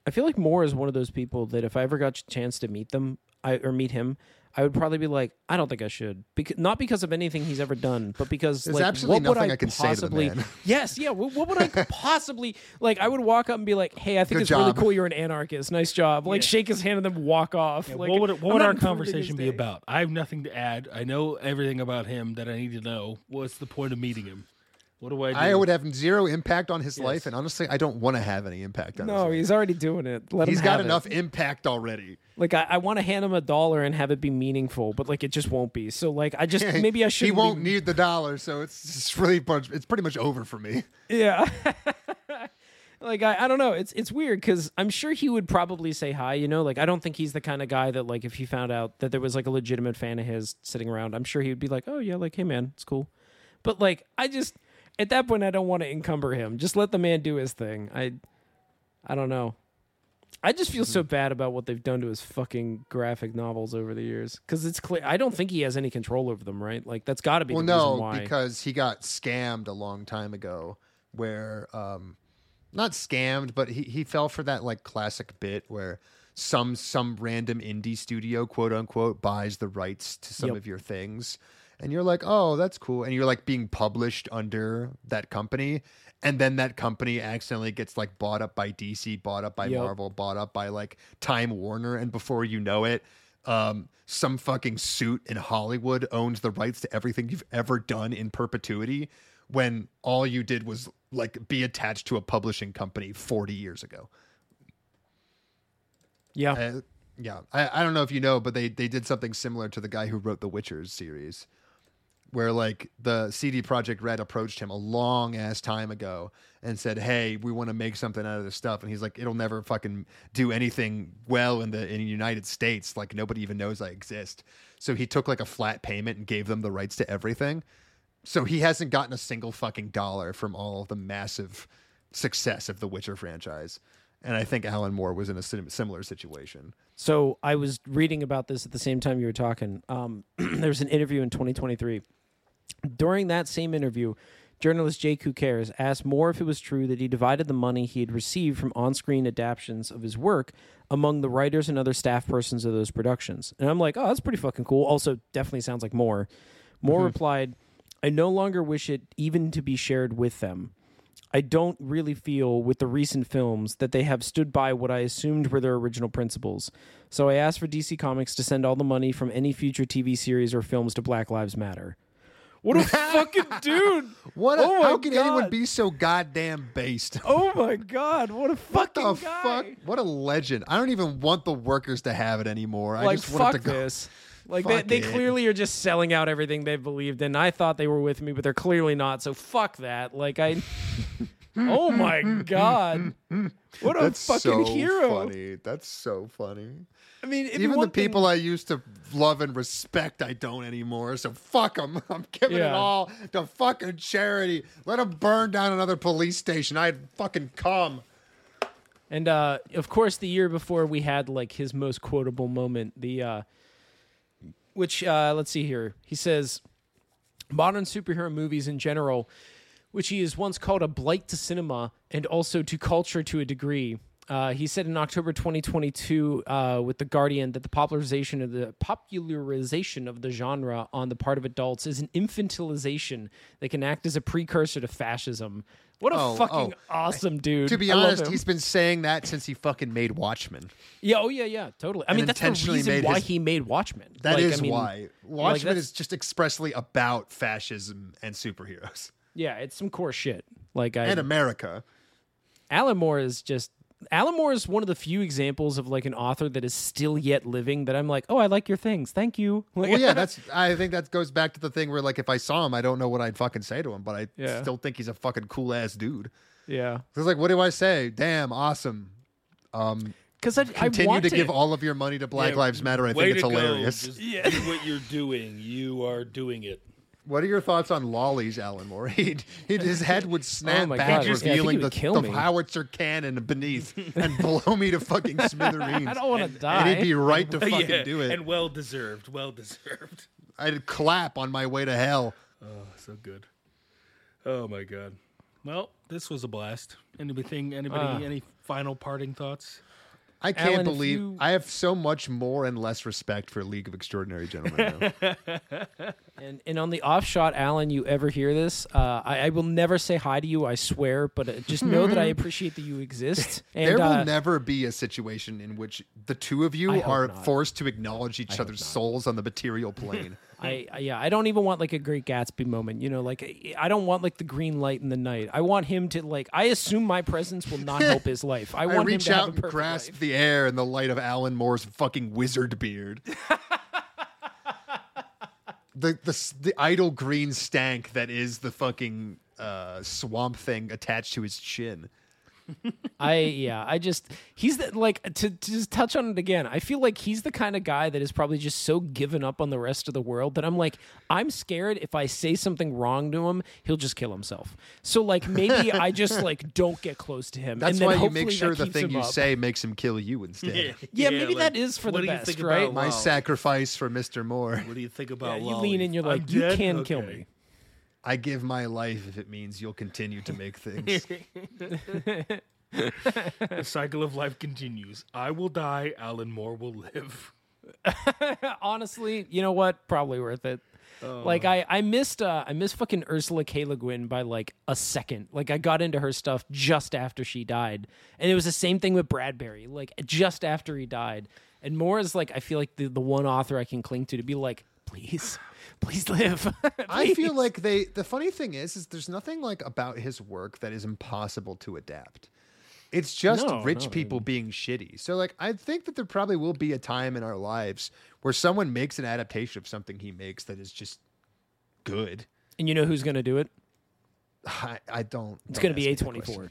E: I feel like Moore is one of those people that if I ever got a chance to meet them, I or meet him, I would probably be like, I don't think I should, because not because of anything he's ever done, but because
F: There's
E: like,
F: absolutely
E: what would
F: nothing
E: I,
F: I can say to the
E: possibly?
F: man.
E: [LAUGHS] Yes, yeah. What, what would
F: [LAUGHS]
E: I possibly like? I would walk up and be like, Hey, I think
F: Good
E: it's really
F: job.
E: cool. You're an anarchist. Nice job. Like, shake his hand and then walk off.
D: Yeah,
E: like,
D: what would,
E: I'm
D: what would
E: not
D: our
E: improving
D: conversation
E: this
D: be
E: day.
D: about? I have nothing to add. I know everything about him that I need to know. What's the point of meeting him? What do I do?
F: I would have zero impact on his life, and honestly, I don't want to have any impact on.
E: No,
F: his
E: he's already doing it. Let
F: life.
E: him
F: he's got
E: have it.
F: enough impact already.
E: Like I, I want to hand him a dollar and have it be meaningful, but like it just won't be. So like I
F: [LAUGHS]
E: just maybe I should.
F: He won't need the dollar, so it's it's really much, it's pretty much over for me.
E: Yeah. [LAUGHS] like I, I don't know. It's it's weird because I'm sure he would probably say hi. You know, like I don't think he's the kind of guy that like if he found out that there was like a legitimate fan of his sitting around, I'm sure he would be like, oh yeah, like hey man, it's cool. But like I just at that point I don't want to encumber him. Just let the man do his thing. I I don't know. I just feel
F: Mm-hmm.
E: so bad about what they've done to his fucking graphic novels over the years because it's clear I don't think he has any control over them, right? Like that's got to be
F: Well,
E: the
F: no,
E: reason why.
F: because he got scammed a long time ago, where um, not scammed, but he he fell for that like classic bit where some some random indie studio quote unquote buys the rights to some
E: Yep.
F: of your things. And you're like, oh, that's cool. And you're like being published under that company. And then that company accidentally gets like bought up by DC, bought up by
E: Yep.
F: Marvel, bought up by like Time Warner. And before you know it, um, some fucking suit in Hollywood owns the rights to everything you've ever done in perpetuity when all you did was like be attached to a publishing company 40 years ago.
E: yeah,
F: Uh, yeah, I, I don't know if you know, but they they did something similar to the guy who wrote the Witcher's series, where like the CD Project Red approached him a long ass time ago and said, "Hey, we want to make something out of this stuff," and he's like, "It'll never fucking do anything well in the in the United States. Like nobody even knows I exist." So he took like a flat payment and gave them the rights to everything. So he hasn't gotten a single fucking dollar from all the massive success of the Witcher franchise. And I think Alan Moore was in a sim- similar situation.
E: So I was reading about this at the same time you were talking. Um, [CLEARS THROAT] there was an interview in 2023. During that same interview, journalist Jake Who Cares asked Moore if it was true that he divided the money he had received from on screen adaptions of his work among the writers and other staff persons of those productions. And I'm like, oh, that's pretty fucking cool. Also, definitely sounds like Moore. Moore replied, I no longer wish it even to be shared with them. I don't really feel with the recent films that they have stood by what I assumed were their original principles. So I asked for DC Comics to send all the money from any future TV series or films to Black Lives Matter. What
F: [LAUGHS]
E: a fucking dude!
F: What? A,
E: Oh my
F: how can anyone
E: God.
F: be so goddamn based?
E: Oh my god! What a fucking
F: What the
E: guy!
F: fuck? What a legend! I don't even want the workers to have it anymore. I
E: Like
F: just want
E: fuck
F: it to go.
E: this. Like
F: Fuck
E: they, they
F: it.
E: clearly are just selling out everything they believed in. I thought they were with me, but they're clearly not. So fuck that. Like
F: [LAUGHS]
E: I. oh my god! What a
F: That's
E: fucking
F: so
E: hero!
F: funny. That's so funny.
E: I mean, it'd be
F: Even the
E: one thing-
F: people I used to love and respect, I don't anymore. So fuck them. [LAUGHS] I'm giving
E: Yeah.
F: it all to fucking charity. Let them burn down another police station. I'd fucking come.
E: And uh, of course, the year before we had like his most quotable moment, the uh, which uh, let's see here. He says, modern superhero movies in general, which he is once called a blight to cinema and also to culture to a degree. Uh, he said in October 2022 uh, with the Guardian that the popularization of the popularization of the genre on the part of adults is an infantilization that can act as a precursor to fascism. What a
F: Oh,
E: fucking
F: oh.
E: awesome dude!
F: To be
E: I love
F: honest,
E: him.
F: he's been saying that since he fucking made Watchmen.
E: Yeah. Oh, yeah. Yeah. Totally. I mean, that's the
F: intentionally
E: reason
F: made
E: why
F: his-
E: he made Watchmen.
F: That is
E: Like, I mean,
F: why
E: like,
F: Watchmen
E: that's-
F: is just expressly about fascism and superheroes.
E: Yeah, it's some core shit. Like I
F: and America.
E: Alan Moore is just Alan Moore is one of the few examples of like an author that is still yet living that I'm like, oh, I like your things, thank you. Like,
F: Well, yeah, that's. I think that goes back to the thing where, like, if I saw him, I don't know what I'd fucking say to him, but I
E: Yeah.
F: still think he's a fucking cool ass dude.
E: [LAUGHS] yeah.
F: It's like, what do I say? Damn, awesome.
E: Because I I
F: Continue
E: want
F: to give all of your money to Black
D: Yeah,
F: Lives Matter. I
D: Way
F: think it's
D: to go.
F: hilarious.
E: [LAUGHS]
D: Just do what you're doing. You are doing it.
F: What are your thoughts on lollies, Alan Moore? [LAUGHS] He'd, he'd, his head would snap
E: [LAUGHS] Oh my
F: back,
E: God, yeah, I think he
F: revealing the,
E: would kill
F: the
E: me.
F: howitzer cannon
D: [LAUGHS]
F: beneath and blow me to fucking smithereens.
E: I don't want to
F: and
E: die.
F: he'd be right to [LAUGHS]
D: [LAUGHS]
F: fucking
D: yeah,
F: do it.
D: and well deserved. Well deserved. [LAUGHS]
F: I'd clap on my way to hell.
D: Oh, so good. Oh my god. Well, this was a blast. Anything? Anybody?
E: Ah.
D: any final parting thoughts?
F: I can't
E: Alan, if
F: believe
E: you-
F: I have so much more and less respect for League of Extraordinary Gentlemen.
D: [LAUGHS]
F: Now.
E: and, and on the offshot, Alan, you ever hear this? Uh, I, I will never say hi to you, I swear, but uh, just know
F: [LAUGHS]
E: that I appreciate that you exist. And,
F: there will
E: uh,
F: never be a situation in which the two of
E: I
F: you
E: hope
F: are
E: not.
F: forced to acknowledge each other's souls on the
E: [LAUGHS]
F: material plane.
E: I, I yeah, I don't even want like a Great Gatsby moment. You know, like I- I don't want like the green light in the night. I want him to like. I assume my presence will not help
F: [LAUGHS]
E: his life. I
F: I,
E: want him
F: reach
E: to have
F: out
E: a
F: and
E: perfect
F: grasp
E: life.
F: the air in the light of Alan Moore's fucking wizard beard.
E: [LAUGHS]
F: the, the s- the idle green stank that is the fucking uh, swamp thing attached to his chin.
E: I yeah, I just he's the, like to, to just touch on it again. I feel like he's the kind of guy that is probably just so given up on the rest of the world that I'm like I'm scared if I say something wrong to him, he'll just kill himself. So like
F: [LAUGHS]
E: maybe I just like don't get close to him.
F: That's
E: and then
F: why you
E: hopefully
F: make sure
E: that
F: the
E: keeps
F: thing
E: him
F: you
E: up.
F: say makes him kill
E: [LAUGHS]
F: you instead.
E: Yeah, maybe that is for
D: what
E: the
D: do you
E: best,
D: think
E: right?
D: About
F: My
D: Lolly?
F: sacrifice for Mr. Moore.
D: What do you think
E: Yeah,
D: about?
E: you lean
D: Lolly?
E: in, you're
D: I'm
E: like you
D: dead?
E: can kill
D: Okay.
E: me.
F: I give my life if it means you'll continue
E: [LAUGHS]
F: to make things.
D: The cycle of life continues. I will die. Alan Moore will live.
E: honestly, you know what? Probably worth it.
F: Oh.
E: Like I, I missed, uh, I missed fucking Ursula K. Le Guin by like a second. Like I got into her stuff just after she died, and it was the same thing with Bradbury. Like just after he died, and Moore is like, I feel like the the one author I can cling to to be like, please, please live.
F: [LAUGHS] I feel
E: Please.
F: like they the funny thing is is there's nothing like about his work that is impossible to adapt. It's just
E: No,
F: rich
E: no,
F: people being shitty. So like I think that there probably will be a time in our lives where someone makes an adaptation of something he makes that is just good.
E: and you know who's gonna do it?
F: I, I don't
E: It's
F: don't
E: gonna
F: ask
E: be
F: me
E: A
F: that
E: twenty four.
F: question.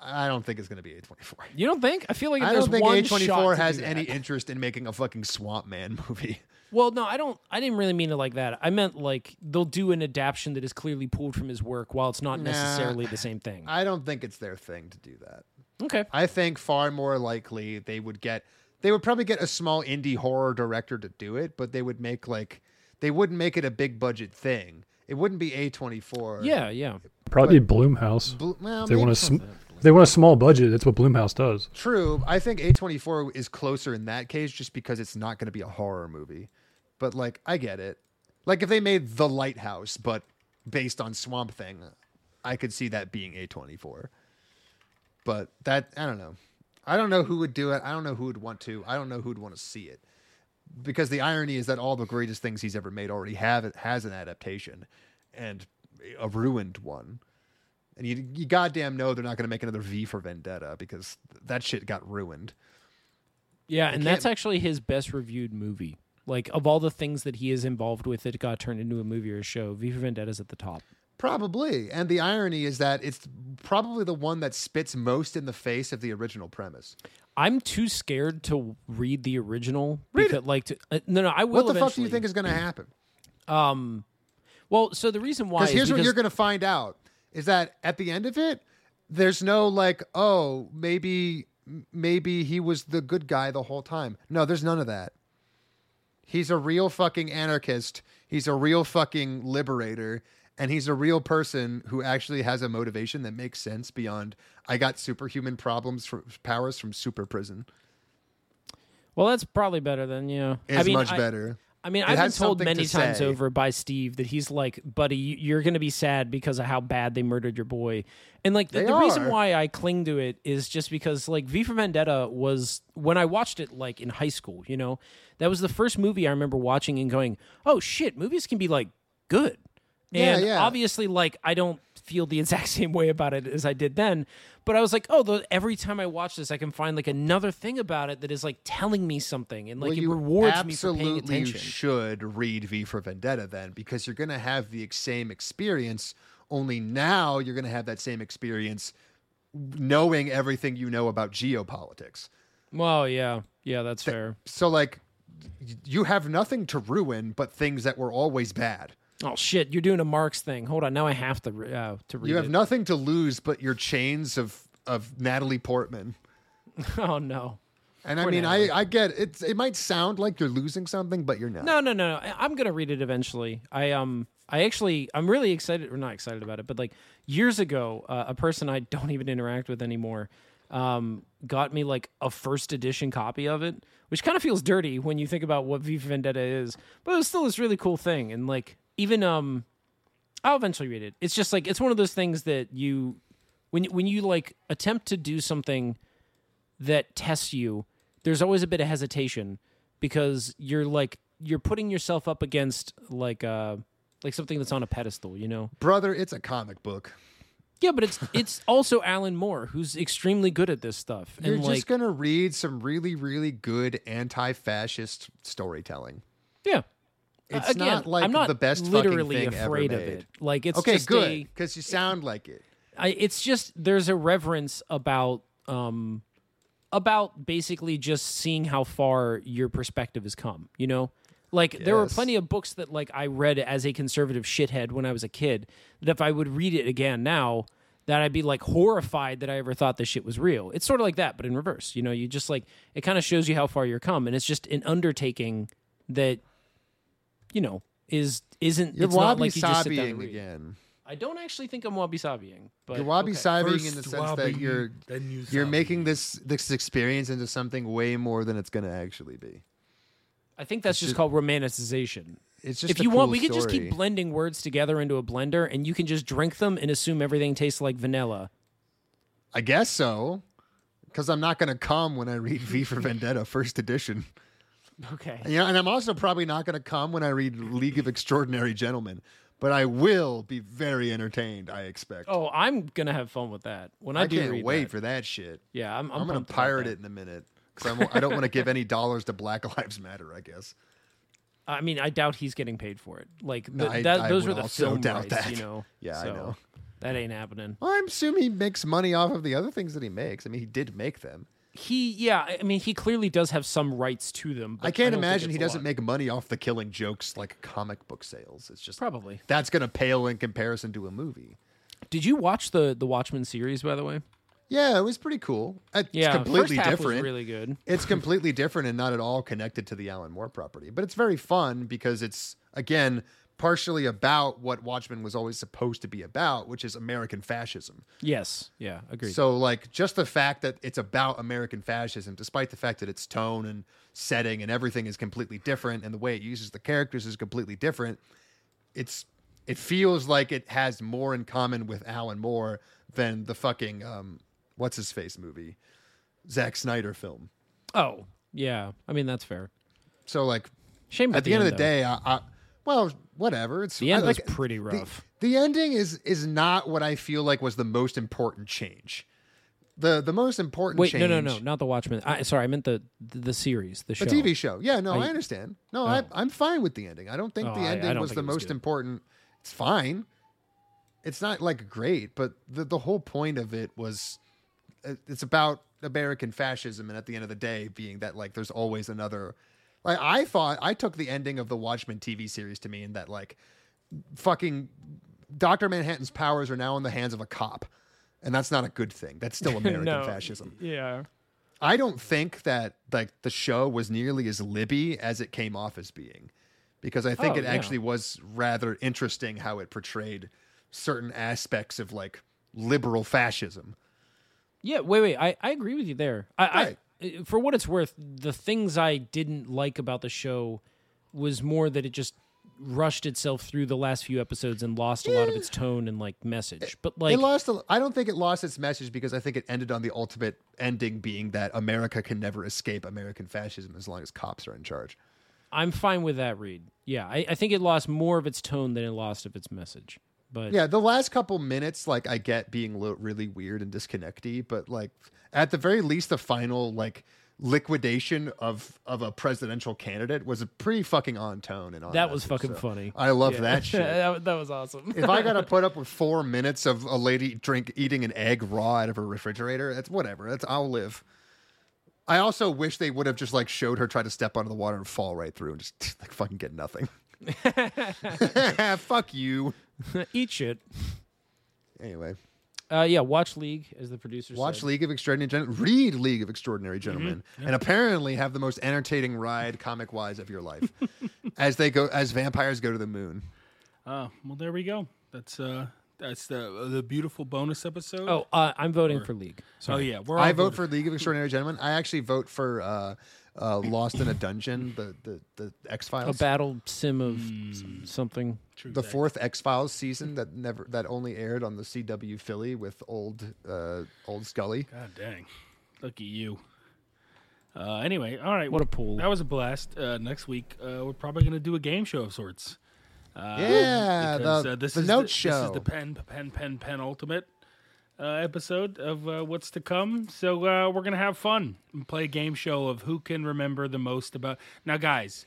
F: I don't think it's gonna be A twenty four.
E: You don't think? I feel like if
F: I
E: there's
F: don't think
E: one
F: A
E: shot
F: twenty
E: to
F: four
E: do
F: has
E: that-
F: any interest in making a fucking swamp man [LAUGHS] movie.
E: Well, no, I don't. I didn't really mean it like that. I meant like they'll do an adaptation that is clearly pulled from his work, while it's not
F: Nah.
E: necessarily the same thing.
F: I don't think it's their thing to do that.
E: okay.
F: I think far more likely they would get they would probably get a small indie horror director to do it, but they would make like they wouldn't make it a big budget thing. It wouldn't be A twenty four.
E: Yeah, yeah.
H: Probably Bloomhouse.
F: Bl- well,
H: they want
F: maybe
H: a sm- they want a small budget. That's what Bloomhouse does.
F: True. I think A24 is closer in that case just because it's not going to be a horror movie. But like I get it. Like if they made The Lighthouse but based on Swamp Thing, I could see that being A24. But that I don't know. I don't know who would do it. I don't know who would want to. I don't know who'd want to see it. Because the irony is that all the greatest things he's ever made already have has an adaptation and a ruined one. And you, you goddamn know they're not going to make another V for Vendetta because that shit got ruined.
E: Yeah, and that's actually his best reviewed movie. Like of all the things that he is involved with that got turned into a movie or a show, V for Vendetta's at the top.
F: Probably. And the irony is that it's probably the one that spits most in the face of the original premise.
E: I'm too scared to read the original. because, Like, to, uh, no, no, I will.
F: What the fuck do you
E: eventually.
F: think is going to happen?
E: Well, so the reason why
F: Because
E: is
F: here's what
E: because-
F: you're going to find out is that at the end of it, there's no like, oh, maybe maybe he was the good guy the whole time. No, there's none of that. He's a real fucking anarchist. He's a real fucking liberator. And he's a real person who actually has a motivation that makes sense beyond I got superhuman problems from powers from super prison.
E: Well, that's probably better than you know.
F: It's
E: I mean,
F: much
E: I-
F: better.
E: I mean,
F: It
E: I've been
F: has
E: told
F: something
E: many
F: to
E: times
F: say.
E: over by Steve that he's like, buddy, you- you're going to be sad because of how bad they murdered your boy. And like, the,
F: They
E: the reason
F: are.
E: why I cling to it is just because like V for Vendetta was, when I watched it like in high school, you know, that was the first movie I remember watching and going, oh shit, movies can be like good. And
F: yeah.
E: obviously, like I don't feel the [LAUGHS] exact same way about it as I did then, but I was like, oh, the, every time I watch this, I can find like another thing about it that is like telling me something, and like
F: well,
E: it
F: you
E: rewards me for
F: absolutely
E: paying attention.
F: should read V for Vendetta then, because you're going to have the ex- same experience. Only now you're going to have that same experience, knowing everything you know about geopolitics.
E: well, yeah, yeah, that's fair.
F: So like, y- you have nothing to ruin but things that were always bad.
E: Oh shit, you're doing a Marx thing. Hold on, now I have to re- uh, to read
F: You have
E: it.
F: nothing to lose but your chains of of Natalie Portman.
E: [LAUGHS] oh no.
F: And I
E: Poor
F: mean,
E: Natalie.
F: I, I get it. It might sound like you're losing something, but you're not.
E: No, no, no. no. I- I'm gonna read it eventually. I um, I actually, I'm really excited. Or not excited about it, but like years ago, uh, a person I don't even interact with anymore, um, got me like a first edition copy of it, which kind of feels dirty when you think about what V for Vendetta is. But it was still this really cool thing, and like even um, I'll eventually read it. It's just like it's one of those things that you when when you like attempt to do something that tests you, there's always a bit of hesitation because you're like you're putting yourself up against like uh like something that's on a pedestal, you know.
F: Brother, it's a comic book.
E: Yeah, but
F: [LAUGHS]
E: it's it's also Alan Moore who's extremely good at this stuff. And
F: You're
E: like
F: just going to read some really, really good anti fascist storytelling.
E: yeah. Uh,
F: It's
E: Again,
F: not like
E: I'm not
F: the best fucking
E: literally
F: thing ever
E: afraid of
F: made.
E: it. Like it's
F: okay,
E: just
F: good.
E: a-
F: Because you sound like it.
E: I, it's just there's a reverence about um about basically just seeing how far your perspective has come you know like there were
F: Yes.
E: plenty of books that like i read as a conservative shithead when i was a kid that if i would read it again now that i'd be like horrified that i ever thought this shit was real it's sort of like that but in reverse you know you just like it kind of shows you how far you're come and it's just an undertaking that you know is isn't
F: You're
E: it's not
F: wabi
E: like you just sit down and
F: sabiing
E: read.
F: again.
E: i don't actually think i'm wabi sabiing but
F: You're wabi
E: okay.
F: sabiing in
D: First
F: the sense that
D: wabi,
F: you're
D: then you
F: you're
D: sabi.
F: making this this experience into something way more than it's going to actually be.
E: I think that's just, called romanticization.
F: It's just
E: if
F: a
E: you want,
F: cool
E: we could just keep
F: story.
E: blending words together into a blender, and you can just drink them and assume everything tastes like vanilla.
F: I guess so. Because I'm not going to come when I read V for Vendetta first edition.
E: Okay.
F: You know, and I'm also probably not going to come when I read League of Extraordinary Gentlemen, but I will be very entertained, I expect.
E: Oh, I'm gonna have fun with that when I,
F: I
E: do
F: can't
E: read
F: wait
E: that.
F: for that shit.
E: Yeah, I'm. I'm,
F: I'm, going
E: pumped
F: to
E: about
F: pirate
E: that.
F: it in a minute because I don't want to give any dollars to Black Lives Matter, I guess.
E: I mean, I doubt he's getting paid for it. Like
F: No,
E: th-
F: I-
E: that,
F: I
E: those
F: would
E: were the
F: also
E: film
F: doubt
E: rights,
F: that.
E: you know.
F: [LAUGHS] Yeah, I
E: So,
F: know.
E: That ain't happening.
F: Well, I'm assuming he makes money off of the other things that he makes. I mean, he did make them.
E: He, yeah, I- I mean, he clearly does have some rights to them. But
F: I can't
E: don't think
F: imagine
E: it's
F: he
E: a
F: doesn't
E: lot.
F: make money off the killing jokes like comic book sales. It's just
E: probably.
F: that's going to pale in comparison to a movie.
E: Did you watch the the Watchmen series by the way?
F: Yeah, it was pretty cool. It's
E: Yeah,
F: completely
E: first half
F: different.
E: Was really good.
F: it's completely different and not at all connected to the Alan Moore property, but it's very fun because it's again partially about what Watchmen was always supposed to be about, which is American fascism.
E: Yes. Yeah. Agreed.
F: So like just the fact that it's about American fascism despite the fact that its tone and setting and everything is completely different and the way it uses the characters is completely different, it's it feels like it has more in common with Alan Moore than the fucking um what's his face movie, Zack Snyder film.
E: Oh, yeah. I mean, that's fair.
F: So like
E: Shame about
F: at the, end, of the
E: though.
F: day, I, I well, whatever. It's
E: The end
F: I,
E: was
F: like,
E: pretty
F: the-
E: rough.
F: The, ending is is not what I feel like was the most important change. The the most important
E: Wait,
F: change.
E: no, no, no, not the Watchmen. I, sorry, I meant the the, the series, the show.
F: The TV show. Yeah, no, I, understand. No, I, I'm fine with the ending. I don't think
E: Oh,
F: the
E: I- I
F: ending
E: don't
F: was
E: think
F: the
E: it was
F: most
E: good.
F: important. It's fine. It's not like great, but the the whole point of it was it- it's about American fascism, and at the end of the day, being that like there's always another. Like I thought, I took the ending of the Watchmen TV series to mean that like fucking Doctor Manhattan's powers are now in the hands of a cop, and that's not a good thing.
E: [LAUGHS]
F: That's still American
E: No.
F: fascism.
E: Yeah.
F: I don't think that like the show was nearly as libby as it came off as being, because I think
E: Oh,
F: it
E: yeah.
F: actually was rather interesting how it portrayed certain aspects of like liberal fascism.
E: Yeah. Wait, wait. I, I agree with you there. I, I for what it's worth, the things I didn't like about the show was more that it just rushed itself through the last few episodes and lost a lot of its tone and like message. But like,
F: it lost. A, I don't think it lost its message because I think it ended on the ultimate ending being that America can never escape American fascism as long as cops are in charge.
E: I'm fine with that read. Yeah, I, I think it lost more of its tone than it lost of its message. But
F: Yeah, the last couple minutes, like I get being lo- really weird and disconnecty, but like at the very least, the final like liquidation of of a presidential candidate was pretty fucking on tone and on.
E: That was
F: message,
E: fucking funny.
F: I love
E: [LAUGHS]
F: that shit.
E: that, that was awesome.
F: if I gotta put up with four minutes of a lady drink eating an egg raw out of her refrigerator, that's whatever. That's I'll live. I also wish they would have just like showed her try to step onto the water and fall right through and just [LAUGHS] like fucking get
E: [LAUGHS]
F: nothing. Fuck you.
E: Eat shit.
F: Anyway.
E: Uh, yeah, watch League as the producer.
F: Watch
E: said.
F: League of Extraordinary Gentlemen. Read League of Extraordinary
D: Mm-hmm.
F: Gentlemen, and apparently have the most entertaining ride, comic wise, of your
D: [LAUGHS]
F: life, as they go as vampires go to the moon.
D: Uh, well, there we go. That's uh, that's the the beautiful bonus episode.
E: Oh, uh, I'm voting for League.
D: oh yeah, we're all
F: I vote
D: voting-
F: for League of Extraordinary Gentlemen. I actually vote for uh, uh, Lost in a Dungeon, the the, the X
E: A
D: Oh,
F: Files,
E: battle sim of
D: Hmm.
E: s- something.
F: the fourth X Files season that never that only aired on the CW Philly with old uh, old Scully.
D: God dang, look at you. Uh, anyway, all right.
E: What a pool.
D: That was a blast. Uh, next week, uh, we're probably gonna do a game show of sorts. Uh,
F: Yeah,
D: because,
F: the-
D: uh, this
F: the
D: is
F: note
D: the, This
F: show.
D: is the pen pen pen pen ultimate uh, episode of uh, what's to come. So uh, we're gonna have fun and play a game show of who can remember the most about. Now, guys,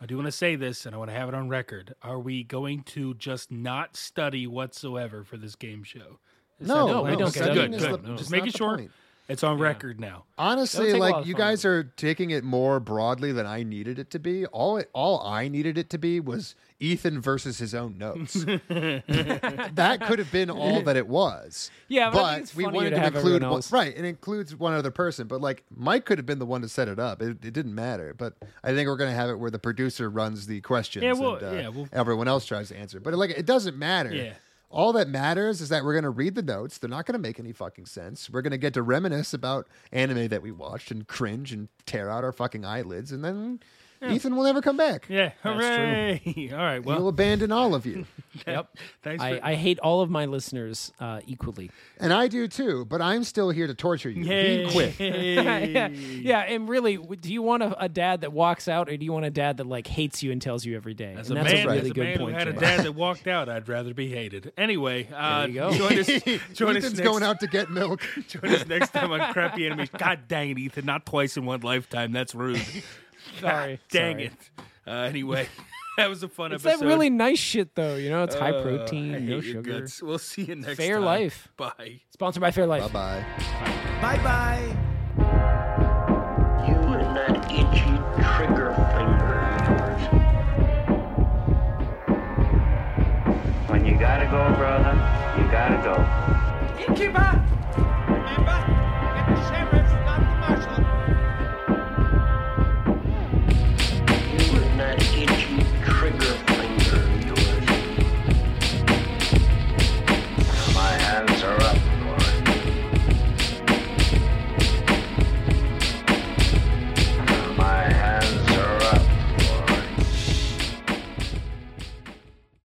D: I do want to say this, and I want to have it on record. Are we going to just not study whatsoever for this game show? Is that the
F: No, no,
D: plan?
E: Oh, we don't
D: Okay,
E: study.
D: Good,
E: No,
D: good.
F: no.
D: Just
F: It's
D: make
F: not
D: it
F: the
D: short.
F: point.
D: It's on record now.
F: Honestly,
E: That'll take a lot
F: like
E: of
F: you
E: fun.
F: guys are taking it more broadly than I needed it to be. All it, all I needed it to be was Ethan versus his
E: [LAUGHS]
F: own notes. that could have been all that it was.
E: Yeah, but I think it's
F: we
E: funnier
F: wanted
E: to
F: to,
E: have
F: include
E: everyone
F: one,
E: else.
F: right. It includes one other person, but like Mike could have been the one to set it up. It, it didn't matter. But I think we're gonna have it where the producer runs the questions
D: Yeah, well,
F: and uh,
D: yeah, we'll-
F: everyone else tries to answer. But like it doesn't matter.
D: Yeah.
F: All that matters is that we're going to read the notes. They're not going to make any fucking sense. We're going to get to reminisce about anime that we watched and cringe and tear out our fucking eyelids. And then Ethan will never come back.
D: Yeah, hooray! [LAUGHS] All right,
F: He'll
D: well,
F: abandon all
D: [LAUGHS]
F: of you.
E: Yep.
D: thanks for.
E: I, I hate all of my listeners uh, equally.
F: and I do too, but I'm still here to torture you.
D: Yay.
F: He
E: [LAUGHS]
F: quit.
E: yeah, yeah, and really, w- do you want a, a dad that walks out, or do you want a dad that like hates you and tells you every day?
D: As a
E: and that's
D: man,
E: a
D: as
E: really
D: a
E: good
D: man
E: point.
D: who had a
E: Jay.
D: dad that walked out, I'd rather be hated. Anyway, uh,
E: There you go.
D: join
E: [LAUGHS]
D: us. Join us
F: Ethan's
D: next,
F: going out to
D: [LAUGHS]
F: get milk.
D: Join us next time on Crappy Enemies. God dang it, Ethan! Not twice in one lifetime. That's rude.
E: [LAUGHS] [LAUGHS] Sorry,
D: [LAUGHS] dang
E: sorry.
D: it. Uh, anyway, [LAUGHS] that was a fun
E: It's that
D: episode.
E: really nice shit though. You know, it's high
D: Uh, I
E: protein,
D: hate
E: no
D: your
E: sugar.
D: guts. We'll see you next
E: Fair
D: time.
E: life.
D: Bye.
E: Sponsored by Fairlife.
F: bye bye.
L: Bye bye.
B: You and that itchy trigger finger of yours. When you gotta go, brother, you gotta go.
L: Incubus!